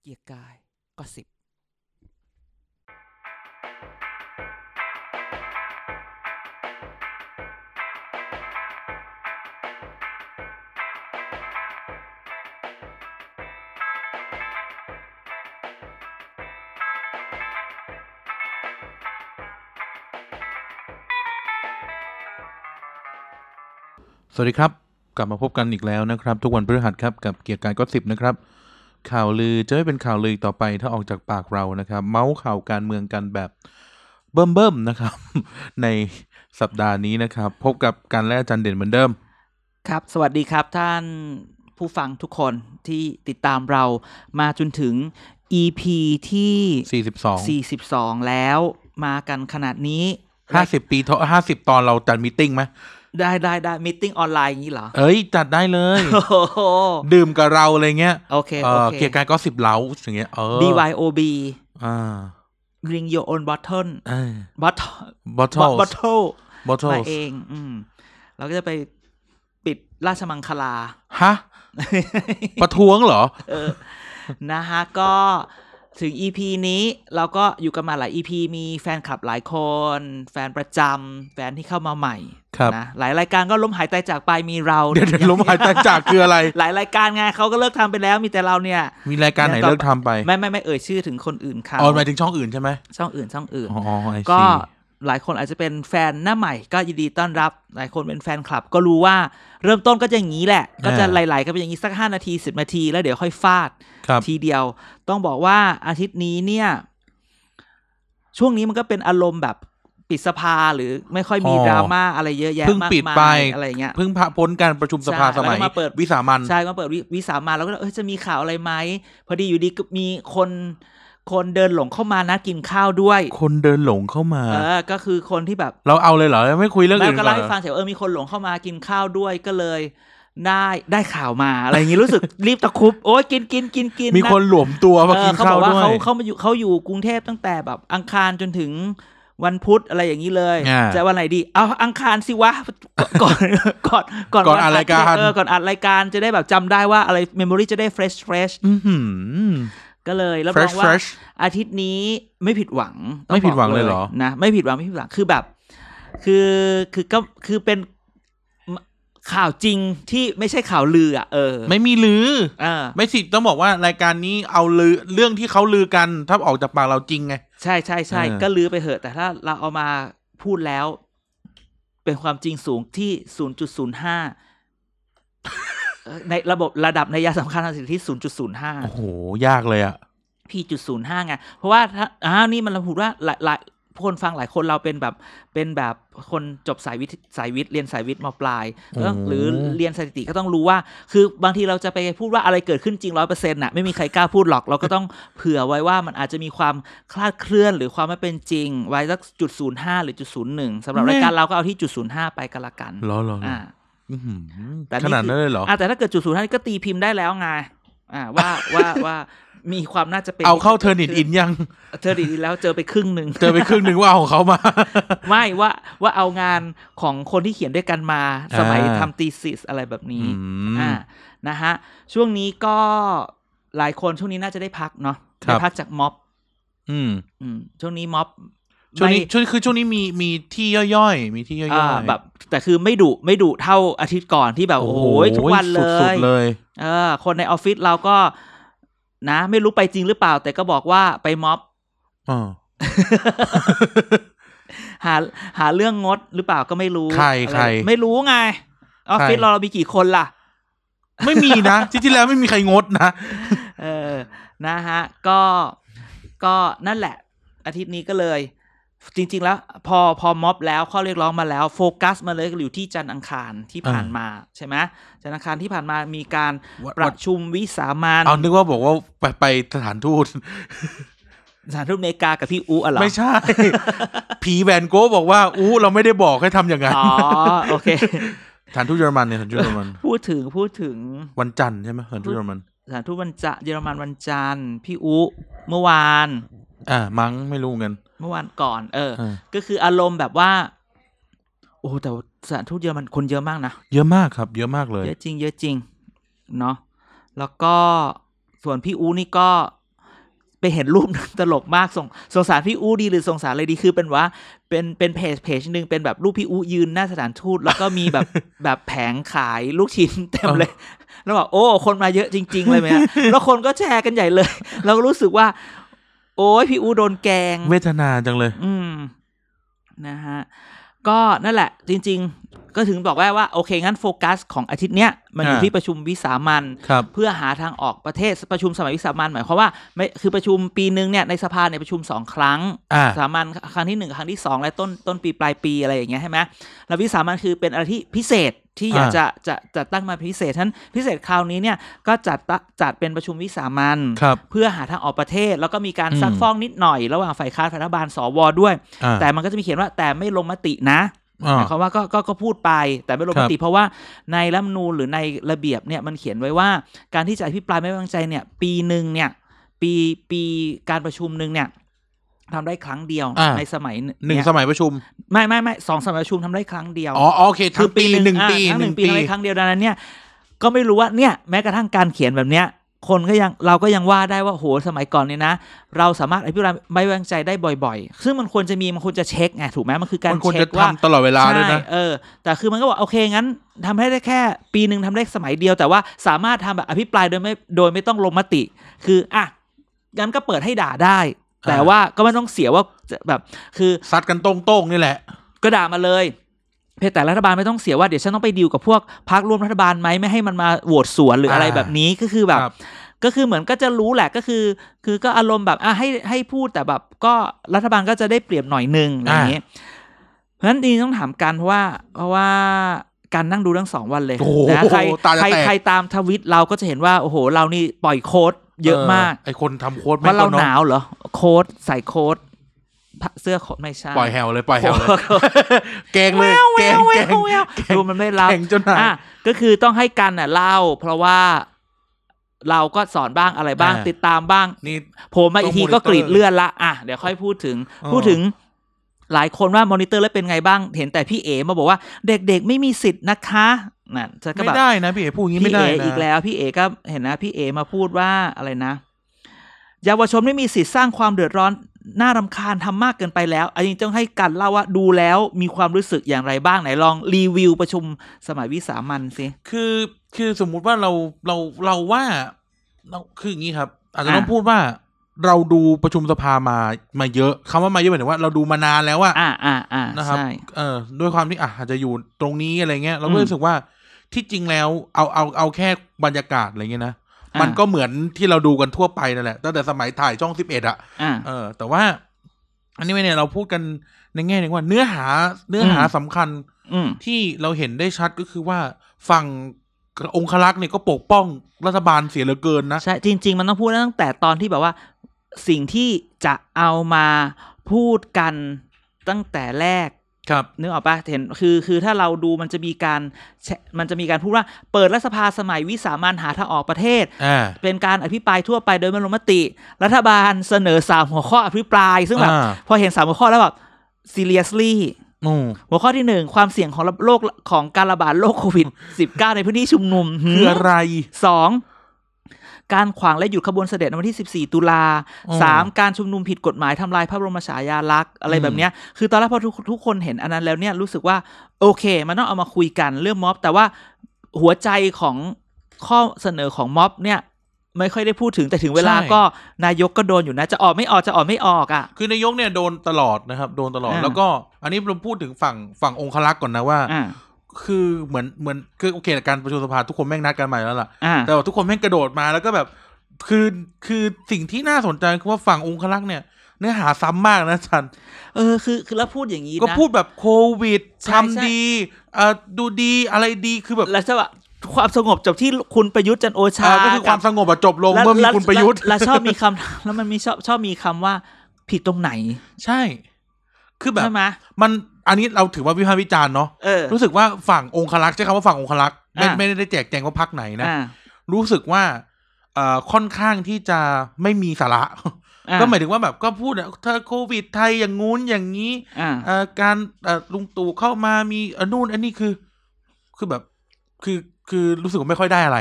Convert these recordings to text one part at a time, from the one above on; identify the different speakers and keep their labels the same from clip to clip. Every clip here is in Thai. Speaker 1: เกียร์กายก็สิบ
Speaker 2: สวัสดีครับ กลับมาพบกันอีกแล้วนะครับ ทุกวันพฤหัสครับกับเกียร์กายก็สิบนะครับ ข่าวลือจะไม่เป็นข่าวลืออีกต่อไปถ้าออกจากปากเรานะครับ เมาส์ข่าวการเมืองกันแบบเบิ่มๆนะครับ ในสัปดาห์นี้นะครับ พบกับการและอาจารย์เด่นเหมือนเดิม
Speaker 1: ครับ สวัสดีครับท่านผู้ฟังทุกคนที่ติดตามเรามาจนถึง EP ที่
Speaker 2: 42
Speaker 1: 42 แล้วมากันขนาดนี้
Speaker 2: 50 ปีเท่า50 ตอนเราจัดมีตติ้งไหม
Speaker 1: ได้ได้ได้มิทติ้งออนไลน์อย่างนี้เหรอ
Speaker 2: เอ้ย จัดได้เลย
Speaker 1: โอ้โห
Speaker 2: ดื่มกับเราอะไรเงี้ย
Speaker 1: โอเค
Speaker 2: เอ
Speaker 1: โอ
Speaker 2: อ
Speaker 1: เค
Speaker 2: เกียร์กายก็สิบเล้าอย่างเงี้ยเออ
Speaker 1: BYOB
Speaker 2: อ่า
Speaker 1: Ring Your Own Bottle
Speaker 2: เอ้ย
Speaker 1: Bottle
Speaker 2: bottles
Speaker 1: Bottle มา
Speaker 2: bottles
Speaker 1: เอง อืมเราก็จะไปปิดราชมังคลา
Speaker 2: ฮะประท้วงเหรอ
Speaker 1: เออ นะฮะ ก็ถึง EP นี้เราก็อยู่กันมาหลาย EP มีแฟนคลับหลายคน แฟนประจำแฟนที่เข้ามาใหม่
Speaker 2: ครับ
Speaker 1: นะหลายรายการก็ล้มหายตายจากไปมีเรา
Speaker 2: เดี๋ยวเดี๋ยวลมหายใจจากคืออะไร
Speaker 1: หลายรายการไงเขาก็เลิกทำไปแล้วมีแต่เราเนี่ย
Speaker 2: มีรายการไหนเลิกทำไป
Speaker 1: ไม่ไม่ไม่เอ่ยชื่อถึงคนอื่นเขา
Speaker 2: อ๋อหมายถึงช่องอื่นใช่ไหม
Speaker 1: ช่องอื่นช่องอื่น
Speaker 2: อ๋อไอ
Speaker 1: ก็
Speaker 2: ซี
Speaker 1: หลายคนอาจจะเป็นแฟนหน้าใหม่ก็ยินดีต้อนรับ หลายคนเป็นแฟนคลับ ก็รู้ว่าเริ่มต้นก็จะอย่างนี้แหละ ก็จะไหลๆกันไปอย่างนี้สัก 5 นาที 10 นาที แล้วเดี๋ยวค่อยฟาด
Speaker 2: ครับ
Speaker 1: ทีเดียว ต้องบอกว่าอาทิตย์นี้เนี่ย ช่วงนี้มันก็เป็นอารมณ์แบบปิดสภาหรือไม่ค่อยมี
Speaker 2: อ๋อ
Speaker 1: ดราม่าอะไรเยอะแยะ
Speaker 2: เพิ่ง
Speaker 1: มาก
Speaker 2: ปิด
Speaker 1: มา
Speaker 2: ไป
Speaker 1: ยอะไรเงี้ย
Speaker 2: เพิ่งพะพ้นการประชุมสภา
Speaker 1: ใช่
Speaker 2: สมัย
Speaker 1: แล้วก็มาเปิด
Speaker 2: วิสามัน
Speaker 1: ใช่ก็เปิดวิวิสามาแล้วก็เออจะมีข่าวอะไรไหมพอดีอยู่ดีก็มีคนคนเดินหลงเข้ามานะกินข้าวด้วย
Speaker 2: คนเดินหลงเข้ามา
Speaker 1: เออ ก็คือคนที่แบบ
Speaker 2: เราเอาเลยเหรอไม่คุยเรื่อง
Speaker 1: แม่
Speaker 2: อื่น
Speaker 1: ก็
Speaker 2: ก่อ
Speaker 1: เล่าน ให้ฟังเฉยว่าเออมีคนหลงเข้ามากินข้าวด้วยก็เลย ได้ได้ข่าวมาอะไรอย่างนี้รู้สึก รีบตะครุบโอ้ยกินกินกินกิน
Speaker 2: มีคนหลวมตัวมา
Speaker 1: เอ
Speaker 2: กิ
Speaker 1: อน เขาบ
Speaker 2: ข้า
Speaker 1: อ
Speaker 2: ว
Speaker 1: กว่า
Speaker 2: ด้วย
Speaker 1: เขาเขามาอยู่เขาอยู่กรุงเทพตั้งแต่แบบอังคารจนถึงวันพุธอะไรอย่างนี้เลย
Speaker 2: อ่า
Speaker 1: จะวันไหนดี เอาอังคารสิวะก่อนก่อน
Speaker 2: ก่อนอัด
Speaker 1: วั
Speaker 2: รายการ
Speaker 1: เออก่อนอัดรายการจะได้แบบจำได้ว่าอะไรเมมโมรีจะได้เฟรชเฟรช
Speaker 2: อื้อหือ
Speaker 1: ก็เลยรับรอง
Speaker 2: fresh
Speaker 1: ว่า
Speaker 2: fresh
Speaker 1: อาทิตย์นี้ไม่ผิดหวังต้อง
Speaker 2: ไม่ผิดหวังเลยเหรอ
Speaker 1: บกนะไม่ผิดหวังไม่ผิดหวังคือแบบ คือคือก็คือเป็นข่าวจริงที่ไม่ใช่ข่าวลืออ่ะเออ
Speaker 2: ไม่มีลือ
Speaker 1: เออ
Speaker 2: ไม่สิต้องบอกว่ารายการนี้เอาลือเรื่องที่เขาลือกันถ้าออกจากปากเราจริงไง
Speaker 1: ใช่ใช่ใช่
Speaker 2: เออ
Speaker 1: ก็ลือไปเหอะ แต่ถ้าเราเอามาพูดแล้ว เป็นความจริงสูงที่ 0.05เอ่อในระบบระดับในยาสำคัญทางสิทธิ0.05
Speaker 2: โอ้โหยากเลยอ่ะ
Speaker 1: พีจุดศูนย์ห้าไง เพราะว่าถ้าอ้าวนี่มันระบุว่าหลายหลายคนฟังหลายคนเราเป็นแบบเป็นแบบคนจบสายวิทย์สายวิทย์เรียนสายวิทย์มาปลาย
Speaker 2: โอ้
Speaker 1: ต้องหรือเรียนสถิติก็ต้องรู้ว่า คือบางทีเราจะไปพูดว่าอะไรเกิดขึ้นจริงร้อยเปอร์เซ็นต์น่ะไม่มีใครกล้าพูดหรอก เราก็ต้องเผื่อไว้ว่ามันอาจจะมีความคลาดเคลื่อนหรือความไม่เป็นจริง ไว้สักจุดศูนย์ห้าหรือจุดศูนย์หนึ่งสำหรับรายการเราก็เอาที่จุดศูนย์ห้าไปก็แล้วกัน
Speaker 2: เหรอเหรอเหรอ
Speaker 1: อ่า
Speaker 2: อื้อหือ
Speaker 1: แต่นี่
Speaker 2: ขนาดนั้นเลยเหรอ
Speaker 1: อ่าแต่ถ้าเกิดจุดศูนย์ห้าก็ตีพิมพ์ได้แล้วไงอ่าว่าว่าว่ามีความน่าจะเป็น
Speaker 2: เอาเข้าเทอร์นิตอินยัง
Speaker 1: เธอดีดแล้วเจอไปครึ่งหนึ่ง
Speaker 2: เจอไปครึ่งหนึ่งว่าเอาของเขามา
Speaker 1: ไม่ว่าว่าเอางานของคนที่เขียนด้วยกันมา สมัย
Speaker 2: อ่า
Speaker 1: ทำตีสิสอะไรแบบนี้
Speaker 2: อืม
Speaker 1: อ่านะฮะ ช่วงนี้ก็หลายคนช่วงนี้น่าจะได้พักเนาะ
Speaker 2: ครับ
Speaker 1: ได้พักจากม็อบ
Speaker 2: อืม
Speaker 1: อืมช่วงนี้ม็อบ
Speaker 2: ช่วงนี้
Speaker 1: ไม่
Speaker 2: ช่วงคือช่วงนี้มีมีที่ย่อยๆ มีที่ย่
Speaker 1: อ่า
Speaker 2: อยๆ
Speaker 1: แบบ แต่คือไม่ดุไม่ดุเท่าอาทิตย์ก่อนที่แบบโอ้โหทุกวันเล
Speaker 2: สุด
Speaker 1: ย
Speaker 2: ๆเลย
Speaker 1: เออ คนในออฟฟิศเราก็ นะ ไม่รู้ไปจริงหรือเปล่า แต่ก็บอกว่าไปม็อบ
Speaker 2: อ่า
Speaker 1: หาหาเรื่องงดหรือเปล่าก็ไม่รู้
Speaker 2: ใคร
Speaker 1: อะไ
Speaker 2: ใคร
Speaker 1: ไม่รู้ไง ออฟฟิศ
Speaker 2: ใคร
Speaker 1: เราเรามีกี่คนล่ะ
Speaker 2: ไม่มีนะที่ที่แล้วไม่มีใครงดนะ
Speaker 1: เออ นะฮะ ก็ก็นั่นแหละ อาทิตย์นี้ก็เลย จริง ๆ แล้ว พอพอม็อบแล้วข้อเรียกร้องมาแล้ว โฟกัสมาเลยอยู่ที่จันทร์อังคารที่ผ่าน
Speaker 2: อ่าม
Speaker 1: มาใช่ไหมจันทร์อังคารที่ผ่านมามีการ
Speaker 2: วัด
Speaker 1: ประชุมวิสามัญ
Speaker 2: เอานึกว่าบอกว่าไปไปสถานทูต
Speaker 1: สถานทูตอเมริกากับพี่อูอะเหรอ
Speaker 2: ไม่ใช่ ผีแวนโก้บอกว่า อู้เราไม่ได้บอกให้ทำอย่างนั้น
Speaker 1: อ๋อโอเค
Speaker 2: สถานทูตเยอรมันเนี่ยสถานทูตเยอรมัน
Speaker 1: พูดถึงพูดถึง
Speaker 2: วันจันทร์ใช่ไหมสถานทูตเยอรมัน
Speaker 1: สถานทูตวันจะเยอรมันวันจันทร์พี่อุเมื่อวาน
Speaker 2: อ่า มั้งไม่รู้เหมือนกัน
Speaker 1: เมื่อวานก่อน เออ
Speaker 2: เออ
Speaker 1: ก็คืออารมณ์แบบว่า โอ้แต่ว่าสถานทูตเยอรมันคนเยอะมากนะ
Speaker 2: เยอะมากครับ เยอะมากเลย
Speaker 1: เยอะจริง เยอะจริงเนาะแล้วก็ส่วนพี่อูนี่ก็ เห็นรูป ตลกมากสงสงสารพี่อู้ดีหรือสงสารอะไรดีคือเป็นว่าเป็นเป็นเพจเพจหนึ่งเป็นแบบรูปพี่อู้ยืนหน้าสถานทูตแล้วก็มีแบบ แบบแผงขายลูกชิ้นเต็มเลย แล้วบอกโอ้ คนมาเยอะจริง ๆ เลยไหมฮะ แล้วคนก็แชร์กันใหญ่เลย เราก็รู้สึกว่า โอ้ยพี่อู้โดนแกล้ง
Speaker 2: เวทนาจังเลย
Speaker 1: อืม นะฮะ ก็นั่นแหละ จริง ๆ ก็ถึงบอกว่าว่าโอเค งั้นโฟกัสของอาทิตย์เนี้ยมันอยู่
Speaker 2: อ่า
Speaker 1: ที่ประชุมวิสามัน
Speaker 2: ครับ
Speaker 1: เพื่อหาทางออกประเทศประชุมสมัยวิสามันหมายความว่าไม่คือประชุมปีหนึ่งเนี่ยในสภาเนี่ยประชุมสองครั้ง
Speaker 2: อ่า
Speaker 1: สามัญครั้งที่หนึ่งครั้งที่สองและต้นต้นปีปลายปีอะไรอย่างเงี้ยใช่ไหมแล้ววิสามันคือเป็นอะไรที่พิเศษที่อยาก
Speaker 2: อ่า
Speaker 1: จะจะจัดตั้งมาพิเศษฉะนั้นพิเศษคราวนี้เนี่ยก็จัดตะจัดเป็นประชุมวิสามัน
Speaker 2: ครับ
Speaker 1: เพื่อหาทางออกประเทศ แล้วก็มีการ
Speaker 2: อืม
Speaker 1: ซักฟองนิดหน่อยระหว่างฝ่ายค้านฝ่ายรัฐบาลสวด้วย
Speaker 2: อ่า
Speaker 1: แต่มันก็จะมีเขียนว่าแต่ไม่ลงมตินะ
Speaker 2: อ่า
Speaker 1: หมายความว่าก็ก็ก็พูดไป แต่ไม่ลง
Speaker 2: ครั
Speaker 1: ม
Speaker 2: บ
Speaker 1: ติเพราะว่าในรัฐธรรมนูญหรือในระเบียบเนี่ยมันเขียนไว้ว่าการที่จะอภิปรายไม่ไว้วางใจเนี่ย ปีหนึ่งเนี่ย ปีปีการประชุมหนึ่งเนี่ยทำได้ครั้งเดียว
Speaker 2: อ่า
Speaker 1: ในสมัย
Speaker 2: หนึ่ง
Speaker 1: เย
Speaker 2: สมัยประชุม
Speaker 1: ไม่ไม่ไม่สองสมัยประชุมทำได้ครั้งเดียว
Speaker 2: อ๋อโอเคทั้งปีหนึ่ง
Speaker 1: อ่ะ
Speaker 2: ปี
Speaker 1: ทั้ง
Speaker 2: ห
Speaker 1: ห
Speaker 2: นึ่
Speaker 1: นึ่
Speaker 2: ง
Speaker 1: งปีทำ
Speaker 2: ปี
Speaker 1: ได้ครั้งเดียวดังนั้นเนี่ยก็ไม่รู้ว่าเนี่ยแม้กระทั่งการเขียนแบบเนี้ย คนก็ยังเราก็ยังว่าได้ว่าโหสมัยก่อนเนี่ยนะ เราสามารถอภิปรายไม่ไว้วางใจได้บ่อยๆ ซึ่งมันควรจะมีมันควรจะเช็คไงถูกไหมมันคือการ
Speaker 2: มันควร
Speaker 1: เช็
Speaker 2: จะ
Speaker 1: คว่า
Speaker 2: ทำตลอดเวลาด้วย
Speaker 1: ใช่
Speaker 2: นะ
Speaker 1: เออ แต่คือมันก็บอกโอเคงั้นทำให้ได้แค่ ปีหนึ่งทำได้สมัยเดียว แต่ว่าสามารถทำแบบอภิปรายโดยไม่โดยไม่ต้องลงมติ คืออ่ะงั้นก็เปิดให้ด่าได้ แต่
Speaker 2: อ่า
Speaker 1: ว่าก็ไม่ต้องเสียว่าจะแบบคือ
Speaker 2: ซัดกันตรงๆนี่แหละ
Speaker 1: ก็ด่ามาเลยเพียงแต่รัฐบาลไม่ต้องเสียว่าเดี๋ยวฉันต้องไปดีลกับพวกพรรคร่วมรัฐบาลไหมไม่ให้มันมาโหวตสวนหรืออะไร
Speaker 2: อ่า
Speaker 1: แบบนี้ก็คือแบบ
Speaker 2: ครับ
Speaker 1: ก็คือเหมือนก็จะรู้แหละก็คือ คือก็อารมณ์แบบอ่ะให้ให้พูดแต่แบบ ก็รัฐบาลก็จะได้เปรียบหน่อยหนึงอะไรอย่างนี้เพราะฉะนั้นดีต้องถามกันเพราะว่า เพราะว่าการนั่งดูทั้งสองวันเลย
Speaker 2: โอ้โห
Speaker 1: นะใคร
Speaker 2: ตาจะ
Speaker 1: ใคร
Speaker 2: แตก
Speaker 1: ใครตามทวิตเราก็จะเห็นว่าโอ้โห เรานี่ปล่อยโค้ดเยอะมาก
Speaker 2: ไอคนทำโค้ด
Speaker 1: ว่าะเราห
Speaker 2: ก็
Speaker 1: นาวเหรอโค้ดใส่โค้ดผ้าเสื้อโค้ดไม่ใช่
Speaker 2: ปล่อยแหวเลยปล่อยแหวเลย แกง
Speaker 1: แว
Speaker 2: เลยว
Speaker 1: แว
Speaker 2: แกง
Speaker 1: วแว
Speaker 2: แกง
Speaker 1: วแวว
Speaker 2: แกง
Speaker 1: ดูมันไม่รับ
Speaker 2: แกงจนหาย
Speaker 1: อ่ะก็คือต้องให้กันน่ะเล่า เพราะว่าเราก็สอนบ้างอะไรบ้าง
Speaker 2: อ่า
Speaker 1: ติดตามบ้าง
Speaker 2: นี่
Speaker 1: ผมมาอีกทีก็
Speaker 2: ต้อง monitor
Speaker 1: กรีดเลือดละอ่ะเดี๋ยวค่อยพูดถึง
Speaker 2: อ๋อ
Speaker 1: พูดถึง หลายคนว่ามอนิเตอร์แล้วเป็นไงบ้าง เห็นแต่พี่เอ๋มาบอกว่า เด็กๆไม่มีสิทธิ์นะคะนั่นฉันก็
Speaker 2: ไม่
Speaker 1: แบบ
Speaker 2: ได้นะพี่เอ๋พูดอย่างนี้
Speaker 1: พี่
Speaker 2: ไม่ได้
Speaker 1: เอ๋
Speaker 2: นะ
Speaker 1: อีกแล้ว พี่เอ๋ก็เห็นนะ พี่เอ๋มาพูดว่าอะไรนะเยาวชนไม่มีสิทธิ์สร้างความเดือดร้อนน่ารำคาญทำมากเกินไปแล้วอันนี้ต้องให้กันเล่าว่าดูแล้วมีความรู้สึกอย่างไรบ้างไหนลองรีวิวประชุมสมัยวิสามันสิ
Speaker 2: คือคือสมมุติว่าเราเราเราว่าเราคืออย่างนี้ครับ อาจจะ
Speaker 1: อ่ะ
Speaker 2: ต้องพูดว่า เราดูประชุมสภามามาเยอะคำว่ามาเยอะหมายถึงว่าเราดูมานานแล้วอะ
Speaker 1: อ่าอ่าอ่า
Speaker 2: นะครับ
Speaker 1: ใช่
Speaker 2: เออด้วยความที่อ่ะอาจจะอยู่ตรงนี้อะไรเงี้ย เราก็
Speaker 1: อืม
Speaker 2: รู้สึกว่าที่จริงแล้วเอาเอาเอาแค่บรรยากาศอะไรเงี้ยนะ
Speaker 1: อ่ามั
Speaker 2: มันก็เหมือนที่เราดูกันทั่วไปนั่นแหละตั้งแต่สมัยถ่ายช่องสิบเอ็ดอะ
Speaker 1: อ่า
Speaker 2: เออ แต่ว่า อันนี้เนี่ยเราพูดกันในแง่หนึ่งว่าเนื้อหาเนื้อหา
Speaker 1: อืม
Speaker 2: สำคัญ
Speaker 1: อืม
Speaker 2: ที่เราเห็นได้ชัดก็คือว่าฝั่งองครักษ์เนี่ยก็ปกป้องรัฐบาลเสียเหลือเกินนะ
Speaker 1: ใช่จริง ๆ มันต้องพูดตั้งแต่ตอนที่แบบว่า สิ่งที่จะเอามาพูดกันตั้งแต่แรก
Speaker 2: ครับ
Speaker 1: นึกออกปะเห็นคือคือถ้าเราดูมันจะมีการแชมันจะมีการพูดว่าเปิดรัฐสภาสมัยวิสามันหาทางออกประเทศ
Speaker 2: อ่า
Speaker 1: เป็นการอภิปรายทั่วไปโดยไม่ลงมติ รัฐบาลเสนอสามหัวข้ออภิปราย ซึ่งแบบ
Speaker 2: อ่า
Speaker 1: พอเห็นสามหัวข้อแล้วแบบ seriously
Speaker 2: อืม
Speaker 1: หัวข้อที่หนึ่งความเสี่ยงของโรคของการระบาดโรคโควิด -19 ในพื้นที่ชุมนุม
Speaker 2: คืออะไร
Speaker 1: สองการขวางและหยุดขบวนเสด็จในวันที่ 14 ตุลา
Speaker 2: อ๋อ
Speaker 1: สามการชุมนุมผิดกฎหมายทำลายพระบรมฉายาลักษณ์อะไร
Speaker 2: อืม
Speaker 1: แบบเนี้ย คือตอนแรกพอทุกทุกคนเห็นอันนั้นแล้วเนี่ยรู้สึกว่าโอเค มันต้องเอามาคุยกันเรื่องม็อบ แต่ว่าหัวใจของข้อเสนอของม็อบเนี่ย ไม่ค่อยได้พูดถึงแต่ถึงเวลาก็นายกก็โดนอยู่นะ จะออกไม่ออกจะออกไม่ออกอ่ะ
Speaker 2: คือนายกเนี่ยโดนตลอดนะครับ โดนตลอด
Speaker 1: อ่า
Speaker 2: แล้วก็อันนี้เราพูดถึงฝั่งฝั่งองครักษ์ก่อนนะว่า
Speaker 1: อ่า
Speaker 2: คือเหมือนเหมือนคือโอเคแหละการประชุมสภาทุกคนแม่งนัดกันใหม่แล้วล่ะ
Speaker 1: อ่า
Speaker 2: แต่ว่าทุกคนแม่งกระโดดมาแล้วก็แบบ คือคือสิ่งที่น่าสนใจคือว่าฝั่งองครักษ์เนี่ยเนื้อหาซ้ำมากนะอาจัน
Speaker 1: เออคือคือแล้วพูดอย่างนี้นะ
Speaker 2: ก็พูดแบบโควิด
Speaker 1: ใช่
Speaker 2: ทำดีเอ่อดูดีอะไรดีคือแบบ
Speaker 1: แล้วจะว่าความสงบจบที่คุณประยุทธ์จันทร์โอชา
Speaker 2: อ่าก็คือค
Speaker 1: กั
Speaker 2: วา
Speaker 1: บ
Speaker 2: มสงบอะจบลงเมื่อมีคุณประยุทธ์
Speaker 1: แล้วแล้วชอบมีคำ แล้วมันมีชอบชอบมีคำว่าผิดตรงไหน
Speaker 2: ใช่ คือแบบ
Speaker 1: ใช่ไหม
Speaker 2: มันอันนี้เราถือว่าวิพากษ์วิจารณ์เนาะ
Speaker 1: เออ
Speaker 2: รู้สึกว่าฝั่งองครักษ์ใช้คำว่าฝั่งองครักษ์ไม่
Speaker 1: อ่า
Speaker 2: ไม่ได้แจกแจงว่าพักไหนนะ
Speaker 1: อ่า
Speaker 2: รู้สึกว่าเอ่อค่อนข้างที่จะไม่มีสาระ
Speaker 1: อ่า
Speaker 2: ก็หมายถึงว่าแบบก็พูดอะถ้าโควิดไทยอย่างงู้นอย่างนี้
Speaker 1: อ่า
Speaker 2: เอ่อการเอ่อลุงตู่เข้ามามีอันนู่นอันนี้คือ คือแบบคือคือรู้สึกว่าไม่ค่อยได้อะไร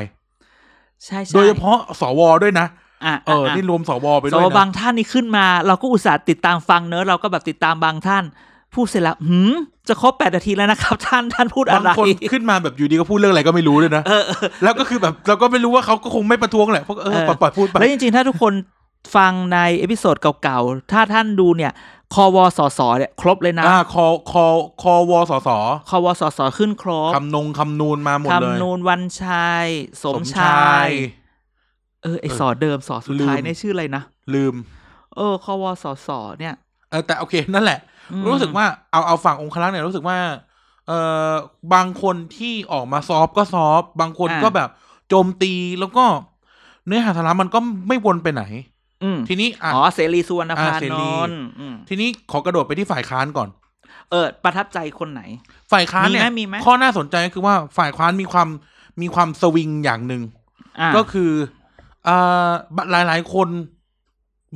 Speaker 1: ใช่ใช่
Speaker 2: โดยเฉพาะสวด้วยนะ
Speaker 1: อ่ะ
Speaker 2: เออ นี่รวมสวไป
Speaker 1: ส
Speaker 2: ด้วย
Speaker 1: วบา
Speaker 2: นะ
Speaker 1: งท่านนี่ขึ้นมา เราก็อุตส่าห์ติดตามฟังเนอะเราก็แบบติดตามบางท่าน พูดเสร็จแล้วหืมจะครบแปดนาทีแล้วนะครับ ท่านท่านพูดอะ
Speaker 2: บาง
Speaker 1: ไร
Speaker 2: คนขึ้นมาแบบอยู่ดีก็พูดเรื่องอะไรก็ไม่รู้ด้วยนะ
Speaker 1: เออเออ
Speaker 2: แล้วก็คือแบบเราก็ไม่รู้ว่าเขาก็คงไม่ประท้วงแหละเพราะเออ
Speaker 1: เออ
Speaker 2: ปล่อยๆพูดไป
Speaker 1: แล้วจริงๆ ถ้าทุกคนฟังในเอพิโซดเก่าๆ ถ้าท่านดูเนี่ยคอวสสเนี่ยครบเลยนะ
Speaker 2: อ่าคอคอคอวสส
Speaker 1: คอวสสขึ้นครบ
Speaker 2: คำนงคำนูนมาหมดเลย
Speaker 1: คำนูนวันชัยสมชาย เออไอสอเดิมสอสุดท้ายเนี่ยชื่ออะไรนะ
Speaker 2: ลืม
Speaker 1: เออคอวสสเนี่ย
Speaker 2: เออแต่โอเคนั่นแหละ
Speaker 1: อืม
Speaker 2: รู้สึกว่าเอาเอาฝั่งองคลักษ์เนี่ยรู้สึกว่าเออบางคนที่ออกมาซอฟก็ซอฟบางคน
Speaker 1: อ่า
Speaker 2: ก็แบบโจมตีแล้วก็เนื้อหาสาระมันก็ไม่วนไปไหน
Speaker 1: อืม
Speaker 2: ทีนี้อ่ะ
Speaker 1: อ๋อเสรีสุวรรณพา
Speaker 2: อ่ะเส
Speaker 1: น
Speaker 2: รี
Speaker 1: นท์อืม
Speaker 2: ทีนี้ขอกระโดดไปที่ฝ่ายค้านก่อน
Speaker 1: เออ ประทับใจคนไหน
Speaker 2: ฝ่ายค้านเนี่
Speaker 1: มี
Speaker 2: ย
Speaker 1: ไหมมีไหม
Speaker 2: ข้อน่าสนใจก็คือว่าฝ่ายค้านมีความมีความสวิงอย่างหนึ่ง
Speaker 1: อ่ะ
Speaker 2: ก็คือเอ่อหลายหลายๆคน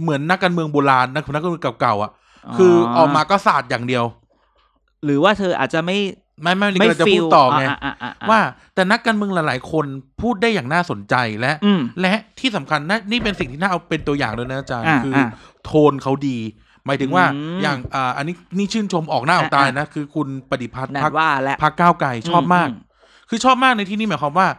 Speaker 2: เหมือนนักการเมืองโบราณนักนักการเมืองเก่าๆอ่ะ คือออกมาก็ศาสตร์อย่างเดียว
Speaker 1: หรือว่าเธออาจจะไม่
Speaker 2: ไม่ไม่ไม่
Speaker 1: ไม่
Speaker 2: กำลังจะ
Speaker 1: ฟิ
Speaker 2: พูด
Speaker 1: ล
Speaker 2: ต่อไง
Speaker 1: ะะอ่ะอ่ะ
Speaker 2: ว่าแต่นักการเมืองหลายๆ คนพูดได้อย่างน่าสนใจและ
Speaker 1: อืม
Speaker 2: และที่สำคัญนะนี่เป็นสิ่งที่น่าเอาเป็นตัวอย่างเลยนะอาจารย์
Speaker 1: อ่า
Speaker 2: คืออา โทนเขาดี หมายถึงว่า
Speaker 1: อืม
Speaker 2: อย่างอ่าอันนี้นี่ชื่นชมออกหน้าออกตา
Speaker 1: อ่า
Speaker 2: นะ คือคุณปฏิพัฒน์
Speaker 1: นั่
Speaker 2: พัก
Speaker 1: นว่าแหละ
Speaker 2: พักก้าวไกลชอบมาก
Speaker 1: อื
Speaker 2: คือชอบมากในที่นี้หมายความว่า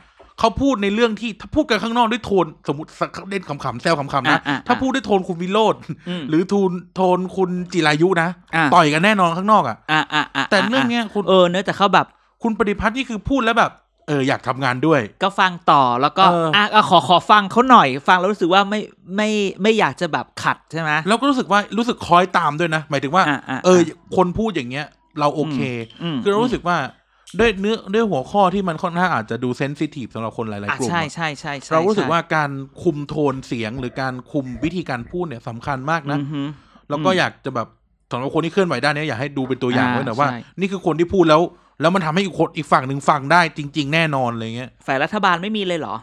Speaker 2: เขาพูดในเรื่องที่ถ้าพูดกันข้างนอกด้วยโทนสมมติเล่นขำๆแซวขำๆนะ
Speaker 1: อ่ะอ่ะอ่ะ
Speaker 2: ถ้าพูดด้วยโทนคุณวิโรธ
Speaker 1: อืม
Speaker 2: หรือโทูนโทนคุณจิรายุนะ
Speaker 1: อ่ะ
Speaker 2: ต่อยกันแน่นอนข้างนอกอ่ะ
Speaker 1: อ่ะอ่ะอ่ะ
Speaker 2: แต่เรื่องเนี้ยคุณ
Speaker 1: เออเนอะแต่เขาแบบ
Speaker 2: คุณปฏิพัฒน์นี่คือพูดแล้วแบบ เอออยากทำงานด้วย
Speaker 1: ก็ฟังต่อแล้วก็
Speaker 2: เอออ่
Speaker 1: อ่ะก็ขอขอฟังเขาหน่อย ฟังแล้วรู้สึกว่าไม่ไม่ไม่อยากจะแบบขัดใช่ไหม
Speaker 2: แล้วก็รู้สึกว่ารู้สึกคล้อยตามด้วยนะ หมายถึงว่า
Speaker 1: อ่ะอ่ะ
Speaker 2: เออ คนพูดอย่างเงี้ย เราโอเค
Speaker 1: อืมอืม
Speaker 2: คือเรารู้สึกว่าด้วยเนื้อด้วยหัวข้อที่มันค่อนข้างอาจจะดูเซนซิทีฟสำหรับคนหลาย
Speaker 1: อ่ะ
Speaker 2: ๆกลุ่ม
Speaker 1: ใช่
Speaker 2: อะ
Speaker 1: ใช่ใช่ใช่
Speaker 2: เรารู้สึก
Speaker 1: ใช่
Speaker 2: ว่าการคุมโทนเสียงหรือการคุมวิธีการพูดเนี่ยสำคัญมากนะ
Speaker 1: อือหือ
Speaker 2: แล้วก็อยากจะแบบสำหรับคนที่เคลื่อนไหวด้านเนี้ยอยากให้ดูเป็นตัวอย่าง
Speaker 1: อ่า
Speaker 2: ไว้หน่อยว่า
Speaker 1: ใช่
Speaker 2: นี่คือคนที่พูดแล้ว แล้วมันทำให้อีกคนอีกฝั่งหนึ่งฟังได้จริง ๆ แน่นอนอะไรเงี้ย
Speaker 1: ฝ่ายรัฐบาลไม่มีเลยเหรอ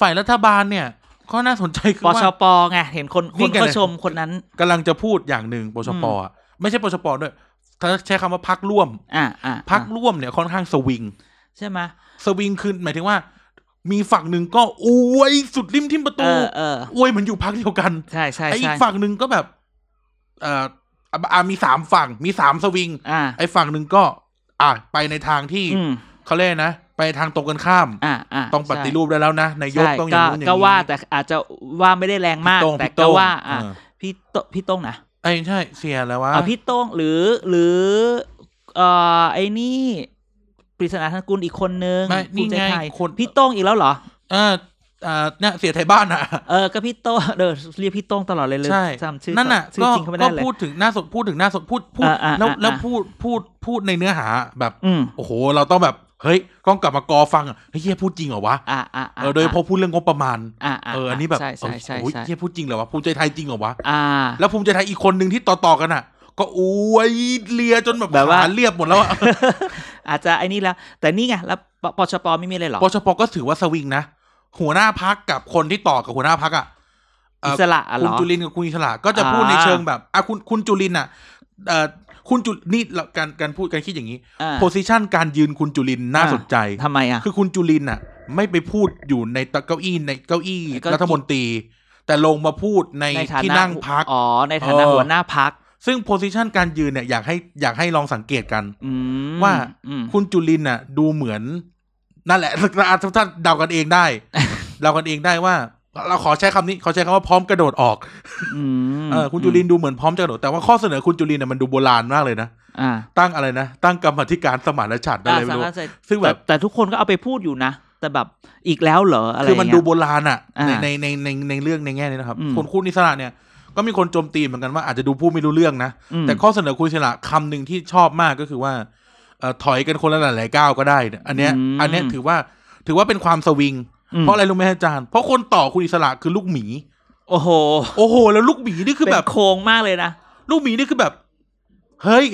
Speaker 2: ฝ่ายรัฐบาลเนี่ยก็น่าสนใจคือ
Speaker 1: ปช
Speaker 2: ว่า
Speaker 1: ปไงเห็นคนค
Speaker 2: นี่
Speaker 1: น
Speaker 2: ไง
Speaker 1: เขาชมคนนั้น
Speaker 2: กำลังจะพูดอย่างหนึ่งปชปอ่ะไม่ใช่ปชปด้วยถ้าใช้คำว่าพักร่วม
Speaker 1: อ่ะอ่ะ
Speaker 2: พัก
Speaker 1: อ่ะ
Speaker 2: ร่วมเนี่ยค่อนข้างสวิง
Speaker 1: ใช่ไหม
Speaker 2: สวิงคือหมายถึงว่า มีฝั่งหนึ่งก็อวยสุดริมทิมประ
Speaker 1: เอ
Speaker 2: ตู
Speaker 1: อเออ
Speaker 2: อวยเหมันอยู่พักเดียวกัน
Speaker 1: ใช่ใช่
Speaker 2: ไอ้อี
Speaker 1: ใช่
Speaker 2: กฝั่งหนึ่งก็แบบ เอ่ออ่ะอ่ะมีสามฝั่ง มีสามสวิง
Speaker 1: อ่ะ
Speaker 2: ไอ้ฝั่งหนึ่งก็ อ่ะไปในทางที่
Speaker 1: อืม
Speaker 2: เขาเรียกนะ ไปทางตรงกันข้าม
Speaker 1: อ่ะอ่ะ
Speaker 2: ต้องปฏิรูปได้แล้วนะนายก
Speaker 1: ใช่
Speaker 2: ต้องอย่า
Speaker 1: ก็
Speaker 2: งนู้นอย่างนี้
Speaker 1: ก็ว่าแต่อาจจะว่าไม่ได้แรงมาก
Speaker 2: พี่โต้ง
Speaker 1: แต่
Speaker 2: พี่
Speaker 1: ก็
Speaker 2: โต้ง
Speaker 1: ว่า อ่ะ
Speaker 2: เออ
Speaker 1: พี่โตพี่โต้งนะ
Speaker 2: ไอ้ใช่ เสียแล้ววะ
Speaker 1: อ่ะพี่โต้งหรือหรือเอ่อไอ้นี่ปริศนาธนกุลอีกคนนึง
Speaker 2: ไม่
Speaker 1: ภู
Speaker 2: นี่
Speaker 1: มิใจ
Speaker 2: ไง
Speaker 1: ไทย
Speaker 2: คน
Speaker 1: พี่โต้งอีกแล้วเหรอ
Speaker 2: เอออ่าเนี่ยเสียไทยบ้านอ่ะ
Speaker 1: เออก็พี่โต้งเดอเรียกพี่โต้งตลอดเลยเลย
Speaker 2: ใช่
Speaker 1: จำชื่อ
Speaker 2: นั่นน่ะ
Speaker 1: ชื่อ
Speaker 2: ก็
Speaker 1: จริงเขาไม่
Speaker 2: ก็
Speaker 1: ได้เลย
Speaker 2: พูดถึงน่าสนพูดถึงน่าสนพูดพูด
Speaker 1: อ่ะอ่ะ
Speaker 2: แล้วแล้ว
Speaker 1: อ่ะ
Speaker 2: พูดพูดพูดในเนื้อหาแบบ
Speaker 1: อืม
Speaker 2: โอ้โห เราต้องแบบเฮ้ยกล้องกลับมากอฟังอ่ะเฮ้ยเหี้ยพูดจริงเหรอวะ
Speaker 1: อ่ะอ่ะะ
Speaker 2: เออโดยเฉพอพูดเรื่องงบประมาณ
Speaker 1: อ่ะะ
Speaker 2: เอออันนี้แบบ
Speaker 1: ใช่ใช่ใช่
Speaker 2: เออโอ้ย
Speaker 1: ใช่
Speaker 2: เฮียพูดจริงเหรอวะภูมิใจไทยจริงเหรอวะ
Speaker 1: อ่า
Speaker 2: แล้วภูมิใจไทยอีกคนหนึ่งที่ต่อต่อๆกันอ่ะ ก็อวยเลียจนแบบ
Speaker 1: แบบว่า
Speaker 2: ขเรียบหมดแล้วอะ
Speaker 1: อาจจะไอ้นี่แล้ว แต่นี่ไงแล้วปปชปไม่มีเลยเหรอ
Speaker 2: ปชปก็ถือว่าสวิงนะ หัวหน้าพักกับคนที่ต่อกับหัวหน้าพักอ่ะเอ่
Speaker 1: อิ
Speaker 2: อ
Speaker 1: สระอะเหร
Speaker 2: คุณ
Speaker 1: อ
Speaker 2: จุลินกับคุณอิสระก็จะพูดใน
Speaker 1: อ่า
Speaker 2: เชิงแบบอ่ะคุณคุณจุลินอ่ะเอ่อคุณจุนี่เราการการพูดการคิดอย่างนี้
Speaker 1: อ่า
Speaker 2: โพสิชันการยืนคุณจุลินน่าสนใจ
Speaker 1: ทำไมอ่ะ
Speaker 2: คือคุณจุลินน่ะ ไม่ไปพูดอยู่ในเก้าอี้ในเก้าอี้
Speaker 1: เก้าอี้
Speaker 2: รัฐมนตรี แต่ลงมาพูดใน
Speaker 1: ในฐา
Speaker 2: ที่
Speaker 1: นะ
Speaker 2: นั่งพัก
Speaker 1: อ๋อในฐานะ
Speaker 2: เออ
Speaker 1: หัวหน้าพัก
Speaker 2: ซึ่งโพสิชันการยืนเนี่ยอยากให้อยากให้ลองสังเกตกัน
Speaker 1: อืม
Speaker 2: ว่า
Speaker 1: อืม
Speaker 2: คุณจุลินน่ะ ดูเหมือน นั่นแหละ ทุกท่านเดากันเอง ได้ เดากันเองได้ว่า เราขอใช้คำนี้ขอใช้คำว่าพร้อมกระโดดออก
Speaker 1: อืม
Speaker 2: เออคุณจุลินดูเหมือนพร้อมจะกระโดดแต่ว่าข้อเสนอคุณจุลินน่ะมันดูโบราณมากเลยนะ
Speaker 1: อ่า
Speaker 2: ตั้งอะไรนะตั้งกรรมธิการสมานฉันท์อะ
Speaker 1: อ่า
Speaker 2: ไรไม่
Speaker 1: สา
Speaker 2: รู้
Speaker 1: มารถจะ
Speaker 2: ซึ่งแบบ
Speaker 1: ต่แต่ทุกคนก็เอาไปพูดอยู่นะ แต่แบบอีกแล้วเหรออะไร
Speaker 2: คือมัน
Speaker 1: ย่าง
Speaker 2: ดู
Speaker 1: เงี้ย
Speaker 2: โบราณอ่ะ
Speaker 1: อ่า
Speaker 2: ในในในในในเรื่องในแง่นี้นะครับ
Speaker 1: อืม
Speaker 2: คนคุณอิสระเนี่ย ก็มีคนโจมตีเหมือนกันว่าอาจจะดูพูดไม่รู้เรื่องนะ
Speaker 1: อืม
Speaker 2: แต่ข้อเสนอคุณอิสระคำหนึ่งที่ชอบมากก็คือว่าเอ่อถอยกันคนละหลายๆก้าวก็ได้เนี่ยอันเนี้ยอันเนี้ยถือว่าถือว่าเป็นความสวิง
Speaker 1: ม
Speaker 2: เพราะอะไรรู้ไหมอาจารย์ เพราะคนต่อคุณอิสระคือลูกหมี
Speaker 1: โอ้โห
Speaker 2: โอ้โห แล้วลูกหมีนี่คือ
Speaker 1: เป็น
Speaker 2: แบบ
Speaker 1: โครงมากเลยนะ
Speaker 2: ลูกหมีนี่คือแบบ เฮ้ย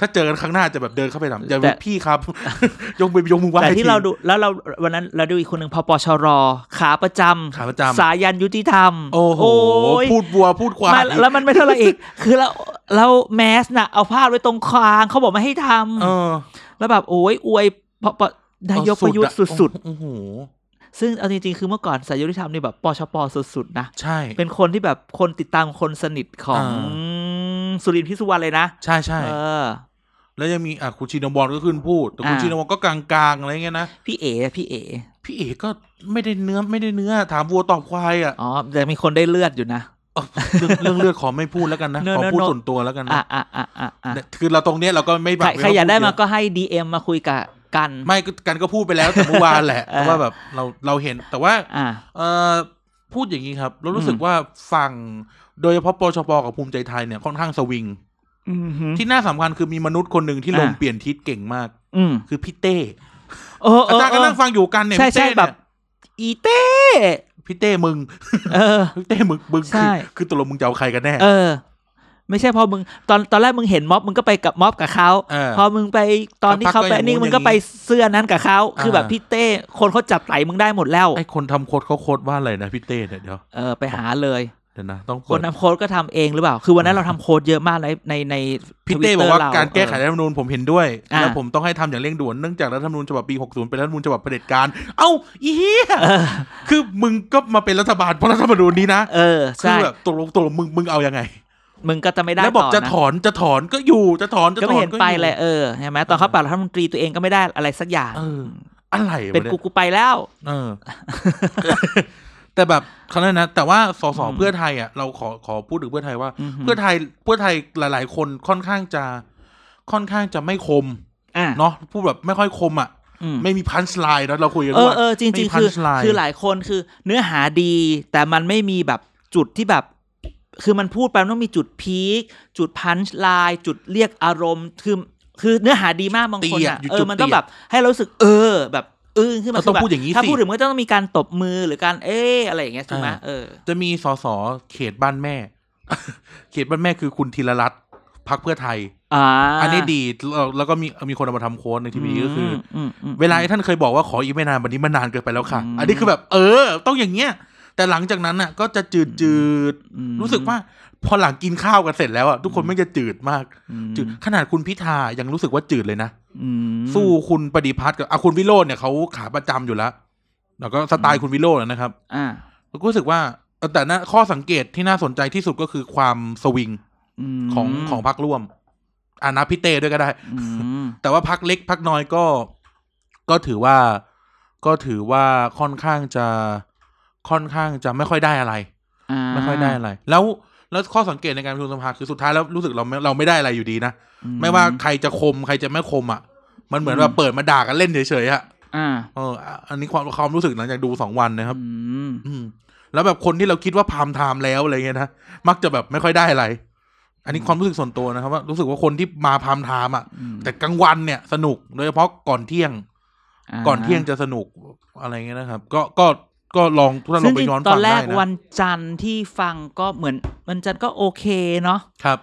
Speaker 2: ถ้าเจอกันครั้งหน้าจะแบบเดินเข้าไปถามจะ
Speaker 1: แต่
Speaker 2: พี่ครับ ยกมือยกมือไหว้
Speaker 1: แต่ที่
Speaker 2: ที
Speaker 1: เราดูแล้วเราวันนั้นเราดูอีกคนหนึ่งพปชรขาประจำ
Speaker 2: ขาประจำ
Speaker 1: สายันยุติธรรม
Speaker 2: โอ้โห
Speaker 1: ย
Speaker 2: พูดวัวพูดควาย
Speaker 1: มาแล้วมันไม่เท่าไหรอีก คือเราเราแมสน่ะ เอาผ้าไว้ตรงคางเขาบอกไม่ให้ทำ
Speaker 2: เออ
Speaker 1: แล้วแบบโอ้ยอวยพปนายกประยุทธ์
Speaker 2: เอา
Speaker 1: สุด
Speaker 2: ๆโอ้โห
Speaker 1: ซึ่งเอาจริงๆ คือเมื่อก่อนสายยุติธรรมนี่แบบปชปสุดๆนะ
Speaker 2: ใช่
Speaker 1: เป็นคนที่แบบคนติดตามคนสนิทของ
Speaker 2: อ่
Speaker 1: สุรินทร์พิสุวรรณเลยนะ
Speaker 2: ใช่ใช่
Speaker 1: เออ
Speaker 2: แล้วยังมีอ่ะคุณชินวรก็ขึ้นพูด แต่คุณ
Speaker 1: อ่า
Speaker 2: ชินวรก็กลางๆอะไรเงี้ยนะ
Speaker 1: พี่เอพี่เอ
Speaker 2: พี่เอกก็ไม่ได้เนื้อไม่ได้เนื้อ ถามวัวตอบควายอ่ะ
Speaker 1: อ๋อแต่มีคนได้เลือดอยู่นะ
Speaker 2: เออเรื่องเรื่องเลือดขอไม่พูดแล้วกันนะ
Speaker 1: เนอะ
Speaker 2: ขอ
Speaker 1: เนอะ
Speaker 2: พูด
Speaker 1: เนอะ
Speaker 2: ส่วนตัวแล้วกัน
Speaker 1: อ่ะ
Speaker 2: นะ
Speaker 1: อ่ะอ่ะอ่ะอ่ะ
Speaker 2: เนี่ยคือเราตรงเนี้ยเราก็ไม่
Speaker 1: ใค
Speaker 2: บั
Speaker 1: ร
Speaker 2: ง
Speaker 1: ใครอยากได้มา
Speaker 2: เขพูเะ
Speaker 1: ก็ให้ DM มาคุยกับกัน
Speaker 2: ไม่ก็กันก็พูดไปแล้วแต่ เมื่อวานแหละ
Speaker 1: เออ
Speaker 2: แต่ว่าแบบเราเราเห็นแต่ว่า
Speaker 1: อ่ะ
Speaker 2: เอ่อพูดอย่างนี้ครับ เรารู้สึก
Speaker 1: อืม
Speaker 2: ว่าฝั่งโดยเฉพาะปชปกับภูมิใจไทยเนี่ยค่อนข้างสวิง
Speaker 1: อืมฮึ
Speaker 2: ที่น่าสำคัญคือมีมนุษย์คนหนึ่งที่ลง
Speaker 1: อ่า
Speaker 2: เปลี่ยนทิศเก่งมาก
Speaker 1: อืม
Speaker 2: คือพี่เต้
Speaker 1: เออเอ
Speaker 2: อา
Speaker 1: อ
Speaker 2: จารย์
Speaker 1: เอ
Speaker 2: ก็
Speaker 1: อ
Speaker 2: นั่งฟังอยู่กันเนี่ย
Speaker 1: ใช่
Speaker 2: พี่
Speaker 1: ใช่
Speaker 2: เต้เนี่ย
Speaker 1: แบบ อีเต้
Speaker 2: พี่เต้มึง
Speaker 1: เออ
Speaker 2: เต้มึงมึง
Speaker 1: ใช่
Speaker 2: คือคือตกลงมึงจะเอาใครกันแน่
Speaker 1: เออ ไม่ใช่พอมึง ตอนตอนแรกมึงเห็นม็อบมึงก็ไปกับม็อบกับเขา
Speaker 2: เออ
Speaker 1: พอมึงไปตอนที่เขาไป
Speaker 2: สักพักก็อย่าง
Speaker 1: นี่
Speaker 2: นู้น
Speaker 1: มึงก็ไป
Speaker 2: อย่างนี้
Speaker 1: เสื้อนั้นกับเขาคือแบบ
Speaker 2: อ่า
Speaker 1: พี่เต้คนเขาจับไหลมึงได้หมดแล้ว
Speaker 2: ไอคนทำโคดเขาโคดว่าอะไรนะพี่เต้เนี่ยเดี๋ยว
Speaker 1: เออไปหาเลย
Speaker 2: เดี๋ยวนะต้อง
Speaker 1: ค
Speaker 2: เปิ
Speaker 1: น
Speaker 2: ด
Speaker 1: ทำโค้ดก็ทำเองหรือเปล่า คือวันนั้นเราทำโค้ดเยอะมากในในใน
Speaker 2: พี่
Speaker 1: Twitter
Speaker 2: เต้บอกว่า
Speaker 1: เ
Speaker 2: การแก้ไขรัฐธรรมนูญผมเห็นด้วย
Speaker 1: อ่า
Speaker 2: และผมต้องให้ทำอย่างเร่งด่วนเนื่องจากรัฐธรรมนูญฉบับปี 60 เป็นรัฐธรรมนูญฉบับเผด็จการ เอ้าอีเหี้ย
Speaker 1: เออ
Speaker 2: คือมึงก็มาเป็นรัฐบาลเพราะรัฐธรรมนูญนี้นะ
Speaker 1: เออ
Speaker 2: คือ
Speaker 1: ใช่
Speaker 2: แบบตกลงตกลงมึงมึงเอายังไง
Speaker 1: มึงก็จะไม่ได้
Speaker 2: แล้วบอก
Speaker 1: ต่
Speaker 2: จะ
Speaker 1: นะ
Speaker 2: ถอนจะถอนก็อยู่จะถอนจะ
Speaker 1: ก็
Speaker 2: ถ
Speaker 1: ไม่
Speaker 2: อน
Speaker 1: เห็นไป
Speaker 2: อยู่
Speaker 1: เลยเออใช่ไหมตอนเขาปรับรัฐมนตรีตัวเองก็ไม่ได้อะไรสักอย่าง
Speaker 2: เออ อะไรวะ
Speaker 1: เป็น
Speaker 2: ย
Speaker 1: กูกูไปแล้ว
Speaker 2: เออ แต่แบบเขาเรียกนะแต่ว่าสสเพื่อไทยอ่ะเราขอขอพูดถึงเพื่อไทยว่า
Speaker 1: อือฮึ
Speaker 2: เพื่อไทยเพื่อไทยหลาย ๆ คนค่อนข้างจะค่อนข้างจะไม่คม
Speaker 1: อ่ะ
Speaker 2: เนาะพูดแบบไม่ค่อยคมอ่ะ
Speaker 1: อืม
Speaker 2: ไม่มีพันช์ไลน์นะเราคุยกัน
Speaker 1: เออ
Speaker 2: ว่า
Speaker 1: เออจริง ๆ คือ คือหลายคนคือเนื้อหาดี แต่มันไม่มีแบบจุดที่แบบ คือมันพูดไปมันต้องมีจุดพีคจุดพันช์ไลน์จุดเรียกอารมณ์คือคือเนื้อหาดีมากบางคนอ่ะเออมันต้องแบบให้เรารู้สึกเออ แบบอึ้งขึ้นมา
Speaker 2: เรา
Speaker 1: คื
Speaker 2: ต้อง
Speaker 1: แบบ
Speaker 2: พูดอย่างนี้
Speaker 1: ถ้า
Speaker 2: สิ
Speaker 1: พูดถึงมันก็ต้องมีการตบมือหรือการเอ๊ะอะไรอย่างเงี้ยใช่ไหม
Speaker 2: อ่า
Speaker 1: เออ
Speaker 2: จะมีสสเขตบ้านแม่ เขตบ้านแม่คือคุณธีรรัตน์พักเพื่อไทย
Speaker 1: อ่า
Speaker 2: อันนี้ดีแล้วแล้วก็มีมีคนเอามาทำโค้ดในทีวีก็คืออ
Speaker 1: มอืม
Speaker 2: เวลาที่ท่านเคยบอกว่าขออีกไม่นานวันนี้มันนานเกินไปแล้วค่ะ
Speaker 1: อืม
Speaker 2: อันนี้คือแบบเออ ต้องอย่างเงี้ย แต่หลังจากนั้นน่ะ ก็จะจืดจืดๆ
Speaker 1: อืม
Speaker 2: รู้สึกว่า พอหลังกินข้าวกันเสร็จแล้วอ่ะทุกคนไม่งจะจืดมาก
Speaker 1: อืม
Speaker 2: จืดขนาดคุณพิธายังรู้สึกว่าจืดเลยนะ
Speaker 1: อืม
Speaker 2: สู้คุณปฏิพัฒน์กับอ่ะคุณวิโรจน์เนี่ยเขาขาประจำอยู่แล้วแล้วก็สไต
Speaker 1: อื
Speaker 2: ล์
Speaker 1: ม
Speaker 2: คุณวิโรจน์นะครับ
Speaker 1: อ่า
Speaker 2: แล้วก็รู้สึกว่าเออแต่นะข้อสังเกตที่น่าสนใจที่สุดก็คือความสวิง
Speaker 1: ม
Speaker 2: ของของพรรคร่วมอานาพิเตด้วยก็ได้
Speaker 1: อืม
Speaker 2: แต่ว่าพักเล็กพักน้อยก็ก็ถือว่าก็ถือว่าค่อนข้างจะค่อนข้างจะไม่ค่อยได้อะไร
Speaker 1: า
Speaker 2: ไม่ค่อยได้อะไร แล้วแล้วข้อสังเกตในการประชุมสภาคือสุดท้ายแล้วรู้สึกเราไม่เราไม่ได้อะไรอยู่ดีนะ
Speaker 1: อื
Speaker 2: ไม่ว่าใครจะคมใครจะไม่คมอ่ะ มันเหมือน
Speaker 1: อืม
Speaker 2: แบบเปิดมาด่ากันเล่นเฉยๆอ่ะ
Speaker 1: อ่า
Speaker 2: เอออ่ะอันนี้ความความรู้สึกหลังจากดูสองวันนะครับ
Speaker 1: อืม
Speaker 2: อืม แล้วแบบคนที่เราคิดว่าพามไทม์แล้วอะไรเงี้ยนะมักจะแบบไม่ค่อยได้อะไร อันนี้ความรู้สึกส่วนตัวนะครับ ว่ารู้สึกว่าคนที่มาพามไทม์อ่ะ
Speaker 1: อืม
Speaker 2: แต่กลางวันเนี่ยสนุกโดยเฉพาะก่อนเที่ยง
Speaker 1: า
Speaker 2: ก่อนเที่ยงจะสนุกอะไรเงี้ยนะครับ ก็ก็ก็ลองทุกท่านล
Speaker 1: ซึ่
Speaker 2: อง
Speaker 1: จ
Speaker 2: งไป
Speaker 1: ริง
Speaker 2: ย้อน
Speaker 1: ตอ
Speaker 2: ฟั
Speaker 1: น
Speaker 2: ง
Speaker 1: แร
Speaker 2: ได้
Speaker 1: กวั
Speaker 2: นะ
Speaker 1: นจันทร์ที่ฟังก็เหมือนวันจันทร์ก็โอเคเนาะ
Speaker 2: ครับ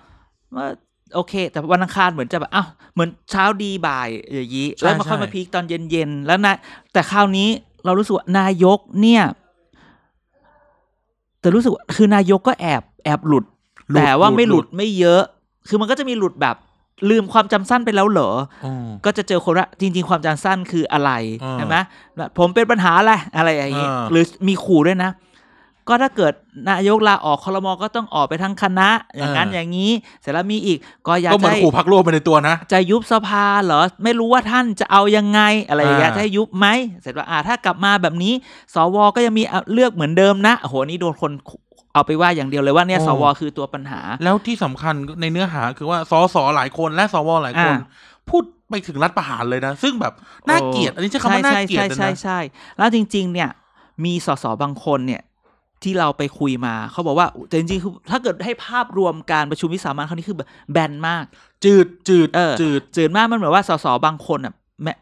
Speaker 1: ว่าโอเค แต่วันอังคารเหมือนจะแบบอ้าวเหมือนเช้าดีบ่ายอย่างนี้แล้วมา
Speaker 2: ใช่
Speaker 1: ค่อยมา
Speaker 2: ใช่
Speaker 1: พีคตอนเย็นๆแล้วนะแต่คราวนี้เรารู้สึกว่านายกเนี่ย แต่รู้สึกว่าคือนายกก็แอบแอบหลุด
Speaker 2: หลุด
Speaker 1: แต่ว่าไม่หลุด
Speaker 2: หลุด
Speaker 1: ไม่เยอะ คือมันก็จะมีหลุดแบบ ลืมความจำสั้นไปแล้วเหรอ
Speaker 2: อืม
Speaker 1: ก็จะเจอคนละจริง ๆ ความจำสั้นคืออะไร
Speaker 2: อ่า
Speaker 1: ใช่ไหมแบบผมเป็นปัญหาแหละอะไรอย่างนี้
Speaker 2: อ่า
Speaker 1: หรือมีขู่ด้วยนะ ก็ถ้าเกิดนายกลาออกคอรมอก็ต้องออกไปทั้งคณะ อย่างนั้นอย่างนี้ เสร็จแล้วมีอีกก็อยาก
Speaker 2: ก็เหมือน
Speaker 1: ให้
Speaker 2: ขู่พักร่วมไปในตัวนะ
Speaker 1: จะยุบสภาเหรอ ไม่รู้ว่าท่านจะเอายังไงอะไรอย่างเงี้ย
Speaker 2: อ่า
Speaker 1: จะให้ยุบไหมเสร็จว่าอ่าถ้ากลับมาแบบนี้ สวก็ยังมีเลือกเหมือนเดิมนะโอ้โหนี่โดนคนเอาไปว่าอย่างเดียวเลยว่าเนี่ยสวคือตัวปัญหา
Speaker 2: แล้วที่สำคัญในเนื้อหาคือว่าสสหลายคนและสวหลายคน
Speaker 1: อ่า
Speaker 2: พูดไปถึงรัฐประหารเลยนะ ซึ่งแบบน่าเกลียด อันนี้ใช้คำว่าน่าเกลียด
Speaker 1: ใช่
Speaker 2: เลย
Speaker 1: ใช่
Speaker 2: นะ
Speaker 1: ใช่ใช่แล้วจริง ๆ เนี่ย มีสสบางคนเนี่ย ที่เราไปคุยมาเขาบอกว่าแต่จริงๆคือถ้าเกิดให้ภาพรวมการประชุมวิสามันครั้งนี้คือแบบแบนมาก
Speaker 2: จืดจืด
Speaker 1: เออ
Speaker 2: จืด
Speaker 1: จืดมากมันเหมือนว่าสสบางคนอ่ะแม้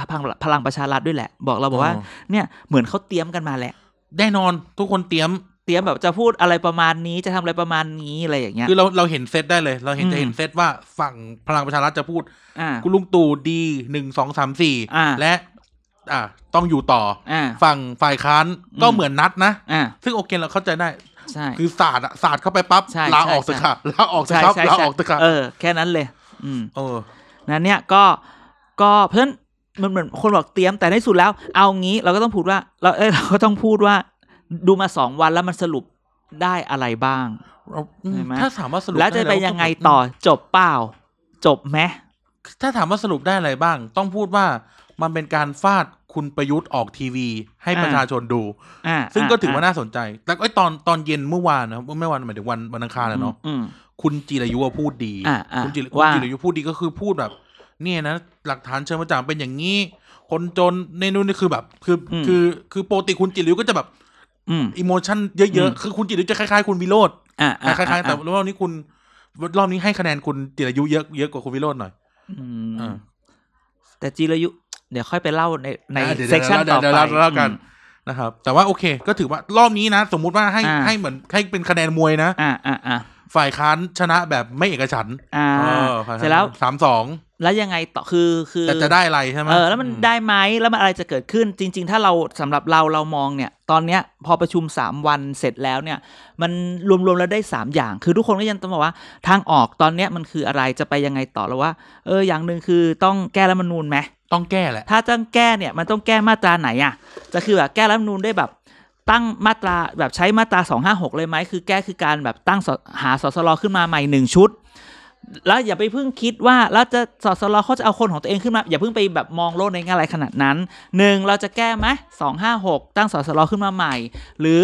Speaker 1: พลังพลังประชารัฐด้วยแหละ บอกเราบอกว่า
Speaker 2: อ๋อ
Speaker 1: เนี่ยเหมือนเขาเตรียมกันมาแหละ
Speaker 2: แน่นอนทุกคนเตรียม
Speaker 1: เตรียมแบบจะพูดอะไรประมาณนี้จะทำอะไรประมาณนี้อะไรอย่างเงี้ย
Speaker 2: คือเราเราเห็นเซตได้เลย เราเห็น
Speaker 1: อืม
Speaker 2: จะเห็นเซตว่าฝั่งพลังประชารัฐจะพูด
Speaker 1: อ่า
Speaker 2: คุณลุงตู่ดีหนึ่งสองสามสี่
Speaker 1: อ่า
Speaker 2: และ อ่า ต้องอยู่ต่อ
Speaker 1: อ่า
Speaker 2: ฝั่งฝ่ายค้าน
Speaker 1: อืม
Speaker 2: ก็เหมือนนัดนะ
Speaker 1: อ่า
Speaker 2: ซึ่งโอเคเราเข้าใจได้
Speaker 1: ใช่
Speaker 2: คือศาสตร์อะศาสตร์เข้าไปปั๊บ
Speaker 1: ใช่
Speaker 2: ลา
Speaker 1: ใช่
Speaker 2: ออกสิ
Speaker 1: ใช่
Speaker 2: ค่ะลาออกสิ
Speaker 1: ใช่
Speaker 2: ครับ
Speaker 1: ใช่
Speaker 2: ลา
Speaker 1: ใช่
Speaker 2: ออกสิค่ะ
Speaker 1: เออ แค่นั้นเลย อืม
Speaker 2: เออ
Speaker 1: นะเนี่ยก็ก็เพราะฉะนั้น มันเหมือนคนบอกเตรียมแต่ในสุดแล้ว เอางี้เราก็ต้องพูดว่า เราเอ้ยเราก็ต้องพูดว่า ดูมาสองวันแล้วมันสรุปได้อะไรบ้าง
Speaker 2: เราอืม
Speaker 1: เห็นไหม
Speaker 2: ถ้าถามว่าสรุป
Speaker 1: แล้วจะ
Speaker 2: ด้
Speaker 1: ไป
Speaker 2: ก็
Speaker 1: ยังไงต่อจบเปล่า จบไหม
Speaker 2: ถ้าถามว่าสรุปได้อะไรบ้าง ต้องพูดว่ามันเป็นการฟาดคุณประยุทธ์ออกทีวี ให้ประชาชนดู
Speaker 1: อ่า
Speaker 2: ซึ่งก็ถือว่าน่าสนใจ แต่ไอ้ยตอนตอนเย็นเมื่อวานนะครับไม่วันหมายถึงวันวันอังคารนะเนาะ
Speaker 1: อืม
Speaker 2: คุณจิรายุอะพูดดี
Speaker 1: อ่ะอ่ะ
Speaker 2: คุณจิร
Speaker 1: ว่า
Speaker 2: คุณจิรายุพูดดีก็คือพูดแบบ เนี่ยนะ หลักฐานเชิงประจักษ์เป็นอย่างนี้ คนจนในนู่นนี่คือแบบ คืออ
Speaker 1: ม
Speaker 2: คือคือปกติคุณจิรายุก็จะแบบ
Speaker 1: อืม
Speaker 2: อิโมชันเยอะ ๆ คือคุณจิรายุจะคล้ายๆคุณวิโรธ
Speaker 1: อ่า
Speaker 2: อ่ะคล้ายๆ แต่รอบนี้คุณรอบนี้ให้คะแนนคุณจิรายุเยอะเยอะกว่าคุณวิโรธหน่อย
Speaker 1: อืม
Speaker 2: อ่ะ
Speaker 1: แต่จีรายุ เดี๋ยวค่อยไปเล่าในใน
Speaker 2: อ่ะดี๋ยว
Speaker 1: เซกชัน
Speaker 2: ดี๋
Speaker 1: ต่อ
Speaker 2: ยว
Speaker 1: ไป
Speaker 2: เดี๋ยวเราเดี๋ยวเราเล่ากัน
Speaker 1: อืม
Speaker 2: นะครับ แต่ว่าโอเค ก็ถือว่ารอบนี้นะ สมมุติว่าให้
Speaker 1: อ่ะ
Speaker 2: ให้เหมือนให้เป็นคะแนนมวยนะ
Speaker 1: อ่าอ่าอ่า
Speaker 2: ฝ่ายค้านชนะแบบไม่เอกฉันท์
Speaker 1: อ่า
Speaker 2: เออฝ่ายค้าน
Speaker 1: เสร็จแล้ว
Speaker 2: สามสอง
Speaker 1: แล้วยังไงต่อคือคือ
Speaker 2: แต่จะได้อะไรใช่ไหม
Speaker 1: เออแล้วมันได้ไหมแล้วมันอะไรจะเกิดขึ้น จริง ๆ ถ้าเราสำหรับเราเรามองเนี่ย ตอนเนี้ยพอประชุม 3 วันเสร็จแล้วเนี่ย มันรวมๆแล้วได้ 3 อย่าง คือทุกคนก็ยังต้องบอกว่าทางออกตอนเนี้ยมันคืออะไรจะไปยังไงต่อแล้วว่าเอออย่างหนึ่งคือต้องแก้รัฐธรรมนูญไหม
Speaker 2: ต้องแก้แหละ
Speaker 1: ถ้าต้องแก้เนี่ยมันต้องแก้มาตราไหนอ่ะจะคือแบบแก้รัฐธรรมนูญด้วยแบบตั้งมาตราแบบใช้มาตรา256 เลยไหมคือแก้คือการแบบตั้งสหาสสลขึ้นมาใหม่หนึ่งชุด แล้วอย่าไปเพิ่งคิดว่าแล้วจะสสลเขาจะเอาคนของตัวเองขึ้นมา อย่าเพิ่งไปแบบมองโลกในแง่อะไรขนาดนั้นหนึ่งเราจะแก้ไหมสองห้าหกตั้งสสลขึ้นมาใหม่ หรือ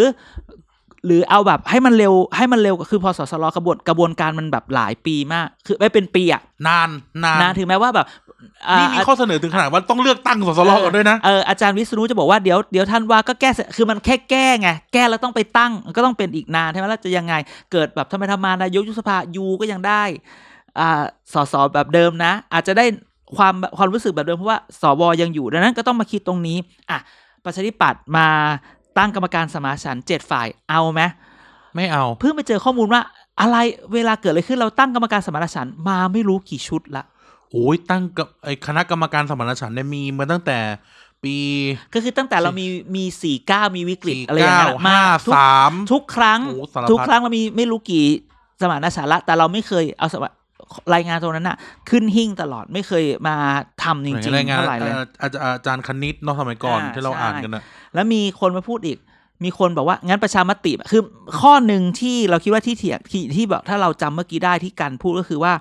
Speaker 1: หรือเอาแบบให้มันเร็วให้มันเร็วกว่าคือพอสสลกระบวนกระบวนการมันแบบหลายปีมาก คือไม่เป็นปีอะ
Speaker 2: นานนาน
Speaker 1: นะถึงแม้ว่าแบบอ่า
Speaker 2: นี่มีข้อเสนอถึงขนาดว่าต้องเลือกตั้งสสรกันด้วยนะ
Speaker 1: เอออาจารย์วิษณุจะบอกว่าเดี๋ยวเดี๋ยวท่านว่าก็แก้เสร็จคือมันแค่แก้ไงแก้แล้วต้องไปตั้งมันก็ต้องเป็นอีกนานใช่ไหมแล้วจะยังไง เกิดแบบทำไมทำมานายกยุบสภายูก็ยังได้อ่าสสแบบเดิมนะ อาจจะได้ความความรู้สึกแบบเดิมเพราะว่าสวยังอยู่ดังนั้นก็ต้องมาคิดตรงนี้อ่ะประชาธิปัตย์มาตั้งกรรมการสมาชันเจ็ดฝ่ายเอาไหม
Speaker 2: ไม่เอา
Speaker 1: เพิ่งไปเจอข้อมูลว่าอะไรเวลาเกิดอะไรขึ้นเราตั้งกรรมการสมานฉันท์มาไม่รู้กี่ชุดละ
Speaker 2: โอ้ยตั้งกับไอ้คณะกรรมการสมานฉันท์เนี่ยมีมาตั้งแต่ปี
Speaker 1: ก็คือตั้งแต่เรามีมีสี่เก้ามีวิกฤต
Speaker 2: 49
Speaker 1: อะไรอย่างเงี้ยมาทุก
Speaker 2: สาม
Speaker 1: ทุกครั้ง
Speaker 2: โอ้สารพัด
Speaker 1: ทุกครั้งเรามีไม่รู้กี่สมานฉันท์ละแต่เราไม่เคยเอาสมารายงานตรงนั้นน่ะ ขึ้นหิ้งตลอดไม่เคยมาทำจริงๆ
Speaker 2: รายงาน
Speaker 1: เท่าไหร่เลย
Speaker 2: อาอาจารย์อาจารย์คณิตเนาะสมัยก่อน
Speaker 1: อ่า
Speaker 2: ที่เรา
Speaker 1: ใช่
Speaker 2: อ่านกันนะ
Speaker 1: แล้วมีคนมาพูดอีก มีคนบอกว่างั้นประชามติคือข้อหนึ่งที่เราคิดว่าที่เถียงที่ที่แบบถ้าเราจำเมื่อกี้ได้ที่กันพูดก็คือว่า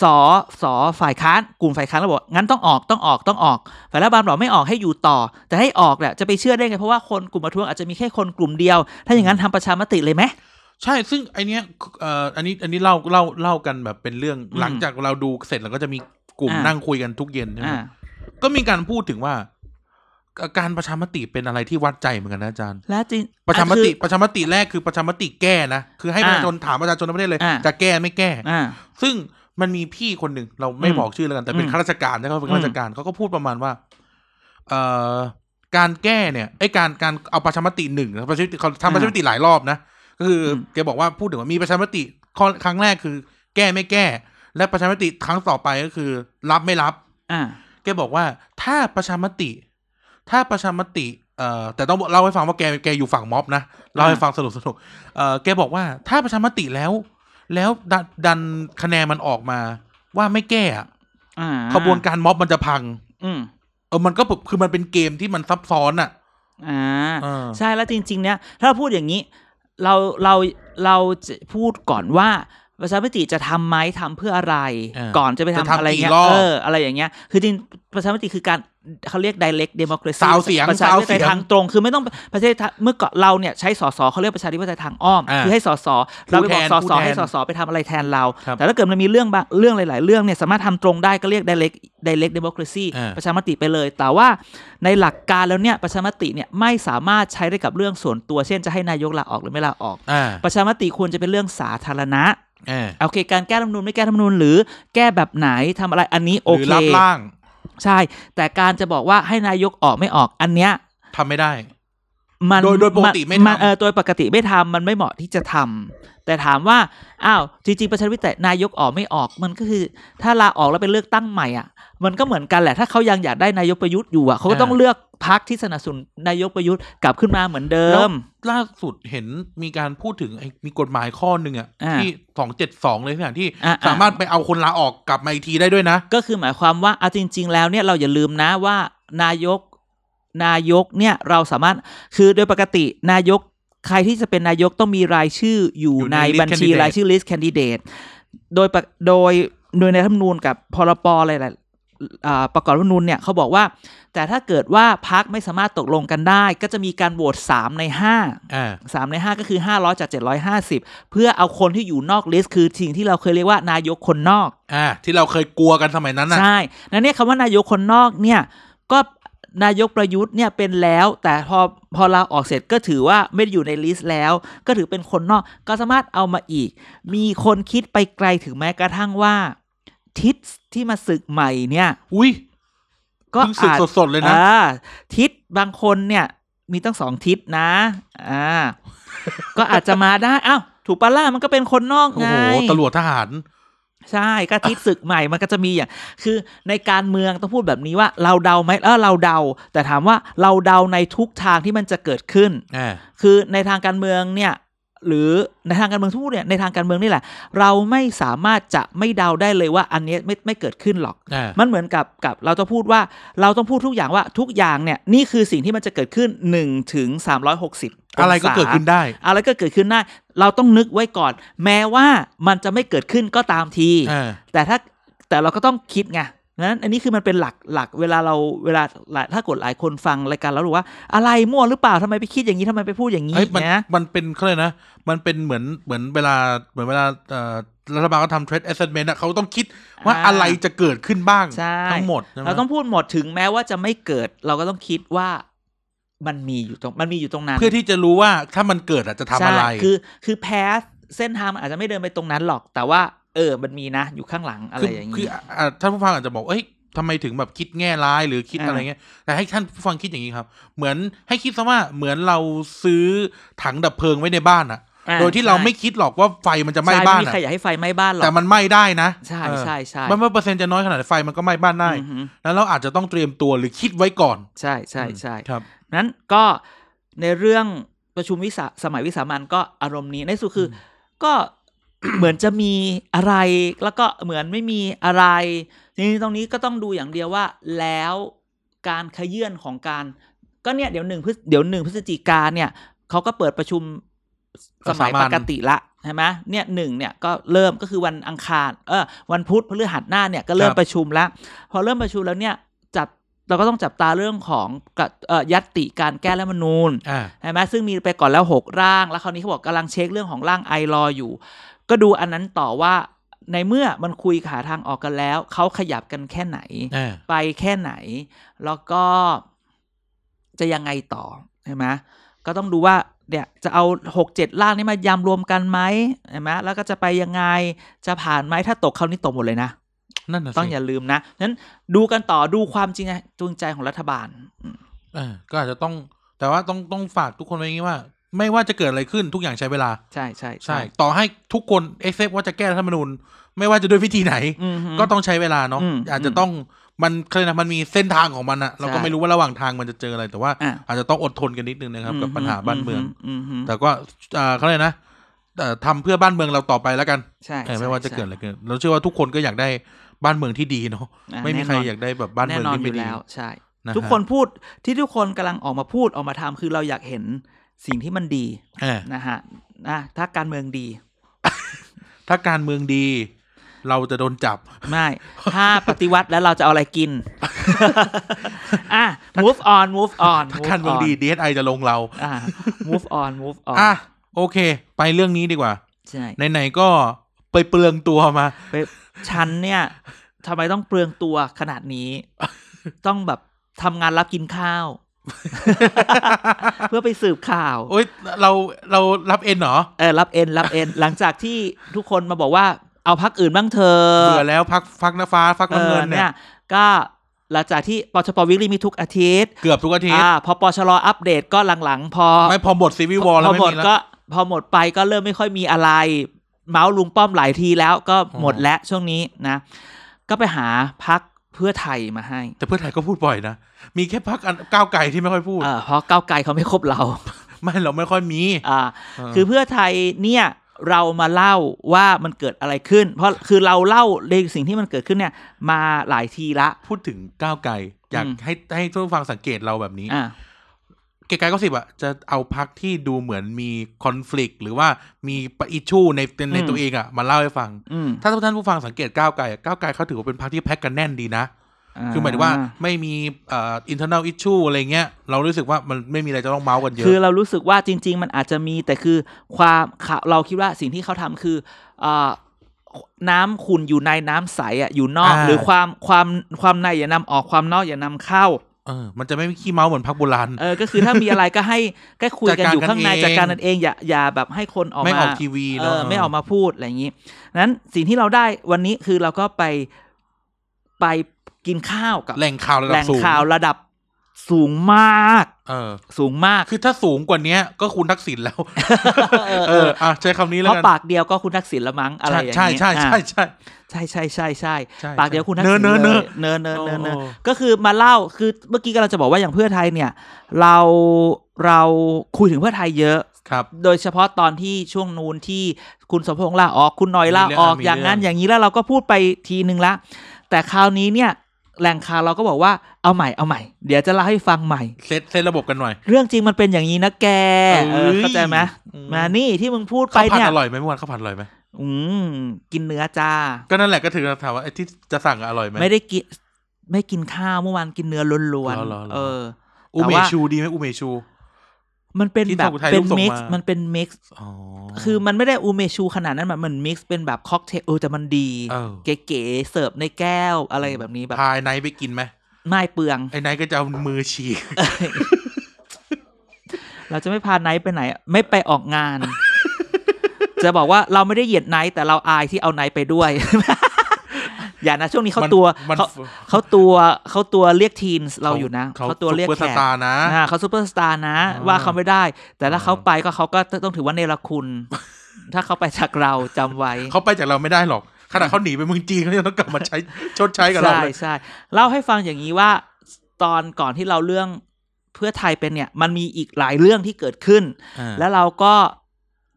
Speaker 1: สอสอฝ่ายค้านกลุ่มฝ่ายค้านเราบอกงั้นต้องออกต้องออกต้องออกฝ่ายรัฐบาลบอกไม่ออกให้อยู่ต่อ แต่ให้ออกเนี่ยจะไปเชื่อได้ไงเพราะว่าคนกลุ่มประท้วงอาจจะมีแค่คนกลุ่มเดียว ถ้าอย่างนั้นทำประชามติเลยไหม
Speaker 2: ใช่ซึ่งไอเนี้ยเอ่ออันนี้อันนี้เล่าเล่าเล่ากันแบบเป็นเรื่อง
Speaker 1: อืม
Speaker 2: หลังจากเราดูเสร็จเราก็จะมีกลุ่ม
Speaker 1: อ่านั่
Speaker 2: นั่งคุยกันทุกเย็นใช่ไหม
Speaker 1: อ่า
Speaker 2: ก็มีการพูดถึงว่าอาการประชามติเป็นอะไรที่วัดใจเหมือนกันนะอาจารย์
Speaker 1: แล้วจริง
Speaker 2: ประชาม
Speaker 1: อ่คือ
Speaker 2: ติประชามติแรกคือประชามติแก้นะ คือให้ประชาชนถามประชาชนทั้งประเทศเลย
Speaker 1: อ่า
Speaker 2: จะแก้ไม่แก้
Speaker 1: อ่า
Speaker 2: ซึ่งมันมีพี่คนหนึ่งเราไม่
Speaker 1: อืม
Speaker 2: บอกชื่อแล้วกันแต่เป็น
Speaker 1: อืม
Speaker 2: ข้าราชการนะเขาเป็นข้าราชการเขาก็พูดประมาณว่าเอ่อการแก้เนี่ยไอ้การการเอาประชามติหนึ่งนะประชามติเขาทำประชามติหลายรอบนะก็คืออ
Speaker 1: ม
Speaker 2: แกบอกว่าพูดถึงว่ามีประชามติข้อครั้งแรกคือ แก้ไม่แก้ และประชามติครั้งต่อไปก็คือ รับไม่รับ
Speaker 1: อ่า
Speaker 2: แกบอกว่าถ้าประชามติ ถ้าประชามติเอ่อแต่ต้องเล่าให้ฟังว่าแกแกอยู่ฝั่งม็อบนะเล่าให้ฟังสนุกสนุกเอ่อแกบอกว่าถ้าประชามติแล้ว แล้วดันดันคะแนนมันออกมาว่าไม่แก้อะ
Speaker 1: อ่า
Speaker 2: ขบวนการม็อบมันจะพัง
Speaker 1: อืม
Speaker 2: เออมันก็แบบคือมันเป็นเกมที่มันซับซ้อนอ่ะ
Speaker 1: อ่า
Speaker 2: เออ
Speaker 1: ใช่แล้วจริง ๆ เนี่ย ถ้าเราพูดอย่างนี้ เราเราเราจะพูดก่อนว่าประชามติจะทำไหมทำเพื่ออะไร
Speaker 2: า
Speaker 1: ก่อนจะไป
Speaker 2: จะ
Speaker 1: ทำ
Speaker 2: ทำ
Speaker 1: อะไร
Speaker 2: กี่
Speaker 1: เงี้ย
Speaker 2: รอบ
Speaker 1: เอออะไรอย่างเงี้ยคือจริงประชามติคือการเขาเรียก direct democracy
Speaker 2: สาวเสียง
Speaker 1: ประชาธิปไตย
Speaker 2: สาวเสียง
Speaker 1: ทางตรง คือไม่ต้องประเทศไทยเมื่อก่อนเราเนี่ยใช้สสเขาเรียกประชาธิปไตยทางอ้อม
Speaker 2: อ่า
Speaker 1: คือให้สสเราไปบอกส
Speaker 2: ผู้
Speaker 1: ส
Speaker 2: แทน
Speaker 1: ให้สสไปทำอะไรแทนเรา
Speaker 2: ครับ
Speaker 1: แต่ถ้าเกิดมันมีเรื่องบางเรื่องหลาย ๆ เรื่องเนี่ยสามารถทำตรงได้ก็เรียก direct direct democracy
Speaker 2: อ่า
Speaker 1: ประชามติไปเลย แต่ว่า ในหลักการแล้วเนี่ยประชามติเนี่ยไม่สามารถใช้ได้กับเรื่องส่วนตัว เช่นจะให้นายกลาออกหรือไม่ลาออก
Speaker 2: อ่า
Speaker 1: ประชามติควรจะเป็นเรื่องสาธารณะ
Speaker 2: เออ
Speaker 1: โอเคการแก้รัฐธรรมนูญไม่แก้รัฐธรรมนูญหรือแก้แบบไหนทำอะไรอันนี้โอ
Speaker 2: หรือ
Speaker 1: เค
Speaker 2: รับร่าง
Speaker 1: ใช่ แต่การจะบอกว่าให้นายกออกไม่ออกอันเนี้ย
Speaker 2: ทำไม่ได้
Speaker 1: มัน
Speaker 2: โดยโดยปกติไม่ทำ
Speaker 1: นนเออโดยปกติไม่ทำมันไม่เหมาะที่จะทำแต่ถามว่าอ้าวจริงๆประชาธิปไตยนายกออกไม่ออกมันก็คือ ถ้าลาออกแล้วไปเลือกตั้งใหม่อ่ะ มันก็เหมือนกันแหละ ถ้าเขายังอยากได้นายกประยุทธ์อยู่อ่ะเขาก็ต้องเลือกพรรคที่สนับสนุนนายกประยุทธ์กลับขึ้นมาเหมือนเดิ
Speaker 2: แล้ว
Speaker 1: ม
Speaker 2: ล่าสุดเห็นมีการพูดถึงไอ้มีกฎหมายข้อหนึ่งอะ
Speaker 1: อ่า
Speaker 2: ที่สองเจ็ดสองเลยเนี่ยที่
Speaker 1: อ่าอ่า
Speaker 2: สามารถไปเอาคนลาออกกลับมาอีกทีได้ด้วยนะ
Speaker 1: ก็คือหมายความว่าเอาจริง ๆ แล้วเนี่ยเราอย่าลืมนะว่านายกนายกเนี่ยเราสามารถคือโดยปกตินายกใครที่จะเป็นนายกต้องมีรายชื่ออยู่
Speaker 2: อยู่ใน
Speaker 1: ใน
Speaker 2: list
Speaker 1: บัญชี
Speaker 2: candidate
Speaker 1: รายชื่อ list candidate โดยปกโดยโดยในรัฐธรรมนูญกับพรปอะไรหลายอ่าประกอบรัฐธรรมนูญเนี่ยเขาบอกว่า แต่ถ้าเกิดว่าพักไม่สามารถตกลงกันได้ ก็จะมีการโหวต3ใน 5
Speaker 2: อ่า
Speaker 1: สามในห้าก็คือ 500จาก750 เพื่อเอาคนที่อยู่นอกลิสต์คือสิ่งที่เราเคยเรียกว่านายกคนนอก
Speaker 2: อ่า ที่เราเคยกลัวกันสมัยนั้นน่ะ
Speaker 1: ใช่นั่นเนี่ยคำว่านายกคนนอกเนี่ย ก็นายกประยุทธ์เนี่ยเป็นแล้ว แต่พอพอลาออกเสร็จก็ถือว่าไม่ได้อยู่ในลิสต์แล้ว ก็ถือเป็นคนนอก ก็สามารถเอามาอีก มีคนคิดไปไกลถึงแม้กระทั่งว่า ทิศที่มาศึกใหม่เนี่ย
Speaker 2: อุ้ย
Speaker 1: ก็
Speaker 2: เพิ่งสึก
Speaker 1: อาจ
Speaker 2: สดๆเลยนะ
Speaker 1: อ่าทิศบางคนเนี่ย มีตั้งสองทิศนะอ่า ก็อาจจะมาได้อ้าวถูกปะล่ามันก็เป็นคนนอก
Speaker 2: โอ้
Speaker 1: ไง
Speaker 2: โหตำรวจทหาร
Speaker 1: ใช่ก็ทิศศึกใหม่มันก็จะมีอย่างคือในการเมืองต้องพูดแบบนี้ว่าเราเดาไหมเออเราเดา แต่ถามว่าเราเดาในทุกทางที่มันจะเกิดขึ้น
Speaker 2: อ่า
Speaker 1: คือในทางการเมืองเนี่ย หรือในทางการเมืองทุกเนี่ยในทางการเมืองนี่แหละ เราไม่สามารถจะไม่เดาได้เลยว่าอันเนี้ยไม่ไม่เกิดขึ้นหรอก
Speaker 2: อ่า
Speaker 1: มันเหมือนกับกับเราจะพูดว่าเราต้องพูดทุกอย่างว่าทุกอย่างเนี่ยนี่คือสิ่งที่มันจะเกิดขึ้น1ถึง360
Speaker 2: อะไรก็เกิดขึ้นได้
Speaker 1: อะไรก็เกิดขึ้นได้ เราต้องนึกไว้ก่อน แม้ว่ามันจะไม่เกิดขึ้นก็ตามที
Speaker 2: อ่า
Speaker 1: แต่ถ้าแต่เราก็ต้องคิดไงนั้นอันนี้คือมันเป็นหลักหลักเวลาเราเวลาหลายถ้ากดหลายคนฟังรายการแล้วรู้ว่า อะไรมั่วหรือเปล่าทำไมไปคิดอย่างนี้ทำไมไปพูดอย่างนี้
Speaker 2: เอ้ยมัน
Speaker 1: นะ
Speaker 2: มันเป็นเขาเลยกนะ มันเป็นเหมือนเหมือนเวลาเหมือนเวลาเอ่อรัฐบาลเขาทำ trade assessment อะเขาต้องคิดว่า
Speaker 1: อ่า
Speaker 2: อะไรจะเกิดขึ้นบ้าง
Speaker 1: ใช่
Speaker 2: ทั้งหมดใช่ไหม
Speaker 1: เราต้องพูดหมดถึงแม้ว่าจะไม่เกิด เราก็ต้องคิดว่ามันมีอยู่ตรงมันมีอยู่ตรงนั้น
Speaker 2: เพื่อที่จะรู้ว่าถ้ามันเกิดอะจะทำอะไร
Speaker 1: ใช่คือคือแพสเส้นทางมันอาจจะไม่เดินไปตรงนั้นหรอก แต่ว่า เออมันมีนะ อยู่ข้างหลังอะไร
Speaker 2: คื
Speaker 1: อย่าง
Speaker 2: คื
Speaker 1: นี้
Speaker 2: ออ่าท่านผู้ฟังอาจจะบอก เอ้ยทำไมถึงแบบคิดแง่ร้ายหรือคิด
Speaker 1: อ่า
Speaker 2: อะไรเงี้ย แต่ให้ท่านผู้ฟังคิดอย่างนี้ครับ เหมือนให้คิดซะว่าเหมือนเราซื้อถังดับเพลิงไว้ในบ้านอะโดยที่เราไม่คิดหรอกว่าไฟมันจะไหม้
Speaker 1: ใช่
Speaker 2: บ้าน
Speaker 1: ไม่มี
Speaker 2: อะ
Speaker 1: ใครอยากให้ไฟไหม้บ้านหรอก
Speaker 2: แต่มันไหม้ได้นะ
Speaker 1: ใช่
Speaker 2: เออ
Speaker 1: ใช่ใช่
Speaker 2: มันเมื่อเปอร์เซ็นต์จะน้อยขนาดไหนไฟมันก็ไหม้บ้านได้
Speaker 1: อือหือ
Speaker 2: แล้วเราอาจจะต้องเตรียมตัวหรือคิดไว้ก่อน
Speaker 1: ใช่ใช่ใช่
Speaker 2: ครับ
Speaker 1: นั้นก็ในเรื่องประชุมวิสาสมัยวิสามันก็อารมณ์นี้ในที่สุดคืออก็ เหมือนจะมีอะไร แล้วก็เหมือนไม่มีอะไรทีนี้ตรงนี้ก็ต้องดูอย่างเดียวว่า แล้วการขยื่นของการ ก็เนี่ยเดี๋ยวหนึ่งพฤศเดี๋ยวหนึ่งพฤศจิกาเนี่ยเขาก็เปิดประชุมสมัย
Speaker 2: สามัญ
Speaker 1: ปกติละใช่ไหมเนี่ยหนึ่งเนี่ยก็เริ่มก็คือวันอังคารเออวันพุธพฤหัสหน้าเนี่ยก็เริ่มประชุมละ พอเริ่มประชุมแล้วเนี่ยจับเราก็ต้องจับตาเรื่องของกะเอ่อยัตติการแก้รัฐธรรมนูญ
Speaker 2: อ่า
Speaker 1: ใช่ไหมซึ่งมีไปก่อนแล้ว 6 ร่าง แล้วคราวนี้เขาบอกกำลังเช็คเรื่องของร่างไอรออยู่ ก็ดูอันนั้นต่อว่าในเมื่อมันคุยหาทางออกกันแล้ว เขาขยับกันแค่ไหน
Speaker 2: อ่า
Speaker 1: ไปแค่ไหน แล้วก็จะยังไงต่อใช่ไหมก็ต้องดูว่าเนี่ยจะเอาหกเจ็ดร่างนี้มายำรวมกันไหมใช่ไหมแล้วก็จะไปยังไงจะผ่านไหมถ้าตกคราวนี้ตกหมดเลยนะ
Speaker 2: นั่นน่ะสิ
Speaker 1: ต้องอย่าลืมนะนั้นดูกันต่อดูความจริงจูงใจของรัฐบาลอืม
Speaker 2: อ่าก็อาจจะต้อง แต่ว่าต้องต้องฝากทุกคนไว้อย่างนี้ว่า ไม่ว่าจะเกิดอะไรขึ้นทุกอย่างใช้เวลา
Speaker 1: ใช่ใช่
Speaker 2: ใช่ ต่อให้ทุกคนเอ็กเซปว่าจะแก้รัฐธรรมนูญ ไม่ว่าจะด้วยวิธีไหน
Speaker 1: อืมฮึ
Speaker 2: ก็ต้องใช้เวลาเนาะ
Speaker 1: อืม
Speaker 2: อาจจะต้องมันเขาเรียกนะมันมีเส้นทางของมันอะเราก็
Speaker 1: ใช่
Speaker 2: ไม่รู้ว่าระหว่างทางมันจะเจออะไรแต่ว่า
Speaker 1: อ่ะ
Speaker 2: อาจจะต้องอดทนกันนิดนึงนะครับ กับปัญหาบ้านเมือง
Speaker 1: อืมฮึ
Speaker 2: แต่ก็อ่าเขาเรียกนะเอ่อทำเพื่อบ้านเมืองเราต่อไปแล้วกัน
Speaker 1: ใช่
Speaker 2: เออไม่
Speaker 1: ใช่
Speaker 2: ว่าจะ
Speaker 1: ใช่
Speaker 2: เกิดอะไรเกิดเราเชื่อว่าทุกคนก็อยากได้บ้านเมืองที่ดีเนาะ
Speaker 1: อ่ะ
Speaker 2: ไม่มีใคร
Speaker 1: แน่นน
Speaker 2: อยากได้แบบบ้าน
Speaker 1: แน่
Speaker 2: เมือง
Speaker 1: นอน
Speaker 2: ที่
Speaker 1: อ
Speaker 2: ไม่
Speaker 1: ยู่
Speaker 2: ดี
Speaker 1: แล้วใช่
Speaker 2: ะฮะ
Speaker 1: ทุกคนพูดที่ทุกคนกำลังออกมาพูดออกมาทำคือเราอยากเห็นสิ่งที่มันดี
Speaker 2: อ่า
Speaker 1: นะฮะนะถ้าการเมืองดี
Speaker 2: ถ้าการเมืองดี เราจะโดนจับ
Speaker 1: ไม่ ถ้าปฏิวัติแล้วเราจะเอาอะไรกิน อ่ะ move on move on
Speaker 2: ถ้า
Speaker 1: move
Speaker 2: การเมือง
Speaker 1: on
Speaker 2: ดี DSI จะลงเรา
Speaker 1: อ่ะ move on move on
Speaker 2: อ่ะโอเค ไปเรื่องนี้ดีกว่า
Speaker 1: ใช่
Speaker 2: ไหนๆก็ไปเปลืองตัวมา
Speaker 1: ไปฉันเนี่ยทำไมต้องเปลืองตัวขนาดนี้ ต้องแบบทำงานรับกินข้าว เพื่อไปสืบข่าว
Speaker 2: โอ๊ยเราเรารับเอ็นเหรอ
Speaker 1: เออรับเอ็นรับเอ็น หลังจากที่ทุกคนมาบอกว่าเอาพักอื่นบ้างเธอ
Speaker 2: เบื่อแล้วพักพักน้ำฟ้าพัก
Speaker 1: เออ
Speaker 2: น้ำเงินเนี่
Speaker 1: เนี่ย ย ก็ หลังจากที่ปชปวิกฤตมีทุกอาทิตย์
Speaker 2: เกือบทุกอาทิตย์
Speaker 1: อ่าพอปชรอัปเดตก็หลังๆ พอ
Speaker 2: ไม่พอหมดซีวิวอลแล้ว
Speaker 1: พอ
Speaker 2: ไม่
Speaker 1: หมด
Speaker 2: มีแล้ว
Speaker 1: ก็พอหมดไปก็เริ่มไม่ค่อยมีอะไร เมาส์ลุงป้อมหลายทีแล้วก็หมด
Speaker 2: อ๋อ
Speaker 1: แล้วช่วงนี้นะ ก็ไปหาพักเพื่อไทยมาให้
Speaker 2: แต่เพื่อไทยก็พูดบ่อยนะ มีแค่พักอันก้าวไกลที่ไม่ค่อยพูด
Speaker 1: เอ่อเพราะก้าวไกลเขาไม่ครบ เรา
Speaker 2: ไม่เราไม่ค่อยมี
Speaker 1: อ่า คือเพื่อไทยเนี่ยเรามาเล่าว่ามันเกิดอะไรขึ้น เพราะคือเราเล่าในสิ่งที่มันเกิดขึ้นเนี่ย มาหลายทีละ
Speaker 2: พูดถึงก้าวไกล อยาก
Speaker 1: อืม
Speaker 2: ให้ให้ทุกผู้ฟังสังเกตเราแบบนี้
Speaker 1: อ่า
Speaker 2: เกยรติกายก็สิบอะจะเอาพักที่ดูเหมือนมีคอน FLICT หรือว่ามีอิชชูในใน
Speaker 1: อืม
Speaker 2: ตัวเองอะมาเล่าให้ฟัง
Speaker 1: อืม
Speaker 2: ถ้าท่านผู้ฟังสังเกตก้าวไกลอะก้าวไกลเขาถือว่าเป็นพักที่แพ็กกันแน่นดีนะ คือหมายถึงว่าไม่มีเอ่อ internal issue อะไรเงี้ย เรารู้สึกว่ามันไม่มีอะไรจะต้องเมาส์กันเย
Speaker 1: คือ
Speaker 2: อะ
Speaker 1: เรารู้สึกว่าจริง ๆ มันอาจจะมีแต่คือความเขาเราคิดว่าสิ่งที่เขาทำคืออ่าน้ำขุ่นอยู่ในน้ำใสอ่ะอยู่นอก
Speaker 2: อ่า
Speaker 1: หรือความความความในอย่านำออกความนอกอย่านำเข้า
Speaker 2: เออมันจะไม่ขี้เมาส์เหมือนพักโบราณ
Speaker 1: เออ ก็คือถ้ามีอะไรก็ให้ก็คุยกันอยู่ข้างใน
Speaker 2: จั
Speaker 1: จัด
Speaker 2: ด
Speaker 1: กา
Speaker 2: การ รกั
Speaker 1: กัน
Speaker 2: น
Speaker 1: เอ
Speaker 2: เอง ง
Speaker 1: อย่าอย่าแบบให้คนออก
Speaker 2: ไม่อ
Speaker 1: มา
Speaker 2: อกทีวี
Speaker 1: เอ
Speaker 2: เนาะ
Speaker 1: อไม่ออกมาพูดอะไรอย่างนี้นั้นสิ่งที่เราได้วันนี้คือเราก็ไปไปกินข้าวกับ
Speaker 2: แหล่งข่าวระ
Speaker 1: แห
Speaker 2: ดั
Speaker 1: ล่
Speaker 2: บ
Speaker 1: ง
Speaker 2: สูง
Speaker 1: ข่าวระดับสูงมาก
Speaker 2: เออ
Speaker 1: สูงมาก
Speaker 2: คือถ้าสูงกว่าเนี้ยก็คุณทักษิณแล้ว
Speaker 1: เออ
Speaker 2: เอออ่ะใช้คำนี้แล้
Speaker 1: เพ
Speaker 2: ว
Speaker 1: ราะ
Speaker 2: กัน
Speaker 1: ปากเดียวก็คุณทักษิณละมั้งอะไรอย่าง
Speaker 2: ใช่
Speaker 1: เงี้ย
Speaker 2: ใช่ใช่
Speaker 1: อ่ะ
Speaker 2: ใช่
Speaker 1: ใช่ใช่ใช่ใช่
Speaker 2: ใช่
Speaker 1: ปากเดียวคุณทักษิณ
Speaker 2: เนอะ
Speaker 1: เล
Speaker 2: เน
Speaker 1: ย
Speaker 2: อะ
Speaker 1: เนอะเนอะเนอะเนอะ
Speaker 2: โอ้
Speaker 1: ก็คือมาเล่าคือเมื่อกี้กำลังจะบอกว่าอย่างเพื่อไทยเนี่ย เราเราคุยถึงเพื่อไทยเยอะ
Speaker 2: ครับ
Speaker 1: โดยเฉพาะตอนที่ช่วงนู้นที่คุณสมพงษ์ลาออกคุณหน่อยลาออก
Speaker 2: มี
Speaker 1: อ
Speaker 2: เรื่อง
Speaker 1: ย่างนั้น
Speaker 2: มี
Speaker 1: อ
Speaker 2: เรื่อง
Speaker 1: ย่างนี้แล้วเราก็พูดไปทีนึงละ แต่คราวนี้เนี่ยแหล่งข่าวเราก็บอกว่าเอาใหม่เอาใหม่ เดี๋ยวจะเล่าให้ฟังใหม่
Speaker 2: เซตเซตระบบกันหน่อย
Speaker 1: เรื่องจริงมันเป็นอย่างนี้นะแกเออ
Speaker 2: เอ้ย
Speaker 1: เข้าใจไหม
Speaker 2: อืม
Speaker 1: มานี่ที่มึงพูดไป
Speaker 2: ข้าวผัด
Speaker 1: เนี่ย
Speaker 2: อร่อยไหมเมื่อวานข้าวผัดอร่อยไหม
Speaker 1: อืมกินเนื้อจ้า
Speaker 2: ก็นั่นแหละก็ถึงถามว่าไอ้ที่จะสั่งอะอร่อยไหม
Speaker 1: ไม่ได้กินไม่กินข้าวเมื่อวานกินเนื้อล้วน
Speaker 2: เหรอเหรอ
Speaker 1: ๆ
Speaker 2: เหรอ
Speaker 1: เออ
Speaker 2: อู
Speaker 1: แต่
Speaker 2: เม
Speaker 1: ว่า
Speaker 2: ชูดีไหมอูเมชู
Speaker 1: มันเป็น
Speaker 2: ที่
Speaker 1: แบบ
Speaker 2: ส่งไทย
Speaker 1: เป็น
Speaker 2: รูปส่ง
Speaker 1: มิกซ์
Speaker 2: มามั
Speaker 1: มันเป็นมิกซ์
Speaker 2: อ๋อ
Speaker 1: คือมันไม่ได้อูเมชูขนาดนั้นมันมันมิกซ์เป็นแบบค็อกเทลเออแต่มันดี
Speaker 2: เออ
Speaker 1: เก๋ๆเสิร์ฟในแก้วอะไรแบบนี้แบบ
Speaker 2: พายไนท์ไปกินไหม
Speaker 1: ไม่เปลือง
Speaker 2: ไอ้ไนท์ก็จะเอามือฉีก
Speaker 1: เราจะไม่พาไนท์ไปไหน ไม่ไปออก งาน จะบอกว่าเราไม่ได้เหยียดไนท์แต่เราอายที่เอาไนท์ไป ด้วย อย่านะช่วงนี้เขา
Speaker 2: มัน
Speaker 1: ตัว
Speaker 2: มัน
Speaker 1: เขาเขาตัวเขาตัวเรียกทีนเราอยู่นะ
Speaker 2: เขา
Speaker 1: เขาตัวเรียก
Speaker 2: ซุปเปอร์
Speaker 1: แข
Speaker 2: ส
Speaker 1: ก
Speaker 2: ตาร์นะ
Speaker 1: อ่าเขาซูเปอร์สตาร์นะ
Speaker 2: อ่า
Speaker 1: ว่าเขาไม่ได้ แต่ถ้า
Speaker 2: อ่า
Speaker 1: เขาไปก็เขาก็ต้องถือว่าเนรคุณ ถ้าเขาไปจากเราจำไว้
Speaker 2: เขาไปจากเราไม่ได้หรอก ขนาดเขาหนีไปเมืองจีนเขายังต้องกลับมาใช้ ชดใช้กับเรา
Speaker 1: ใช่
Speaker 2: เลย
Speaker 1: ใช่เล่าให้ฟังอย่างนี้ว่าตอนก่อนที่เราเรื่องเพื่อไทยเป็นเนี่ย มันมีอีกหลายเรื่องที่เกิดขึ้น แล้วเราก็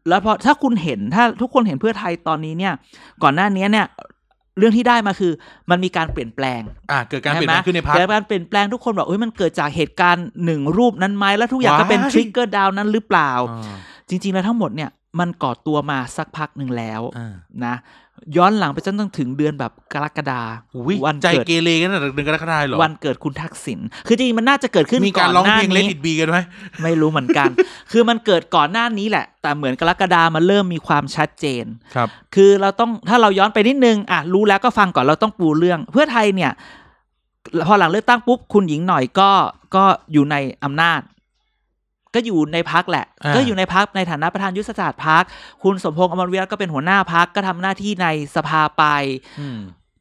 Speaker 1: แล้วพอถ้าคุณเห็นถ้าทุกคนเห็นเพื่อไทยตอนนี้เนี่ย ก่อนหน้านี้เนี่ย เรื่องที่ได้มาคือ มันมีการเปลี่ยนแปลง
Speaker 2: อ่าเกิดการเปลี่ยนแปลงขึ้นในพั
Speaker 1: เกิด
Speaker 2: ก
Speaker 1: การเปลี่ยนแปลงทุกคนบอกเอ้ยมันเกิดจากเหตุการณ์หนึ่งรูปนั้นไหมแล้วทุกอย่างก็เป็น
Speaker 2: Why?
Speaker 1: ทริกเกอร์ดาวนั้นหรือเปล่า จริง ๆ แล้วทั้งหมดเนี่ยมันก่อตัวมาสักพักหนึ่งแล้วนะย้อนหลังไปจนต้องถึงเดือนแบบกรกฎา
Speaker 2: วั
Speaker 1: วัน น
Speaker 2: ใจ
Speaker 1: เกิด
Speaker 2: เกเรกันตั้งแต่เดือนกรกฎาคมเหรอ
Speaker 1: วันเกิดคุณทักษิณคือจริงๆมันน่าจะเกิดขึ้น
Speaker 2: มีการร้อง
Speaker 1: หน้
Speaker 2: เพลงเล
Speaker 1: นี้
Speaker 2: ดิดบีกันไหม
Speaker 1: ไม่รู้เหมือนกัน คือมันเกิดก่อนหน้านี้แหละ แต่เหมือนกรกฎามันเริ่มมีความชัดเจน
Speaker 2: ครับ
Speaker 1: คือเราต้องถ้าเราย้อนไปนิดนึงอ่ะรู้แล้วก็ฟังก่อนเราต้องปูเรื่อง เพื่อไทยเนี่ย พอหลังเลือกตั้งปุ๊บคุณหญิงหน่อยก็ก็อยู่ในอำนาจ ก็อยู่ในพักแหละ
Speaker 2: อ่า
Speaker 1: ก็อยู่ในพักในฐานะประธานยุทธศาสตร์พักคุณสมพงษ์อมรวิรัตก็เป็นหัวหน้าพักก็ทำหน้าที่ในสภาไป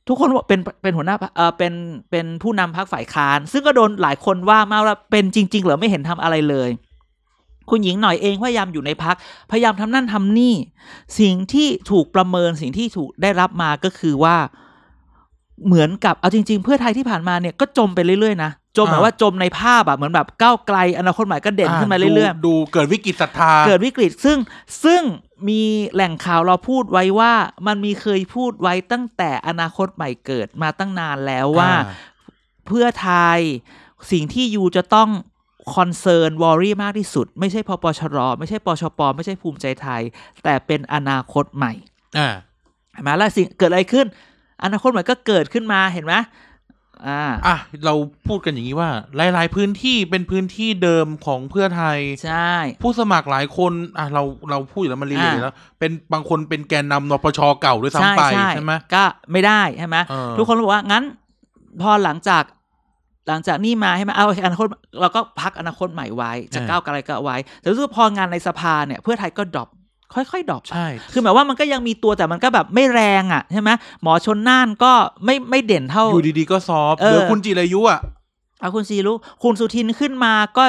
Speaker 1: ทุกคนบอกเป็นเป็นหัวหน้าพรรคเออเป็นเป็นผู้นำพักฝ่ายค้าน ซึ่งก็โดนหลายคนว่ามากว่าเป็นจริง ๆ เหรอไม่เห็นทำอะไรเลย คุณหญิงหน่อยเองพยายามอยู่ในพักพยายามทำนั่นทำนี่ สิ่งที่ถูกประเมินสิ่งที่ถูกได้รับมาก็คือว่า เหมือนกับเอาจริง ๆ เพื่อไทยที่ผ่านมาเนี่ยก็จมไปเรื่อยๆนะจมหมาย
Speaker 2: อ่า
Speaker 1: ว่าจมในภาพอะเหมือนแบบก้าวไกลอนาคตใหม่ก็เด่นขึ้นมาเรื่อยๆ
Speaker 2: ดูดูเกิดวิกฤตศรัทธา
Speaker 1: เกิดวิกฤตซึ่งซึ่งมีแหล่งข่าวเราพูดไว้ว่ามันมีเคยพูดไว้ตั้งแต่อนาคตใหม่เกิดมาตั้งนานแล้วว่า เพื่อไทยสิ่งที่ยูจะต้องคอนเซิร์นวอรี่มากที่สุด ไม่ใช่พปชรไม่ใช่ปชปไม่ใช่ภูมิใจไทย แต่เป็นอนาคตใหม่
Speaker 2: อ่า
Speaker 1: เห็นไหมแล้วสิ่งเกิดอะไรขึ้น อนาคตใหม่ก็เกิดขึ้นมาเห็นไหมอ่า
Speaker 2: อ่ะเราพูดกันอย่างนี้ว่า หลาย ๆ พื้นที่เป็นพื้นที่เดิมของเพื่อไทย
Speaker 1: ใช่
Speaker 2: ผู้สมัครหลายคนอ่ะเราเราพูดอยู่แล้วมันรีเล
Speaker 1: อ่า
Speaker 2: ยแล้ว เป็นบางคนเป็นแกนนำนปชเก่าด้วยซ้ำไปใช่ไหม
Speaker 1: ก็ไม่ได้ใช่ไหม
Speaker 2: เออ
Speaker 1: ทุกคนบอกว่างั้น พอหลังจากหลังจากนี่มาให้มาเอาอนาคตเราก็พักอนาคตใหม่ไว้ จะก้าวไกลก็เอาไว้ แต่รู้สึกว่าพองานในสภาเนี่ย เพื่อไทยก็ดรอป ค่อยๆดรอปอะ
Speaker 2: ใช่
Speaker 1: คือหมายว่ามันก็ยังมีตัวแต่มันก็แบบไม่แรงอ่ะใช่ไหมหมอชนน่านก็ไม่ไม่เด่นเท่า
Speaker 2: อยู่ดีๆก็ซอฟต์
Speaker 1: เออ
Speaker 2: หรือคุณจิรายุอ่ะ
Speaker 1: เอาคุณซีรู้คุณสุทินขึ้นมาก็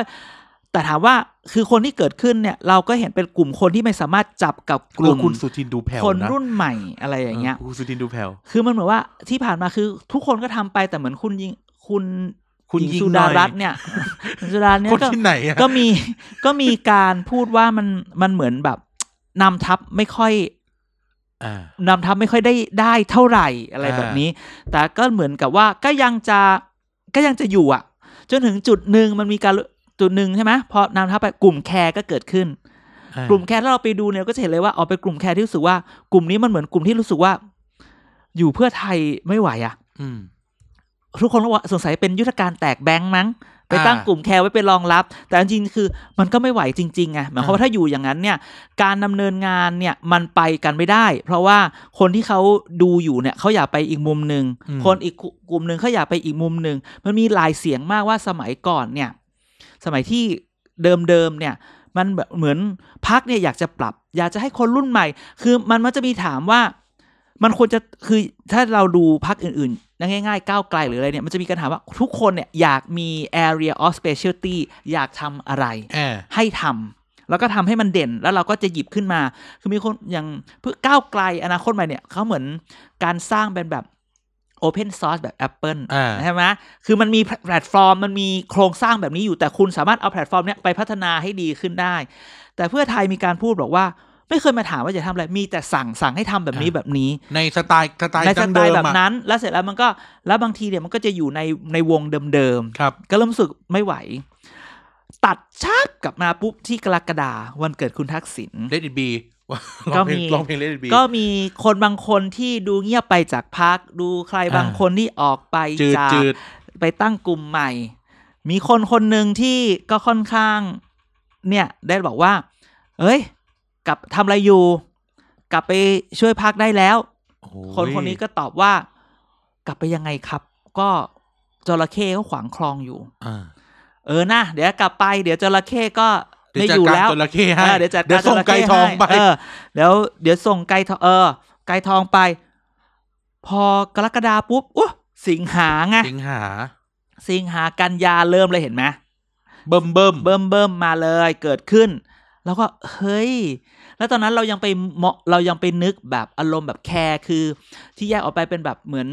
Speaker 1: แต่ถามว่าคือคนที่เกิดขึ้นเนี่ย เราก็เห็นเป็นกลุ่มคนที่ไม่สามารถจับกับก
Speaker 2: กลั
Speaker 1: ลุ่
Speaker 2: ว
Speaker 1: ม
Speaker 2: คุณสุทินดูแผ่ว
Speaker 1: คน
Speaker 2: นะ
Speaker 1: รุ่นใหม่อะไรอย่างเงี้ย
Speaker 2: ออคุณสุทินดูแผ่ว
Speaker 1: คือมันเหมือนว่าที่ผ่านมาคือทุกคนก็ทำไปแต่เหมือนคุณยิงคุณ
Speaker 2: คุณ
Speaker 1: หญิ
Speaker 2: ยิง
Speaker 1: สุ
Speaker 2: หน่
Speaker 1: ดา
Speaker 2: อย
Speaker 1: รัตน์เนี่ยคุณสุดารัตน์เนี่ย
Speaker 2: คน
Speaker 1: ก็
Speaker 2: ที่ไหนอ่ะ
Speaker 1: ก็มีก็มีการพูดว่ามันมันเหมือนแบบนำทัพไม่ค่อย
Speaker 2: อ่า
Speaker 1: นำทัพไม่ค่อยได้ได้เท่าไหร่อะไร
Speaker 2: อ่า
Speaker 1: แบบนี้ แต่ก็เหมือนกับว่าก็ยังจะก็ยังจะอยู่อ่ะ จนถึงจุดหนึ่งมันมีการจุดหนึ่งใช่ไหมพอนำทัพไปกลุ่มแคร์ก็เกิดขึ้น
Speaker 2: อ่าก
Speaker 1: ลุ่มแคร์ถ้าเราไปดูเนี่ยก็จะเห็นเลยว่าออกเป็นกลุ่มแคร์ที่รู้สึกว่ากลุ่มนี้มันเหมือนกลุ่มที่รู้สึกว่า อยู่เพื่อไทยไม่ไหวอ่ะ
Speaker 2: อืม
Speaker 1: ทุกคนก็ว่าสงสัยเป็นยุทธการแตกแบงค์มั้ง ไป
Speaker 2: อ่า
Speaker 1: ตั้งกลุ่มแคร์ไว้เป็นรองรับ แต่จริงๆคือมันก็ไม่ไหวจริงๆไงหมายความว่าถ้าอยู่อย่างนั้นเนี่ย การดำเนินงานเนี่ยมันไปกันไม่ได้ เพราะว่าคนที่เขาดูอยู่เนี่ยเขาอยากไปอีกมุมหนึ่ง
Speaker 2: อืม
Speaker 1: คนอีกกลุ่มหนึ่งเขาอยากไปอีกมุมหนึ่งมันมีหลายเสียงมากว่าสมัยก่อนเนี่ย สมัยที่เดิมๆเนี่ย มันแบบเหมือนพักเนี่ยอยากจะปรับ อยากจะให้คนรุ่นใหม่ คือมันมันจะมีถามว่า มันควรจะคือถ้าเราดูพักอื่นๆนะง่ายๆก้าวไกลหรืออะไรเนี่ยมันจะมีการถามว่าทุกคนเนี่ยอยากมี area of specialty อยากทำอะไร
Speaker 2: แอร์
Speaker 1: ให้ทำแล้วก็ทำให้มันเด่นแล้วเราก็จะหยิบขึ้นมา คือมีคนอย่างเพื่อก้าวไกลอนาคตใหม่เนี่ยเขาเหมือนการสร้างเป็นแบบ Open Source แบบ Apple
Speaker 2: อ่า
Speaker 1: ใช่ไหมคือมันมีแพลตฟอร์มมันมีโครงสร้างแบบนี้อยู่แต่คุณสามารถเอาแพลตฟอร์มเนี้ยไปพัฒนาให้ดีขึ้นได้ แต่เพื่อไทยมีการพูดบอกว่า ไม่เคยมาถามว่าจะทำอะไร มีแต่สั่งสั่งให้ทำแบบนี้แบบนี้
Speaker 2: ในสไตล์สไตล์
Speaker 1: ในส
Speaker 2: ดั้ง
Speaker 1: ไต
Speaker 2: เดิ
Speaker 1: ล์
Speaker 2: ม
Speaker 1: แบบ
Speaker 2: อะ
Speaker 1: นั้น แล้วเสร็จแล้วมันก็แล้วบางทีเนี่ยมันก็จะอยู่ในในวงเดิมๆ
Speaker 2: ครับ
Speaker 1: ก็เริ่มรู้สึกไม่ไหว ตัดชาบกลับมาปุ๊บที่กรกฎาวันเกิดคุณทักษิณ
Speaker 2: เลดิบี
Speaker 1: ก็
Speaker 2: ร้องเพลง
Speaker 1: มี
Speaker 2: ร้องเพลงเลดิบี
Speaker 1: ก็มีคนบางคนที่ดูเงียบไปจากพักดูใครบาง
Speaker 2: อ่า
Speaker 1: คนที่ออกไป
Speaker 2: จืด
Speaker 1: จาก
Speaker 2: จืด
Speaker 1: ไปตั้งกลุ่มใหม่ มีคนคนหนึ่งที่ก็ค่อนข้าง เนี่ย ได้บอกว่า เอ้ย กลับทำอะไรอยู่ กลับไปช่วยพักได้แล้ว
Speaker 2: โอ้ย
Speaker 1: คนคนนี้ก็ตอบว่า กลับไปยังไงครับ ก็จระเข้ก็ขวางคลองอยู่
Speaker 2: อ่า
Speaker 1: เออนะเดี๋ยวกลับไปเดี๋ยวจระเข้ก็
Speaker 2: เดี๋ย
Speaker 1: ไม่
Speaker 2: วจั
Speaker 1: อ
Speaker 2: ด
Speaker 1: ยู่
Speaker 2: การ
Speaker 1: แล้ว
Speaker 2: จระเข้ให้
Speaker 1: เออเดี๋ยวจัด
Speaker 2: เดี๋
Speaker 1: กาย ร
Speaker 2: วส่ง
Speaker 1: จระ
Speaker 2: ไก่
Speaker 1: เข้
Speaker 2: ทองไป
Speaker 1: ให้เออเดี๋ยวเดี๋ยวส่งไก่ทองเออ ไก่ทองไป พอกรกฎาปุ๊บอุ๊ยสิงหาไง
Speaker 2: สิงหา
Speaker 1: สิงหากันยาเริ่มเลยเห็นไหม
Speaker 2: เบิ่มเบิ่ม
Speaker 1: เบิ่มเบิ่มมาเลยเกิดขึ้น แล้วก็เฮ้ย แล้วตอนนั้นเรายังไปเหมาะเรายังไปนึกแบบอารมณ์แบบแคร์คือ ที่แยกออกไปเป็นแบบเหมือน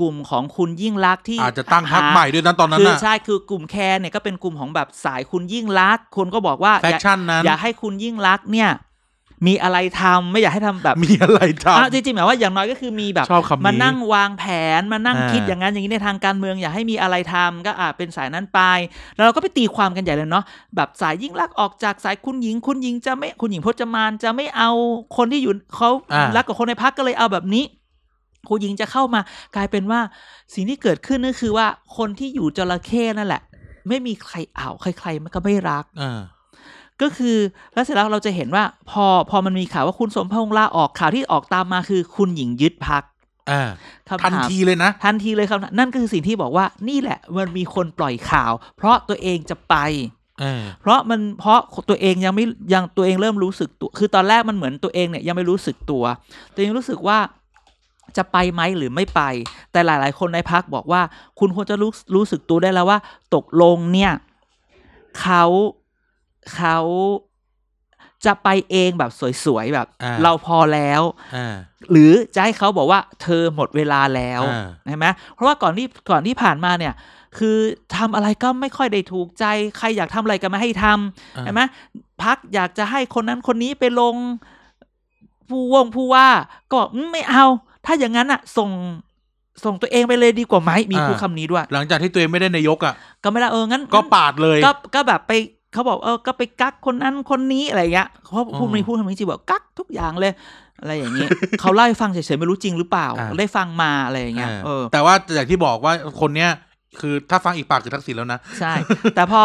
Speaker 1: กลุ่มของคุณยิ่งรักษณ์ที่
Speaker 2: อาจจะตั้งพรรค
Speaker 1: หา
Speaker 2: ใหม่ด้วยนะตอนนั้น
Speaker 1: คือ
Speaker 2: น่ะ
Speaker 1: ใช่คือกลุ่มแคร์เนี่ยก็เป็นกลุ่มของแบบสายคุณยิ่งรักษณ์คนก็บอกว่า
Speaker 2: แฟ
Speaker 1: อ
Speaker 2: ค
Speaker 1: ยาก
Speaker 2: ชั่นนั้น
Speaker 1: อยากให้คุณยิ่งรักษณ์เนี่ย มีอะไรทำไม่อยากให้ทำแบบ
Speaker 2: มีอะไร
Speaker 1: อ่ะจ
Speaker 2: ทำ
Speaker 1: ริงๆหมายว่าอย่างน้อยก็คือมีแบบ
Speaker 2: ชอบคำนี้
Speaker 1: มานั่งวางแผนมานั่ง
Speaker 2: อ่า
Speaker 1: คิดอย่างนั้นอย่างนี้ในทางการเมือง อยากให้มีอะไรทำก็อาจเป็นสายนั้นไป แล้วเราก็ไปตีความกันใหญ่เลยเนาะแบบสายยิ่งรักษณ์ออกจากสายคุณหญิง คุณหญิงจะไม่คุณหญิงพจมานจะไม่เอาคนที่อยู่เขา
Speaker 2: อ่ารั
Speaker 1: รักกับคนในพักก็เลยเอาแบบนี้ คุณหญิงจะเข้ามากลายเป็นว่าสิ่งที่เกิดขึ้นนั่นคือว่าคนที่อยู่จระเข้นั่นแหละ ไม่มีใครเอาใครๆมันก็ไม่รัก
Speaker 2: อ่า
Speaker 1: ก็คือแล้วเสร็จแล้วเราจะเห็นว่า พอพอมันมีข่าวว่าคุณสมพงษ์ลาออกข่าวที่ออกตามมาคือคุณหญิงยึดพัก
Speaker 2: อ่า
Speaker 1: คำ
Speaker 2: ทัน
Speaker 1: ถาม
Speaker 2: ทีเลยนะ
Speaker 1: ทันทีเลยครับนั่นก็คือสิ่งที่บอกว่านี่แหละมันมีคนปล่อยข่าว เพราะตัวเองจะไป
Speaker 2: เออ
Speaker 1: เพราะมันเพราะตัวเองยังไม่ยังตัวเองเริ่มรู้สึกตัว คือตอนแรกมันเหมือนตัวเองเนี่ยยังไม่รู้สึกตัว ตัวเองรู้สึกว่าจะไปไหมหรือไม่ไป แต่หลาย ๆ คนในพักบอกว่า คุณควรจะรู้รู้สึกตัวได้แล้วว่า ตกลงเนี่ยเขาเขาจะไปเองแบบสวยๆแบบ
Speaker 2: อ่า
Speaker 1: เราพอแล้ว
Speaker 2: อ่า
Speaker 1: หรือจะให้เขาบอกว่าเธอหมดเวลาแล้ว
Speaker 2: อ่า
Speaker 1: ใช่ไหมเพราะว่าก่อนที่ก่อนที่ผ่านมาเนี่ย คือทำอะไรก็ไม่ค่อยได้ถูกใจ ใครอยากทำอะไรก็มาให้ทำใช่ไหมพักอยากจะให้คนนั้นคนนี้ไปลง ผู้วงผู้ว่า ก็บอกอืมไม่เอา ถ้าอย่างนั้นอะส่งส่งตัวเองไปเลยดีกว่าไหมมีพูดคำนี้ด้วย
Speaker 2: หลังจากที่ตัวเองไม่ได้นายกอ่ะ
Speaker 1: ก็ไม่ได้เอองั้น
Speaker 2: ก็ปาดเลย
Speaker 1: ก็ก็แบบไปเขาบอกเออก็ไปกักคนนั้นคนนี้อะไรอย่างเงี้ยเพราะ
Speaker 2: อ๋อ
Speaker 1: พูดไม่พูดทำไมจริงบอกกักทุกอย่างเลย อะไรอย่างเงี้ย เขาเล่าให้ฟังเฉยๆไม่รู้จริงหรือเปล่า
Speaker 2: อ่า
Speaker 1: ได้ฟังมาอะไรอย่างเงี้ย
Speaker 2: อ่า
Speaker 1: เออ
Speaker 2: แต่ว่าอย่างที่บอกว่าคนเนี้ย คือถ้าฟังอีกปากคือทักษิณแล้วนะ
Speaker 1: ใช่ แต่พอ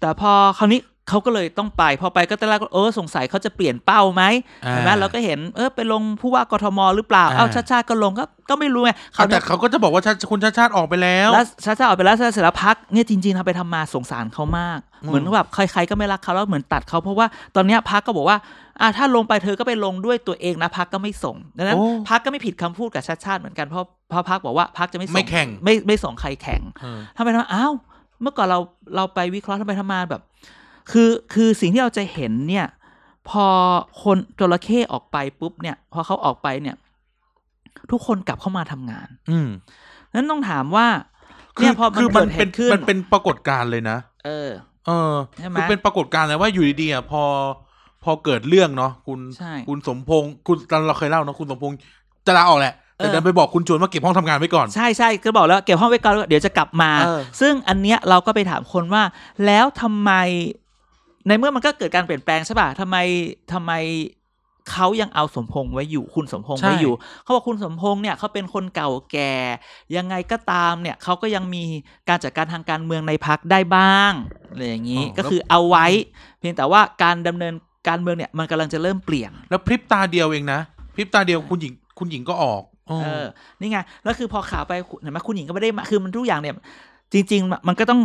Speaker 1: แต่พอคราวนี้ เขาก็เลยต้องไปพอไปก็ตอนแรกก็เออสงสัยเขาจะเปลี่ยนเป้าไหม
Speaker 2: อ่า
Speaker 1: เห็นไหมเราก็เห็นเออไปลงผู้ว่ากทมหรือเปล่าเอ้า
Speaker 2: อ่า
Speaker 1: ชาติชาติก็ลงก็ก็ไม่รู้ไงคราว
Speaker 2: เอา
Speaker 1: เนี้
Speaker 2: แต่
Speaker 1: ย
Speaker 2: เขาก็จะบอกว่าชาติคุณชาติชาติออกไปแล้ว
Speaker 1: แล้วชาติชาติออกไปแล้วชาติเสร็จแล้วพักเนี่ยจริงๆทำไปทำมาสงสารเขามาก
Speaker 2: อืม
Speaker 1: เหมือนแบบใครๆก็ไม่รักเขาแล้วเหมือนตัดเขาเพราะว่าตอนเนี้ยพักก็บอกว่าอ่ะถ้าลงไปเธอก็ไปลงด้วยตัวเองนะพักก็ไม่ส่งดังนั้น
Speaker 2: โอ้
Speaker 1: พักก็ไม่ผิดคำพูดกับชาติชาติเหมือนกันเพราะเพราะพักบอกว่าพักจะไม่ส่ง
Speaker 2: ไม่แข่ง
Speaker 1: ไม่ไม่ส่งใครแข่ง
Speaker 2: เออ
Speaker 1: ทำไปทำมาอ้าว เมื่อก่อนเราเราไปวิเคราะห์ทำไปทำมาแบบ คือคือสิ่งที่เราจะเห็นเนี่ย พอคนจระเข้ออกไปปุ๊บเนี่ย พอเขาออกไปเนี่ย ทุกคนกลับเข้ามาทำงาน
Speaker 2: อืม
Speaker 1: นั้นต้องถามว่า
Speaker 2: คื
Speaker 1: เนี่
Speaker 2: อย
Speaker 1: พอมัน
Speaker 2: คือมั
Speaker 1: เกิ
Speaker 2: น
Speaker 1: ดเห
Speaker 2: เป็น
Speaker 1: ตุขึ้น
Speaker 2: มันเป็นปรากฏการณ์เลยนะ
Speaker 1: เออ
Speaker 2: เออ
Speaker 1: ใช่ไหม
Speaker 2: คือเป็นปรากฏการณ์เลยว่าอยู่ดีๆอ่ะพอ พอเกิดเรื่องเนาะคุณ
Speaker 1: ใช่
Speaker 2: คุณสมพงศ์คุณเราเคยเล่าเนาะคุณสมพงศ์จะลาออกแหละ แต่
Speaker 1: เออ
Speaker 2: ดันไปบอกคุณชวนว่าเก็บห้องทำงานไว้ก่อน
Speaker 1: ใช่ใช่ก็บอกแล้วเก็บห้องไว้ก่อนแล้วเดี๋ยวจะกลับมา
Speaker 2: เออ
Speaker 1: ซึ่งอันเนี้ยเราก็ไปถามคนว่า แล้วทำไม ในเมื่อมันก็เกิดการเปลี่ยนแปลงใช่ป่ะทำไมทำไมเขายังเอาสมพงษ์ไว้อยู่ คุณสมพงษ์ไว้อยู่ เขาบอกคุณสมพงษ์เนี่ยเขาเป็นคนเก่าแก่ ยังไงก็ตามเนี่ยเขาก็ยังมีการจัดการทางการเมืองในพักได้บ้างอะไรอย่างนี้
Speaker 2: อ๋อแล้ว
Speaker 1: ก็คือเอาไว้ เพียงแต่ว่าการดำเนินการเมืองเนี่ยมันกำลังจะเริ่มเปลี่ยน
Speaker 2: แล้วพริบตาเดียวเองนะพริบตาเดียวคุณหญิงคุณหญิงก็ออกเออ
Speaker 1: เออ นี่ไง แล้วคือพอข่าวไปเห็นไหมคุณหญิงก็ไม่ได้มา คือมันทุกอย่างเนี่ย จริง ๆ มันก็ต้อง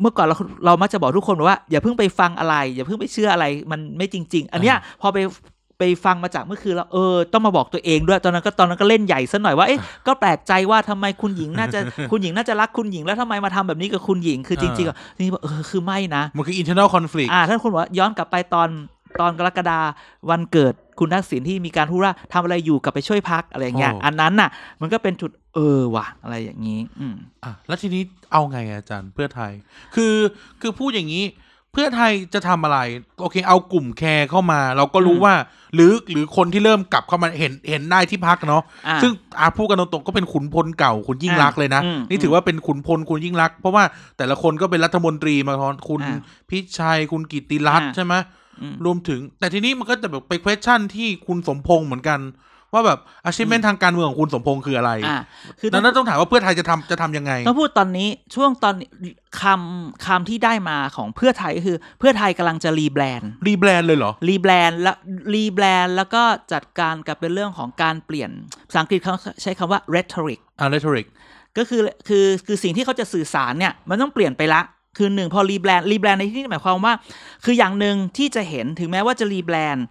Speaker 1: เมื่อก่อนเราเรามักจะบอกทุกคนว่า อย่าเพิ่งไปฟังอะไร อย่าเพิ่งไปเชื่ออะไร มันไม่จริง ๆ อันเนี้ยพอไปไปฟังมาจากเมื่อคืนแล้ว เออ ต้องมาบอกตัวเองด้วย ตอนนั้นก็ตอนนั้นก็เล่นใหญ่ซะหน่อยว่า เอ๊ะ ก็แปลกใจว่าทำไมคุณหญิงน่าจะ คุณหญิงน่าจะรักคุณหญิง แล้วทำไมมาทำแบบนี้กับคุณหญิง คือจริงๆอ่ะจริงๆบอกเออ คือไม่นะ
Speaker 2: มันคือ internal conflict
Speaker 1: อ่าท่านคุณบอกว่าย้อนกลับไปตอนตอนกรกฎาวันเกิดคุณทักษิณที่มีการพูดว่าทำอะไรอยู่กลับไปช่วยพักอะไรอย่างเงี้ย
Speaker 2: โอ้
Speaker 1: อันนั้นน่ะ มันก็เป็นจุดเออว่ะอะไรอย่างนี้ อืม
Speaker 2: อ่ะแล้วทีนี้เอาไงอะอาจารย์เพื่อไทย คือคือพูดอย่างนี้ เพื่อไทยจะทำอะไร โอเค เอากลุ่มแคร์เข้ามา เราก็รู้
Speaker 1: อืม
Speaker 2: ว่า หรือหรือคนที่เริ่มกลับเข้ามาเห็นเห็นได้ที่พักเนาะ
Speaker 1: อ่า
Speaker 2: ซึ่งอาพูดกันตรงๆก็เป็นขุนพลเก่าคุณยิ่งรักษณ์เลยนะ
Speaker 1: อืม
Speaker 2: นี่ถือว่าเป็นขุนพลคุณยิ่งรักษณ์เพราะว่าแต่ละคนก็เป็นรัฐมนตรีมาทอนคุณ
Speaker 1: อ่า
Speaker 2: พิชัยคุณกิติรัตน์
Speaker 1: อ่า
Speaker 2: ใช่ไหม
Speaker 1: อืม
Speaker 2: รวมถึง แต่ทีนี้มันก็จะแบบไป question ที่คุณสมพงษ์เหมือนกัน ว่าแบบอาชีพ
Speaker 1: อืม
Speaker 2: ทางการเมืองของคุณสมพงษ์คืออะไร
Speaker 1: อ่าคือ
Speaker 2: ดังนั้นต้องถามว่าเพื่อไทยจะทำจะทำยังไง
Speaker 1: ต้องพูดตอนนี้ช่วงตอนคำคำที่ได้มาของเพื่อไทยก็คือ เพื่อไทยกำลังจะรีแบรนด์
Speaker 2: รีแบรนด์เลยเหรอ
Speaker 1: รีแบรนด์แล้วรีแบรนด์แล้วก็จัดการกับเป็นเรื่องของการเปลี่ยนภาษาอังกฤษเขาใช้คำว่า rhetoric
Speaker 2: อ่า rhetoric
Speaker 1: ก็คือคือคือสิ่งที่เขาจะสื่อสารเนี่ย มันต้องเปลี่ยนไปละ คือหนึ่งพอรีแบรนด์รีแบรนด์ในที่นี้หมายความว่า คืออย่างหนึ่งที่จะเห็นถึงแม้ว่าจะรีแบรนด์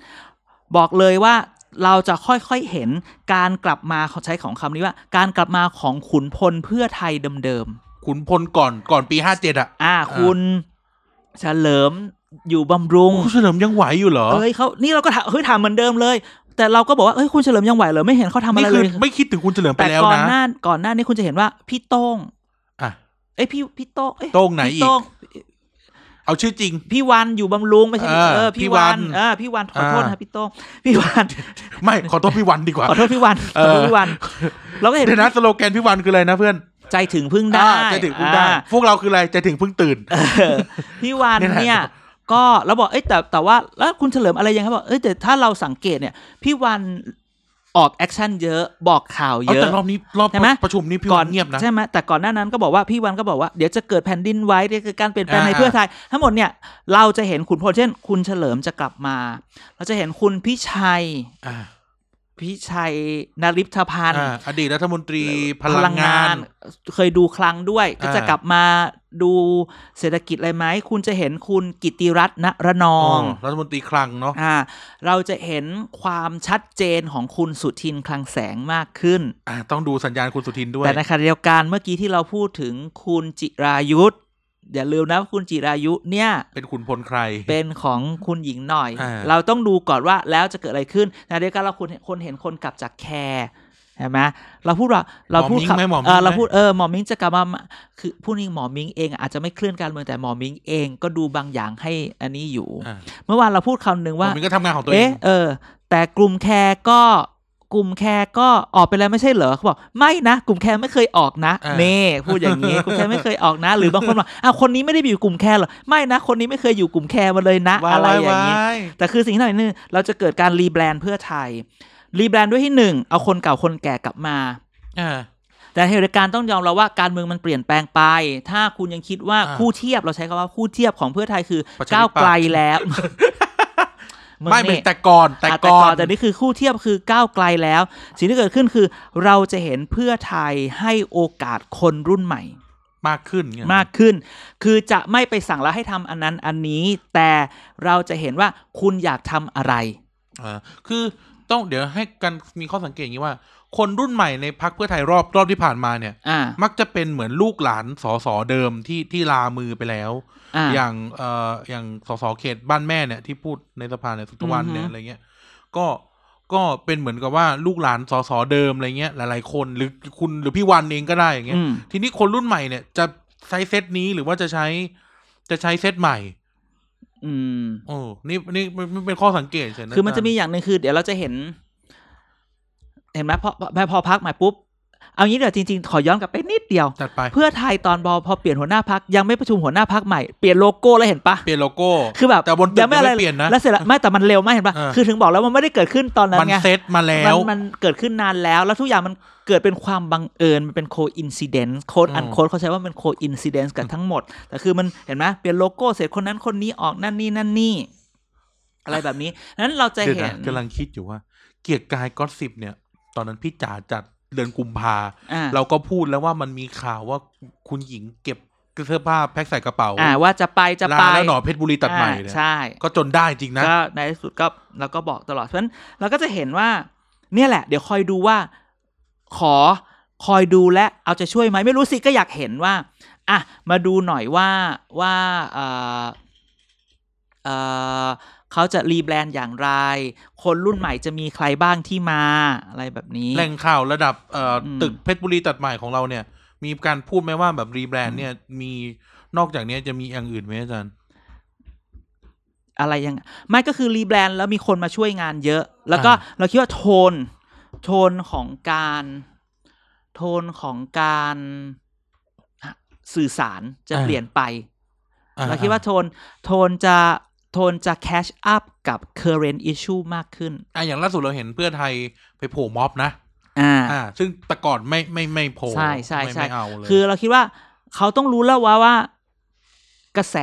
Speaker 1: บอกเลยว่าเราจะค่อยๆเห็นการกลับมาเขาใช้ของคำนี้ว่า การกลับมาของขุนพลเพื่อไทยเดิม
Speaker 2: ขุนพลก่อนก่อนปีห้าเจ็ดอ่ะ
Speaker 1: ๆอ่าคุณเฉลิมอยู่บำรุง
Speaker 2: คุณเฉลิมยังไหวอยู่เหรอ
Speaker 1: เอ้ยเขานี่เราก็ถามเฮ้ยถามเหมือนเดิมเลย แต่เราก็บอกว่าเอ้ยคุณเฉลิมยังไหวเหรอไม่เห็นเขาทำอะ
Speaker 2: นี่
Speaker 1: ไร
Speaker 2: คื
Speaker 1: เล
Speaker 2: อย ไม่คิดถึงคุณเฉลิมไป
Speaker 1: แต่
Speaker 2: แล้ว
Speaker 1: ก่อน
Speaker 2: นะ
Speaker 1: หน้าก่อนหน้านี้คุณจะเห็นว่าพี่โต้ง
Speaker 2: อ่ะ
Speaker 1: เอ้ยพี่พี่โต้งเอ้ย
Speaker 2: โต้งไหน
Speaker 1: พี่
Speaker 2: อีก
Speaker 1: โต้ง
Speaker 2: เอาชื่อจริง
Speaker 1: พี่วันอยู่บำรุงไม่ใช่
Speaker 2: เออ
Speaker 1: เออ
Speaker 2: พี่
Speaker 1: พี่
Speaker 2: วั
Speaker 1: วัน นเออพี่วันขอโทษ
Speaker 2: อ่า
Speaker 1: นะพี่โต้งพี่วัน
Speaker 2: ไม่ ขอโทษพี่วันดีกว่า
Speaker 1: ขอโทษพี่วัน
Speaker 2: เอ
Speaker 1: ขอ
Speaker 2: อ
Speaker 1: โทษพี่วันเราก็เห็น
Speaker 2: เดี๋ยวนะสโลแกนพี่วันคืออะไรนะเพื่อน
Speaker 1: ใจถึงพึ่งได้
Speaker 2: อ่าใจถึงเพิ่งได้
Speaker 1: อ่า
Speaker 2: พวกเราคืออะไรใจถึงเพิ่งตื่น
Speaker 1: เอ อพี่วัน
Speaker 2: เนี่ยแหละ
Speaker 1: เนี่ย ก็เราบอกเอ้ยแต่แต่ว่าแล้วคุณเฉลิมอะไรยังครับบอกเอ้ยแต่ถ้าเราสังเกตเนี่ย พี่วันออกแอคชั่นเยอะบอกข่าว
Speaker 2: เอา
Speaker 1: เยอะ
Speaker 2: แต่รอบนี้รอบ
Speaker 1: ใช่ไหม
Speaker 2: ประชุมนี้พี่
Speaker 1: ก่
Speaker 2: วั
Speaker 1: อน
Speaker 2: นเงียบนะ
Speaker 1: ใช่ไหมแต่ก่อนหน้านั้นก็บอกว่าพี่วันก็บอกว่าเดี๋ยวจะเกิดแผ่นดินไหวเดี๋ยวเกิดการเปลี่ยนแปลงใน
Speaker 2: อ่า
Speaker 1: เพื่อไทย ทั้งหมดเนี่ยเราจะเห็นขุนพลเช่น คุณเฉลิมจะกลับมา เราจะเห็นคุณพิชัย
Speaker 2: อ่า
Speaker 1: พิชัยนริพพันธ์
Speaker 2: อ่าอดีตรัฐมนตรีพลังงาน
Speaker 1: เคยดูคลังด้วย ก็
Speaker 2: อ่า
Speaker 1: จะกลับมาดูเศรษฐกิจอะไรไหม คุณจะเห็นคุณกิติรัตน์ณระนอ
Speaker 2: อ๋อง รัฐมนตรีคลังเนาะ
Speaker 1: อ่าเราจะเห็นความชัดเจนของคุณสุทินคลังแสงมากขึ้น
Speaker 2: อ่าต้องดูสัญญาณคุณสุทินด้วย
Speaker 1: แต่ในขณะเดียวกันเมื่อกี้ที่เราพูดถึงคุณจิรายุทธอย่าลืมนะว่าคุณจิรายุเนี่ย
Speaker 2: เป็นขุนพลใคร
Speaker 1: เป็นของคุณหญิงหน่อย
Speaker 2: อ่า
Speaker 1: เราต้องดูก่อนว่าแล้วจะเกิดอะไรขึ้นในขณะเดียวกันเราคนคนเห็นคนกลับจากแคร์ใช่ไหมเราพูดว่าเราพูด
Speaker 2: หมอมิ้งไหมหมอมิ้ง
Speaker 1: เออเรา
Speaker 2: ไหม
Speaker 1: พูดเออหมอมิงจะกลับมาคือผู้นี้หมอมิงเองอาจจะไม่เคลื่อนการเมืองแต่หมอมิงเองก็ดูบางอย่างให้อันนี้อยู่
Speaker 2: อ่า
Speaker 1: เมื่อวานเราพูดคำหนึ่งว่า
Speaker 2: ผมมันก็ทำงานของตัวเอ
Speaker 1: เอ๊ะ
Speaker 2: ง
Speaker 1: เออ แต่กลุ่มแคร์ก็กลุ่มแคร์ก็ออกไปแล้วไม่ใช่เหรอเขาบอกไม่นะ กลุ่มแคร์ไม่เคยออกนะ
Speaker 2: อ่า
Speaker 1: เน่พูดอย่างนี้ กลุ่มแคร์ไม่เคยออก นะ หรือบางคนบอกอ้าวคนนี้ไม่ได้ไปอยู่กลุ่มแคร์เหรอไม่นะ คนนี้ไม่เคยอยู่กลุ่มแคร์มาเลยนะ
Speaker 2: ว้าย
Speaker 1: อะไร
Speaker 2: ว้าย
Speaker 1: อย่างนี้
Speaker 2: ว้าย
Speaker 1: แต่คือสิ่งที่หน่อยนึงเราจะเกิดการรีแบรนด์เพื่อไทยรีแบรนด์ด้วยที่หนึ่งเอาคนเก่าคนแก่กลับมา
Speaker 2: อ่า
Speaker 1: แต่เหตุการณ์ต้องยอมรับว่าการเมืองมันเปลี่ยนแปลงไป ถ้าคุณยังคิดว่า
Speaker 2: อ่า
Speaker 1: คู่เทียบเราใช้คำว่าคู่เทียบของเพื่อไทยคือ
Speaker 2: ประชา
Speaker 1: ก้า
Speaker 2: ธิปัตย์
Speaker 1: วไกลแล้วง
Speaker 2: ไม่เหมือน
Speaker 1: นี่
Speaker 2: แต่ก่อนแต่
Speaker 1: อ่ะ
Speaker 2: ก่อน
Speaker 1: แต่นี่คือคู่เทียบคือก้าวไกลแล้ว สิ่งที่เกิดขึ้นคือเราจะเห็นเพื่อไทยให้โอกาสคนรุ่นใหม่
Speaker 2: มากขึ้นไง
Speaker 1: มากขึ้น คือจะไม่ไปสั่งแล้วให้ทำอันนั้นอันนี้ แต่เราจะเห็นว่าคุณอยากทำอะไร
Speaker 2: อ่าคือต้องเดี๋ยวให้กันมีข้อสังเกตอย่างนี้ว่า คนรุ่นใหม่ในพักเพื่อไทยรอบรอบที่ผ่านมาเนี่ย
Speaker 1: อ่า
Speaker 2: มักจะเป็นเหมือนลูกหลานสสเดิมที่ที่ลามือไปแล้ว
Speaker 1: อ่า
Speaker 2: อย่างเอ่ออย่างสสเขตบ้านแม่เนี่ยที่พูดในสภาเนี่ยสุทธวันเนี่ย
Speaker 1: อือฮึ
Speaker 2: อะไรเงี้ย ก็ก็เป็นเหมือนกับว่าลูกหลานสสเดิมอะไรเงี้ยหลาย ๆ คนหรือคุณหรือพี่วันเองก็ได้อย่างเงี้ย
Speaker 1: อืม
Speaker 2: ทีนี้คนรุ่นใหม่เนี่ยจะใช้เซตนี้หรือว่าจะใช้จะใช้เซตใหม่
Speaker 1: อืม
Speaker 2: โอ้นี่นี่มันมันเป็นข้อสังเกตเฉย
Speaker 1: คือมันจะมีอย่างหนึ่งคือ เดี๋ยวเราจะเห็น เห็นไหมพอพอพอพักใหม่ปุ๊บ เอางี้เดี๋ยวจริงๆ ขอย้อนกลับไปนิดเดียว
Speaker 2: จัดไป
Speaker 1: เพื่อไทยตอนบอพอเปลี่ยนหัวหน้าพักยังไม่ประชุมหัวหน้าพักใหม่เปลี่ยนโลโก้แล้วเห็นปะ
Speaker 2: เปลี่ยนโลโก้
Speaker 1: คือแบบ
Speaker 2: แต่บนตึก
Speaker 1: ยั
Speaker 2: ยัง ง
Speaker 1: ไม่อะ
Speaker 2: ไม่
Speaker 1: ไร
Speaker 2: เปลี่ยนนะ
Speaker 1: แล้วเสร็จแล้วไม่แต่มันเร็วมากเห็นปะ
Speaker 2: เออ
Speaker 1: คือถึงบอกแล้วมันไม่ได้เกิดขึ้นตอนนั้น
Speaker 2: มัน
Speaker 1: ไง
Speaker 2: เซตมาแล้ว
Speaker 1: มันมันเกิดขึ้นนานแล้ว แล้วทุกอย่างมันเกิดเป็นความบังเอิญมันเป็นโคอินซิเดนซ์โค้ด
Speaker 2: อืม
Speaker 1: อันโค้ดเขาใช้ว่ามันโคอินซิเดนซ์กันทั้งหมด แต่คือมันเห็นไหมเปลี่ยนโลโก้เสร็จคนนั้นคนนี้ออกนั่นนี่นั่นนี่ อะไรแบบนี้นั้นเราจะ
Speaker 2: เดี๋ยว
Speaker 1: เห็น
Speaker 2: นะกำลังคิดอยู่ว่า เกียรติกายก็อตสิบเนี่ย ตอนนั้นพี่จ๋าจัดเดือนกุมภา
Speaker 1: อ่า
Speaker 2: เราก็พูดแล้วว่ามันมีข่าวว่าคุณหญิงเก็บเสื้อผ้าแพ็คใส่กระเป๋า
Speaker 1: อ่าว่าจะไปจะไป
Speaker 2: ลาแล้วหนอเพชรบุรีตัดใหม่
Speaker 1: อ่า
Speaker 2: เนี่ย
Speaker 1: ใช่
Speaker 2: ก็จนได้จริงนะ
Speaker 1: ก็ในที่สุดก็เราก็บอกตลอดเพราะฉะนั้นเราก็จะเห็นว่า เนี่ยแหละ เดี๋ยวคอยดูว่า ขอคอยดูและเอาจะช่วยไหมไม่รู้สิก็อยากเห็นว่าอ่ะมาดูหน่อยว่าว่าเออเออเขาจะรีแบรนด์อย่างไร คนรุ่นใหม่จะมีใครบ้างที่มาอะไรแบบนี้
Speaker 2: แหล่งข่าวระดับเอ่ออ
Speaker 1: ม
Speaker 2: ตึกเพชรบุรีตัดใหม่ของเราเนี่ย มีการพูดไหมว่าแบบรีแบรนด์เนี่ยมีนอกจากเนี้ยจะมีอย่างอื่นไหมอาจารย์
Speaker 1: อะไรยังไม่ก็คือรีแบรนด์แล้วมีคนมาช่วยงานเยอะ แล้วก็
Speaker 2: อ่า
Speaker 1: เราคิดว่าโทน โทนของการ โทนของการสื่อสารจะเปลี่ยนไป
Speaker 2: อ่
Speaker 1: เราคิดว่าโทน โทนจะโทนจะ catch up กับ current issue มากขึ้น
Speaker 2: อ่ะอย่างล่าสุดเราเห็นเพื่อไทยไปโผล่ม็อบนะ
Speaker 1: อ่า
Speaker 2: อ่า ซึ่งแต่ก่อนไม่ไม่ไม่โผล่
Speaker 1: ใช่ใช่
Speaker 2: ไม่
Speaker 1: ใช่
Speaker 2: ไม่เอาเลย
Speaker 1: คือเราคิดว่าเขาต้องรู้แล้วว่าว่ากระแส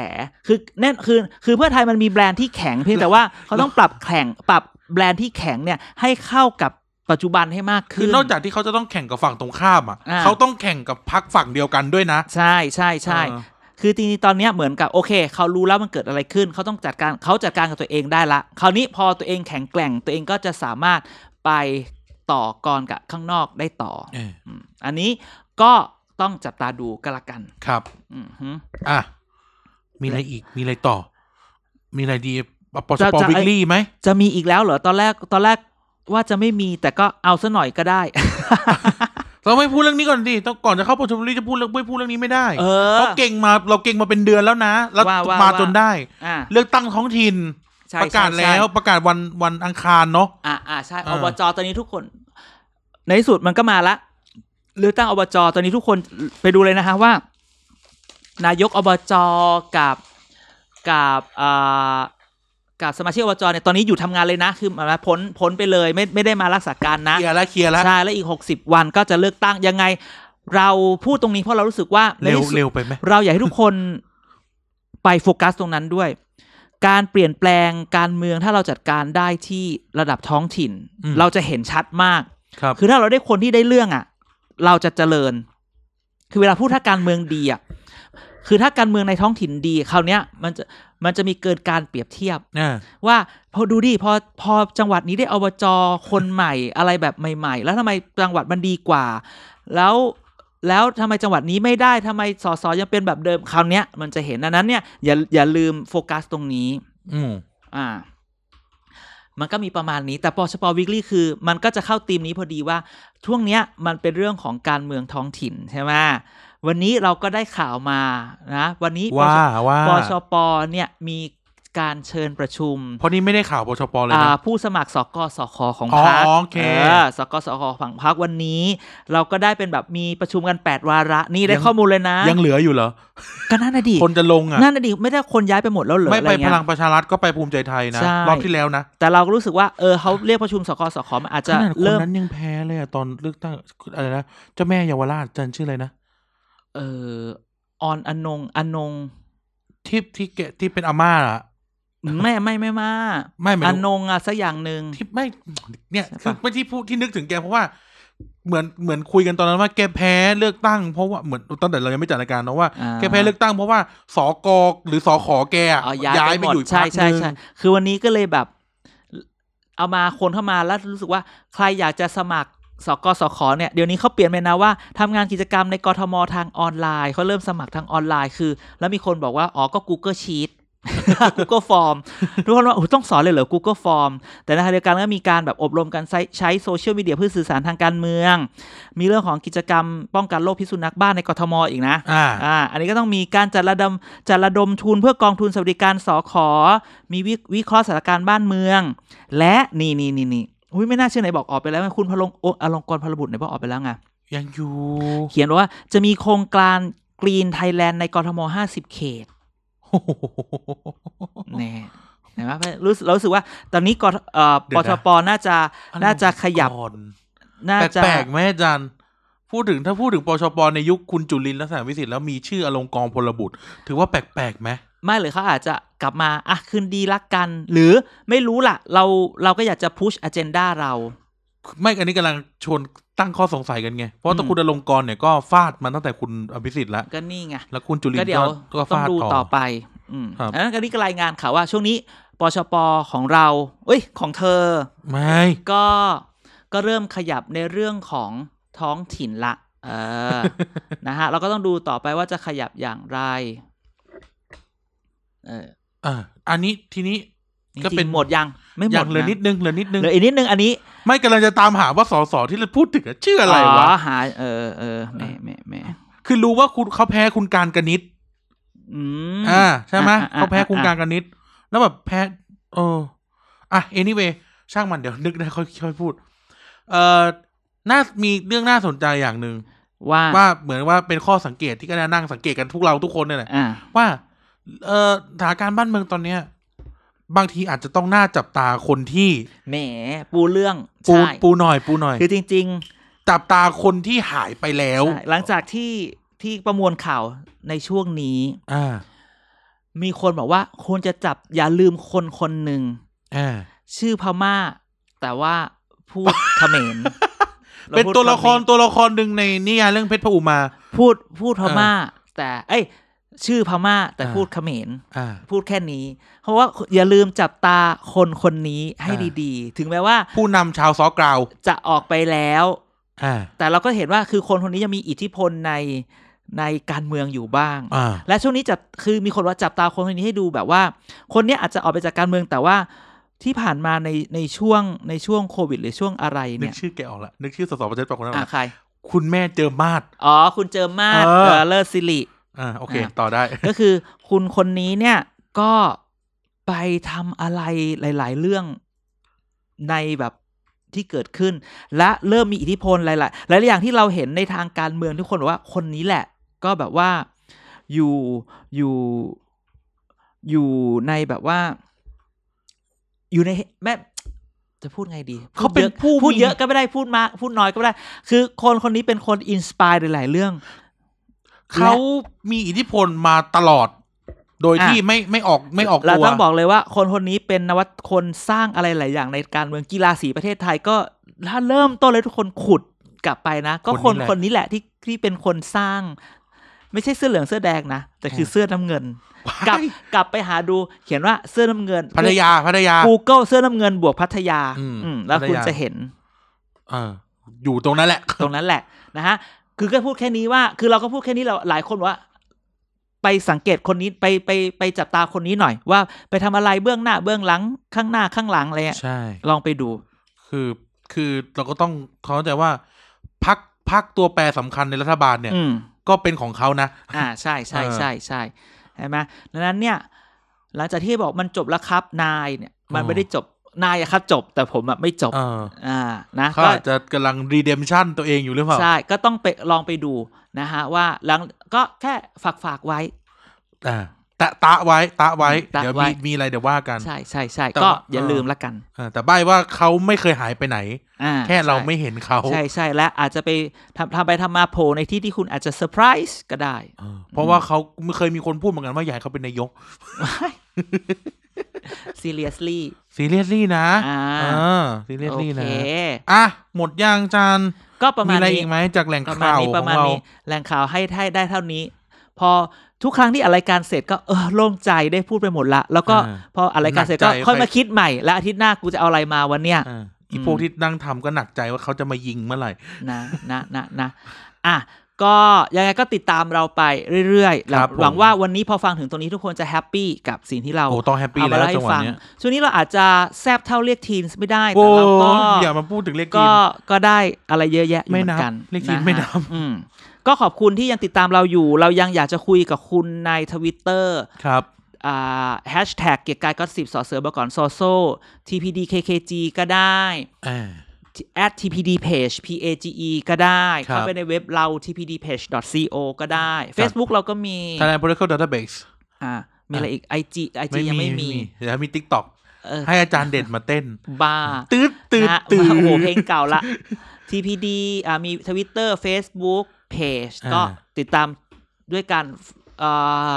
Speaker 1: คือแน่นคือคือเพื่อไทยมันมีแบรนด์ที่แข็งเพียงแต่ว่าเขาต้องปรับแข่งปรับแบรนด์ที่แข็งเนี่ยให้เข้ากับปัจจุบันให้มาก
Speaker 2: คื
Speaker 1: ขึ้
Speaker 2: อน นอกจากที่เขาจะต้องแข่งกับฝั่งตรงข้ามอ่ะ
Speaker 1: อ่า
Speaker 2: เขาต้องแข่งกับพักฝั่งเดียวกันด้วยนะ
Speaker 1: ใช่ใช่ใช่
Speaker 2: เออ
Speaker 1: คือจริงๆตอนเนี้ยเหมือนกับโอเค เขารู้แล้วมันเกิดอะไรขึ้น เขาต้องจัดการเขาจัดการกับตัวเองได้ละ คราวนี้พอตัวเองแข็งแกร่งตัวเองก็จะสามารถไปต่อกรกับข้างนอกได้ต่อ
Speaker 2: เออ
Speaker 1: อืมอันนี้ก็ต้องจับตาดูกันละกัน
Speaker 2: ครับ
Speaker 1: อือฮึ
Speaker 2: อ่ะมีอะไรอีกมีอะไรต่อ มีอะไรดีปช
Speaker 1: จะ
Speaker 2: ป
Speaker 1: จะ
Speaker 2: วิกลี่ไหม
Speaker 1: จะมีอีกแล้วเหรอตอนแรกตอนแรกว่าจะไม่มีแต่ก็เอาซะหน่อยก็ได้
Speaker 2: เราไม่พูดเรื่องนี้ก่อนดิต้องก่อนจะเข้าประชุมลี่จะพูดเรื่องไม่พูดเรื่องนี้ไม่ได้
Speaker 1: เออ
Speaker 2: เราเก่งมาเราเก่งมาเป็นเดือนแล้วนะ แล้ว
Speaker 1: ว่าว่า
Speaker 2: มา
Speaker 1: ว่า
Speaker 2: จนได้
Speaker 1: อ่า
Speaker 2: เลือกตั้งท้องถิ่น
Speaker 1: ใช่
Speaker 2: ประกาศ
Speaker 1: ใช่
Speaker 2: แล้
Speaker 1: ใช่
Speaker 2: วประกาศวันวันอังคารเนาะ
Speaker 1: อ่าอ่าใช่อ
Speaker 2: อ่า
Speaker 1: บจตอนนี้ทุกคน ในที่สุดมันก็มาละเลือกตั้งอบจตอนนี้ทุกคนไปดูเลยนะฮะว่า นายกอบจกับกับอ่ากับสมาชิกอบจเนี่ยตอนนี้อยู่ทำงานเลยนะ คือหมายว่าพ้นพ้นไปเลย ไม่ไม่ได้มารักษาการนะ
Speaker 2: เคลียร์แล้วเคลียร์แล้ว
Speaker 1: ใช่แล้วอีกหกสิบวันก็จะเลือกตั้งยังไง เราพูดตรงนี้เพราะเรารู้สึกว่าใน
Speaker 2: เร็ว
Speaker 1: ที่สุด
Speaker 2: เร็วไปไหม
Speaker 1: เราอยากให้ทุกคนไปโฟกัสตรงนั้นด้วย การเปลี่ยนแปลงการเมืองถ้าเราจัดการได้ที่ระดับท้องถิ่น เราจะเห็นชัดมาก
Speaker 2: ครับ
Speaker 1: คือถ้าเราได้คนที่ได้เรื่องอ่ะ เราจะเจริญ คือเวลาพูดถ้าการเมืองดีอ่ะคือถ้าการเมืองในท้องถิ่นดีคราวเนี้ยมันจะมันจะมีเกิดการเปรียบเทียบ
Speaker 2: อ่า
Speaker 1: ว่าพอดูดิพอพอจังหวัดนี้ได้อบจคนใหม่ อะไรแบบใหม่ ๆ แล้วทำไมจังหวัดมันดีกว่า แล้วแล้วทำไมจังหวัดนี้ไม่ได้ทำไมสสยังเป็นแบบเดิมคราวเนี้ยมันจะเห็นดังนั้นเนี่ยอย่าอย่าลืมโฟกัสตรงนี้
Speaker 2: อืม
Speaker 1: อ่า มันก็มีประมาณนี้แต่ปชปวิกฤตคือ มันก็จะเข้าธีมนี้พอดีว่า ช่วงเนี้ยมันเป็นเรื่องของการเมืองท้องถิ่นใช่ไหมวันนี้เราก็ได้ข่าวมานะ วันนี้ป
Speaker 2: ว่า
Speaker 1: ช
Speaker 2: ว่า
Speaker 1: ปชปเนี่ยมี การเชิญประชุม
Speaker 2: เพราะนี่ไม่ได้ข่าวปชปเลยนะ
Speaker 1: อ่าผู้สมัครสกสคของ
Speaker 2: อ๋อ
Speaker 1: พรรค
Speaker 2: โอเค
Speaker 1: สกสคของพรรควันนี้ เราก็ได้เป็นแบบมีประชุมกัน 8 วาระนี่ได้
Speaker 2: ยัง
Speaker 1: ข้อมูลเลยนะ
Speaker 2: ยังเหลืออยู่เหรอ
Speaker 1: ก็นั่นน่ะดิ
Speaker 2: คนจะลงอ่ะ
Speaker 1: นั่นน่ะดิไม่ได้คนย้ายไปหมดแล้วเหรอ
Speaker 2: ไม่
Speaker 1: อะ
Speaker 2: ไป
Speaker 1: ไร
Speaker 2: พ
Speaker 1: เงี้ย
Speaker 2: ลังประชารัฐก็ไปภูมิใจไทยนะ
Speaker 1: ใช่
Speaker 2: รอบที่แล้วนะ
Speaker 1: แต่เราก็รู้สึกว่าเออเขาเรียกประชุมสกสคมันอาจ
Speaker 2: ข
Speaker 1: จะ
Speaker 2: นาดคน
Speaker 1: เริ่ม
Speaker 2: นั้นยังแพ้เลยอะตอนเลือกตั้งอะไรนะเจ้าแม่เยาวราชจันชื่ออะไรนะ
Speaker 1: เออออนอนงอนง
Speaker 2: ที่ที่แกที่เป็นอาม่าอะ
Speaker 1: ไม่ไม่ไม่มา
Speaker 2: ไม่ไม่
Speaker 1: อ
Speaker 2: รู้
Speaker 1: นงอ่ะสักอย่างหนึ่ง
Speaker 2: ที่ไม่เนี่ย
Speaker 1: ใช่ปะ
Speaker 2: คือไม่ที่พูดที่นึกถึงแกเพราะว่าเหมือนเหมือนคุยกันตอนนั้นว่าแกแพ้เลือกตั้งเพราะว่าเหมือนตอนแต่เรายังไม่จัดรายการเนอะว่า
Speaker 1: อ่า
Speaker 2: แกแพ้เลือกตั้งเพราะว่าสอกหรือสอขอแกอะ
Speaker 1: อ๋อย้ายไปห
Speaker 2: ไป
Speaker 1: มด
Speaker 2: อยู่อีกพร
Speaker 1: ใช่
Speaker 2: รค
Speaker 1: ใช่
Speaker 2: หนึ่ง
Speaker 1: ใช่คือวันนี้ก็เลยแบบ เอามาคนเข้ามาแล้วรู้สึกว่าใครอยากจะสมัครสกสขเนี่ยเดี๋ยวนี้เขาเปลี่ยนไปนะว่าทำงานกิจกรรมในกทมทางออนไลน์เขาเริ่มสมัครทางออนไลน์คือ แล้วมีคนบอกว่า อ๋อก็ Google Sheet Google Form ทุกคนว่าโอ้โหต้องสอนเลยเหรอ Google Form แต่ในทางเดียวกันก็มีการแบบอบรมการใช้ใช้โซเชียลมีเดียเพื่อสื่อสารทางการเมือง มีเรื่องของกิจกรรมป้องกันโรคพิษสุนัขบ้าในกทมอีกนะ
Speaker 2: อ่า
Speaker 1: อ่า อันนี้ก็ต้องมีการจัดระดมจัดระดมทุนเพื่อกองทุนสวัสดิการสอขอ มีวิวิเคราะห์สถานการณ์บ้านเมือง และนี่นี่นี่นี่อุ้ยไม่น่าเชื่อไหนบอกออกไปแล้วไงคุณพลงโออลงกรพลบุตรไหนบอกออกไปแล้วไง
Speaker 2: ยังอยู่
Speaker 1: เขียนว่าจะมีโครงการกรีนไทยแลนด์ในกรทม 50 เขต แน่เห็นไหมรู้สึกเรารู้สึกว่าตอนนี้กรเอ่อ
Speaker 2: เดี๋
Speaker 1: ป
Speaker 2: ยว
Speaker 1: ช
Speaker 2: นะ
Speaker 1: ปน่าจะน่าจะขยับ
Speaker 2: ก่อน
Speaker 1: น่าจะ
Speaker 2: แปลกๆแม่อาจันพูดถึงถ้าพูดถึงปชปในยุคคุณจุลินลักษณะวิสิทธิ์แล้วมีชื่ออลงกรณ์พลบุตร ถือว่าแปลกๆไหม
Speaker 1: ไม่หรือเขาอาจจะกลับมาอ่ะคืนดีรักกัน หรือไม่รู้ล่ะ เราเราก็อยากจะพุชอเจนดาเรา
Speaker 2: ไม่อันนี้กำลังชวนตั้งข้อสงสัยกันไง เพราะ
Speaker 1: อื
Speaker 2: ถ้าม คุณอลงกรณ์เนี่ยก็ฟาดมันตั้งแต่คุณอภิสิทธิ์แล้ว
Speaker 1: ก็นี่ไง
Speaker 2: แล้วคุณจุลิน
Speaker 1: ก็เดี๋ยว
Speaker 2: ก็ก็
Speaker 1: ต้อง
Speaker 2: ฟาด
Speaker 1: ดู
Speaker 2: ต่
Speaker 1: ต่
Speaker 2: อ
Speaker 1: อไป อืม
Speaker 2: ครับ
Speaker 1: อันนั้นก็นี่ก็รายงานข่าวว่าช่วงนี้ปชปของเราเอ้ย ของเธอ
Speaker 2: ไม่
Speaker 1: ก็ก็เริ่มขยับในเรื่องของท้องถิ่นละ เอ อ นะฮะ เราก็ต้องดูต่อไปว่าจะขยับอย่างไร เออ
Speaker 2: อ่าอันนี้ทีนี้ ก็
Speaker 1: ก็
Speaker 2: เป็
Speaker 1: เป็น นหมดยัง ไม่หม
Speaker 2: ยั
Speaker 1: ด
Speaker 2: งเหลือนิดนึงเหลือนิดนึง
Speaker 1: เหลืออีกนิดนึงอันนี้
Speaker 2: ไม่กำลังจะตามหาว่าสสที่เราพูดถึงอะชื่ออะไรวะ
Speaker 1: หาเออเออแหม่แหม่แหม่
Speaker 2: คือรู้ว่าคุณเขาแพ้คุณการกนิษฐ์
Speaker 1: อืม
Speaker 2: อ่าใช่ไหม
Speaker 1: อ่อ่
Speaker 2: เขาแพ้โครงการ
Speaker 1: อ่
Speaker 2: กันนิด แล้วแบบแพ้เอออ่ะ anyway ช่างมันเดี๋ยวนึกได้ค่อยค่อยพูด เอ่อน่ามีเรื่องน่าสนใจอย่างหนึ่ง
Speaker 1: ว่า
Speaker 2: ว่าเหมือนว่าเป็นข้อสังเกตที่ก็ได้นั่งสังเกตกันทุกเราทุกคนเนี่ยแหละ
Speaker 1: อ่า
Speaker 2: ว่าเอ่อสถานการณ์บ้านเมืองตอนเนี้ย บางทีอาจจะต้องหน้าจับตาคนที่
Speaker 1: แหมปูเรื่อง
Speaker 2: ปู
Speaker 1: ใช่
Speaker 2: ปูหน่อยปูหน่อย
Speaker 1: คือจริง
Speaker 2: จับตาคนที่หายไปแล้ว
Speaker 1: ๆ หลังจากที่ที่ประมวลข่าวในช่วงนี้
Speaker 2: อ่า
Speaker 1: มีคนบอกว่าควรจะจับอย่าลืมคนคนหนึ่ง
Speaker 2: อ่า
Speaker 1: ชื่อพม่า แต่ว่าพูด เขมรรา
Speaker 2: เป็น
Speaker 1: พูด
Speaker 2: ตัวละคร
Speaker 1: เขม
Speaker 2: ตัวละครหนึ่งในนิยายเรื่องเพชรพระอุมา
Speaker 1: พูดพูดพม่า แต่ เอ้ย ชื่อพม่า แต่
Speaker 2: อ่า
Speaker 1: พูดเขมร
Speaker 2: อ่า
Speaker 1: พูดแค่นี้ เพราะว่าอย่าลืมจับตาคนคนนี้ให้
Speaker 2: อ่า
Speaker 1: ดีๆ ถึงแม้ว่า
Speaker 2: ผู้นำชาวซอกราว
Speaker 1: จะออกไปแล้ว
Speaker 2: อ่า
Speaker 1: แต่เราก็เห็นว่าคือคนคนนี้ยังมีอิทธิพลในในการเมืองอยู่บ้าง
Speaker 2: อ่า
Speaker 1: และช่วงนี้จับคือมีคนว่าจับตาคนคนนี้ให้ดูแบบว่า คนเนี้ยอาจจะออกไปจากการเมืองแต่ว่าที่ผ่านมาในในช่วงในช่วงโควิด หรือช่วงอะไร
Speaker 2: นึ
Speaker 1: เนี่
Speaker 2: ก
Speaker 1: ย
Speaker 2: ชื่อแกออกละ นึกชื่อสสประชาธิปัตย์คนนั้นอ
Speaker 1: อ่ะ
Speaker 2: อกละ
Speaker 1: ใคร
Speaker 2: คุณแม่เจอมาศ
Speaker 1: อ๋อ คุณเจอมาศ
Speaker 2: เออ
Speaker 1: เออเลิศสิริ
Speaker 2: อ่า โอเค
Speaker 1: อ่ะ
Speaker 2: ต่อ ได้
Speaker 1: ก็คือคุณคนนี้เนี่ยก็ไปทำอะไรหลาย ๆ เรื่องในแบบที่เกิดขึ้น และเริ่มมีอิทธิพลหลาย ๆ หลายๆอย่างที่เราเห็นในทางการเมืองทุกคนบอกว่าคนนี้แหละ ก็แบบว่าอยู่อยู่อยู่ในแบบว่า อยู่ในแม่จะพูดไงดี
Speaker 2: เขาเป็นผู้
Speaker 1: พูด
Speaker 2: มี
Speaker 1: เยอะก็ไม่ได้พูดมากพูดน้อยก็ไม่ได้ คือคนคนนี้เป็นคนอินสปายหลาย ๆ เรื่อง
Speaker 2: เขามีอิทธิพลมาตลอด โดย
Speaker 1: อ่ะ
Speaker 2: ที่ไม่ไม่ออกไม่ออก
Speaker 1: เรา
Speaker 2: ตัว
Speaker 1: ต้องบอกเลยว่าคนคนนี้เป็นนวัตคนสร้างอะไรหลายอย่างในการเมืองกีฬาสีประเทศไทยก็ถ้าเริ่มต้นเลยทุกคนขุดกลับไปนะ ก็
Speaker 2: ค
Speaker 1: คน น
Speaker 2: นี้แหละ
Speaker 1: คนนี้แหละที่ที่เป็นคนสร้าง ไม่ใช่เสื้อเหลืองเสื้อแดงนะ แต่คือ
Speaker 2: อ่า
Speaker 1: เสื้อน้ำเงิน กลั
Speaker 2: กั
Speaker 1: บบ กลับไปหาดูเขียนว่าเสื้อน้ำเงิน
Speaker 2: พัทยาพัทยา
Speaker 1: Google เสื้อน้ำเงินบวกพัทยา
Speaker 2: อืม
Speaker 1: อืมแล้วคุณ
Speaker 2: พัทยา
Speaker 1: จะเห็น
Speaker 2: เออ อยู่ตรงนั้นแหละ
Speaker 1: ตรงนั้นแหละนะฮะ คือก็พูดแค่นี้ว่า คือเราก็พูดแค่นี้เราหลายคนบอกว่า ไปสังเกตคนนี้ไปไปไปจับตาคนนี้หน่อย ว่าไปทำอะไรเบื้องหน้าเบื้องหลังข้างหน้าข้างหลังอะไรอะ
Speaker 2: ใช่
Speaker 1: ลองไปดู
Speaker 2: คือคือเราก็ต้องเข้าใจว่าพักพักตัวแปรสำคัญในรัฐบาลเนี่ย
Speaker 1: อืม
Speaker 2: ก็เป็นของเขานะ
Speaker 1: อ่าใช่ใช่ใช่ใช่ใช่ใช่ไหมดังนั้นเนี่ย หลังจากที่บอกมันจบแล้วครับนายเนี่ย มัน
Speaker 2: อ๋อ
Speaker 1: ไม่ได้จบนายอะครับจบ แต่ผมอะไม่จบ
Speaker 2: เออ
Speaker 1: อ่านะ
Speaker 2: เขา
Speaker 1: ก็
Speaker 2: อาจจะกำลังรีเดมชั่นตัวเองอยู่หรือเปล่า
Speaker 1: ใช่ก็ต้องไปลองไปดูนะฮะว่าหลังก็แค่ฝากฝากๆไว้
Speaker 2: อ่าตะตะไว้ตะไว้
Speaker 1: ตะ
Speaker 2: เดี๋ยว
Speaker 1: ไว้
Speaker 2: มีมีอะไรเดี๋ยวว่ากัน
Speaker 1: ใช่ใช่ใช่
Speaker 2: แต่
Speaker 1: ก็
Speaker 2: ว่า
Speaker 1: อย่า
Speaker 2: เออ
Speaker 1: ลืมละกัน
Speaker 2: เออแต่ใบว่าเขาไม่เคยหายไปไหน
Speaker 1: อ่า
Speaker 2: แค่เรา
Speaker 1: ใช่
Speaker 2: ไม่เห็นเขา
Speaker 1: ใช่ใช่และอาจจะไปทำทำไปทำมาโผล่ในที่ที่คุณอาจจะเซอร์ไพรส์ก็ได้
Speaker 2: เออเพราะว่าเขาเคยมีคนพูดเหมือนกันว่าอยากใหญ่เขาเป็นนายก
Speaker 1: seriously
Speaker 2: ซีเรียสลี่นะ
Speaker 1: อ่า
Speaker 2: เออซีเรียส
Speaker 1: โอ
Speaker 2: ลี่
Speaker 1: เค
Speaker 2: นะอ่ะหมดยางจาน
Speaker 1: ก็ประมา
Speaker 2: มี
Speaker 1: ณ
Speaker 2: อะไรอี
Speaker 1: นี้
Speaker 2: กไหมจากแหล่ง
Speaker 1: ประมาณ
Speaker 2: ข่าว
Speaker 1: นี้
Speaker 2: ข
Speaker 1: ป
Speaker 2: อ
Speaker 1: ระ
Speaker 2: ง
Speaker 1: มาณ
Speaker 2: เรา
Speaker 1: นี้แหล่งข่าวให้ให้ได้เท่านี้ พอทุกครั้งที่อะไรายการเสร็จก็เออโล่งใจได้พูดไปหมดละ แล้วก็
Speaker 2: า
Speaker 1: พออะไรายการเสร็จก็
Speaker 2: หนักใจ
Speaker 1: ค่อยมาคิดใหม่ และอาทิตย์หน้ากูจะเอาอะไรมาวันเนี้ย
Speaker 2: อ่าอีพวกที่นั่งทำก็หนักใจว่าเขาจะมายิงเมื่อไหร่
Speaker 1: นะนะนะนะอ่ะก็ยังไงก็ติดตามเราไปเรื่อยๆห
Speaker 2: ค
Speaker 1: วั
Speaker 2: รั
Speaker 1: ง
Speaker 2: บผม
Speaker 1: หวังว่าวันนี้พอฟังถึงตรงนี้ทุกคนจะแฮปปี้กับสิ่งที่เรา
Speaker 2: โอ้ต้องแฮปปี้
Speaker 1: เอา
Speaker 2: แล้
Speaker 1: มาว เล่า
Speaker 2: จัง
Speaker 1: ให้
Speaker 2: หวะ
Speaker 1: ฟัง
Speaker 2: เนี้ย
Speaker 1: ช่วงนี้เราอาจจะแซบเท่าเรียกทีนส์ไม่ได้
Speaker 2: โอ้
Speaker 1: แต่เราก็
Speaker 2: ยอย่ามาพูดถึงเลขที
Speaker 1: ก็
Speaker 2: ม
Speaker 1: ก็ได้อะไรเยอะแยะอยู่
Speaker 2: ไม่
Speaker 1: เห
Speaker 2: นั
Speaker 1: มื
Speaker 2: บ
Speaker 1: อนกัน
Speaker 2: เรียกทีนะ
Speaker 1: ฮะ
Speaker 2: ไม่นับ
Speaker 1: อืมก็ขอบคุณที่ยังติดตามเราอยู่ เรายังอยากจะคุยกับคุณในทวิตเตอร์
Speaker 2: ครับ
Speaker 1: อ่าแฮชแท็กเกียรติกายก็สิบสอเสือบอกก่อนโซโซ tpdkkg ก็ได้
Speaker 2: อ่า
Speaker 1: at tpd page page ก็ได้
Speaker 2: ครับ
Speaker 1: เข้าไปในเว็บเรา tpd page co ก็ได้
Speaker 2: ครับ
Speaker 1: Facebook เราก็มี
Speaker 2: ทนาย political database
Speaker 1: อ่ามีอะไรอีก IG IG ยังไม่มี
Speaker 2: เดี๋ยวมี tiktok
Speaker 1: เออ
Speaker 2: ให้อาจารย์เด็ดมาเต้น
Speaker 1: บ้า
Speaker 2: ตืดตืด
Speaker 1: นะ
Speaker 2: ตืด
Speaker 1: โอ้โหเพลงเก่า ละ TPD อ่ามี Twitter Facebook Page
Speaker 2: อ่า
Speaker 1: ก็ติดตามด้วยกันเอ่อ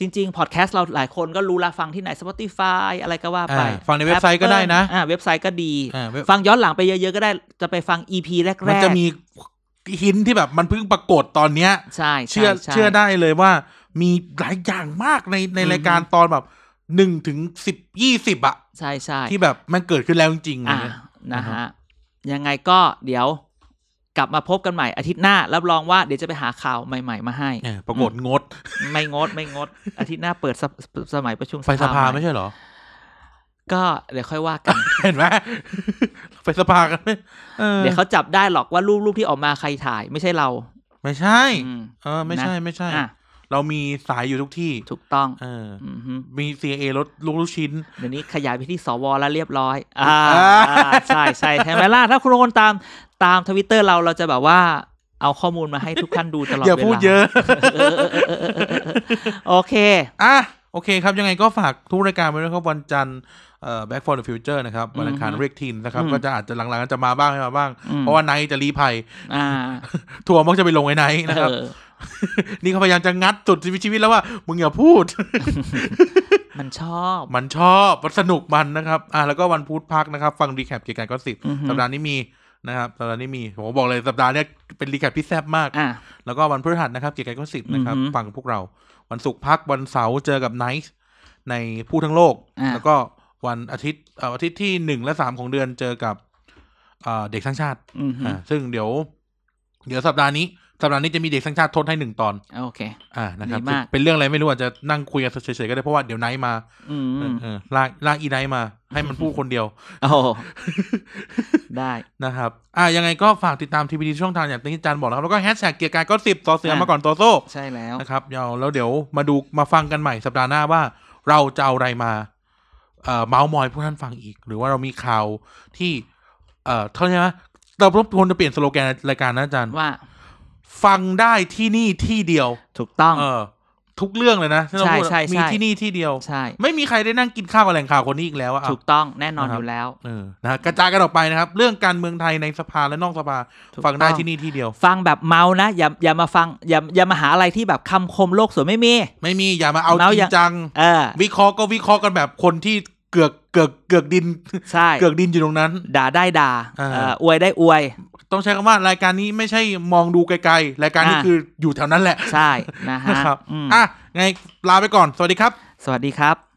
Speaker 1: จริง ๆ พอดแคสต์เราหลายคนก็รู้ละฟังที่ไหน Spotify อะไรก็ว่าไป
Speaker 2: อ่าฟังในเว็บไซต์ก็ได้นะ
Speaker 1: อ่าเว็บไซต์ก็ดี
Speaker 2: อ่าเว็บ
Speaker 1: ฟังย้อนหลังไปเยอะ ๆ ก็ได้จะไปฟัง EP แรกๆ
Speaker 2: มันจะมีหินที่แบบมันเพิ่งปรากฏตอนเนี้ย
Speaker 1: ใช่ใ
Speaker 2: เชื่อ
Speaker 1: ใช่
Speaker 2: เชื่อได้เลยว่ามีหลายอย่างมากในใน
Speaker 1: อืม
Speaker 2: รายการตอนแบบหนึ่งถึงสิบยี่สิบอะ
Speaker 1: ใช่ใช่
Speaker 2: ที่แบบมันเกิดขึ้นแล้วจริงๆอะ
Speaker 1: อ่า
Speaker 2: ไรเงี้ย
Speaker 1: นะ
Speaker 2: อ่า
Speaker 1: ฮะ
Speaker 2: ฮะ
Speaker 1: ยังไงก็เดี๋ยวกลับมาพบกันใหม่อาทิตย์หน้า รับรองว่าเดี๋ยวจะไปหาข่าวใหม่ ๆ มาให้
Speaker 2: เออปรากฏงด
Speaker 1: ไม่งดไม่งด อาทิตย์หน้าเปิดสภสมัยประชุม
Speaker 2: ไปสภา
Speaker 1: ให
Speaker 2: ไม่ใช่เหรอ
Speaker 1: ก็เดี๋ยวค่อยว่า กัน
Speaker 2: เห็นไหม ไปสภากันไหมเออ
Speaker 1: เดี๋ยวเขาจับได้หรอกว่ารูปรูปที่ออกมาใครถ่าย ไม่ใช่เรา
Speaker 2: ไม่ใช่
Speaker 1: อืม
Speaker 2: เออไม่ใช่
Speaker 1: นะ
Speaker 2: ไม่ใช่
Speaker 1: อ่ะ
Speaker 2: เรามีสายอยู่ทุกที่
Speaker 1: ถูกต้อง
Speaker 2: เอออ
Speaker 1: อฮึ
Speaker 2: มี CIA รถลูกลูกชิ้น
Speaker 1: เดี๋ยวนี้ขยายไปที่สวแล้วเรียบร้อย อ่า
Speaker 2: อ่า
Speaker 1: อ่าใช่ใช่ใช่ไหมล่ะถ้าคุณคนตามตามทวิตเตอร์เราเราจะแบบว่า เอาข้อมูลมาให้ทุกท่านดูตลอดเวลา
Speaker 2: อย่าพูดเยอะ
Speaker 1: เออเออเออเออเออเออโอเค
Speaker 2: อ่ะโอเคครับ ยังไงก็ฝากทุกรายการไว้ด้วยครับวันจันทร์เอ่อ Back for the Future นะครับวันอังคาร
Speaker 1: อือฮึ
Speaker 2: เรียกทีนนะครับ
Speaker 1: อืม
Speaker 2: ก็จะอาจจะหลังๆอาจจะมาบ้างไม่มาบ้าง
Speaker 1: อืม
Speaker 2: เพราะว่าไนท์จะรีภัย
Speaker 1: อ่า
Speaker 2: ทัวร์มักจะไปลงไอ้ไนท์นะครับ
Speaker 1: เออ
Speaker 2: นี่เขาพยายามจะงัดจุดชีวิตแล้วว่า มึงอย่าพู ด
Speaker 1: มันชอบ
Speaker 2: มันชอบ มันสนุกมันนะครับอ่ะแล้วก็วันพุธพักนะครับ ฟังรีแคปเกี่ยวกับก็สิบ
Speaker 1: อือฮึ
Speaker 2: สัปดาห์นี้มีนะครับสัปดาห์นี้มีผมบอกเลยสัปดาห์เนี้ยเป็นรีแคปที่แซ่บมาก
Speaker 1: อ่ะ
Speaker 2: แล้วก็วันพฤหัสนะครับ เกี่ยวกับก็สิบนะครับ
Speaker 1: อือหือ
Speaker 2: ฟังพวกเรา วันศุกร์พักวันเสาร์เจอกับไนท์ในผู้ทั้งโลก
Speaker 1: อ่า
Speaker 2: แล้วก็วันอาทิตย์เอ่ออาทิตย์ที่หนึ่งและสามของเดือนเจอกับเอ่อเด็กสร้างชาติ
Speaker 1: อือฮึ
Speaker 2: อ่าซึ่งเดี๋ยว เดี๋ยวสัปดาห์นี้ สัปดาห์นี้จะมีเด็กสร้างชาติทดให้หนึ่งตอน
Speaker 1: โอเค
Speaker 2: อ่านะครับ
Speaker 1: ดีมาก
Speaker 2: เป็นเรื่องอะไรไม่รู้อาจจะนั่งคุยกันเฉยๆก็ได้เพราะว่าเดี๋ยวไนท์มา
Speaker 1: อื
Speaker 2: เอ
Speaker 1: ม
Speaker 2: อเออลากลากอีไนท์มา ให้มันพูดคนเดียว
Speaker 1: โอ้โหได้
Speaker 2: นะครับอ่ายังไงก็ฝากติดตามทีวีช่องทางอย่างที่อาจารย์บอกนะครับแล้วก็แฮชแท็กเกียร์กายก็สิบต่อเสือมาก่อนต่อโซ่
Speaker 1: ใช่แล้ว
Speaker 2: นะครับเดี๋ยวแล้วเดี๋ยวมาดูมาฟังกันใหม่สัปดาห์หน้าว่า เราจะเอาอะไรมาเอ่อเมาส์มอยพวกท่านฟังอีก หรือว่าเรามีข่าวที่ เอ่อเท่านี้นะเราต้องควรจะเปลี่ยนสโลแกนรายการนะอาจารย์
Speaker 1: ว่า
Speaker 2: ฟังได้ที่นี่ที่เดียว
Speaker 1: ถูกต้อง
Speaker 2: เออ ทุกเรื่องเลยนะที่เราพูด
Speaker 1: ใช่ใช่ใช่
Speaker 2: มีที่นี่ที่เดียว
Speaker 1: ใช่
Speaker 2: ไม่มีใครได้นั่งกินข้าวกับแหล่งข่าวคนนี้อีกแล้วอะ
Speaker 1: ถูกต้องแน่นอน
Speaker 2: นะครั
Speaker 1: อ
Speaker 2: บ
Speaker 1: ยู่แล้ว
Speaker 2: เออนะฮะกระจายกันออกไปนะครับ เรื่องการเมืองไทยในสภาและนอกสภา
Speaker 1: ถูก
Speaker 2: ฟังได้
Speaker 1: ต้อง
Speaker 2: ที่นี่ที่เดียว
Speaker 1: ฟังแบบเมานะ อย่าอย่ามาฟังอย่าอย่ามาหาอะไรที่แบบคำคมโลกสวยไม่มี
Speaker 2: ไม่มีอย่ามาเอา
Speaker 1: เมา
Speaker 2: จ
Speaker 1: ส์
Speaker 2: ริ
Speaker 1: อง ย่าง
Speaker 2: จัง
Speaker 1: เออ
Speaker 2: วิเคราะห์ก็วิเคราะห์กันแบบคนที่เกือกเกือกเกือกดิน
Speaker 1: ใช่
Speaker 2: เกือกดินอยู่ตรงนั้น
Speaker 1: ด่าได้ด่า
Speaker 2: เออ
Speaker 1: เอออวยได้อวย
Speaker 2: ต้องใช้คำว่ารายการนี้ไม่ใช่มองดูไกลๆ รายการนี้
Speaker 1: อ่า
Speaker 2: คืออยู่แถวนั้นแหละ
Speaker 1: ใช่นะฮะ
Speaker 2: นะครับ
Speaker 1: อืม
Speaker 2: อ่ะไงลาไปก่อน สวัสดีครับ
Speaker 1: สวัสดีครับ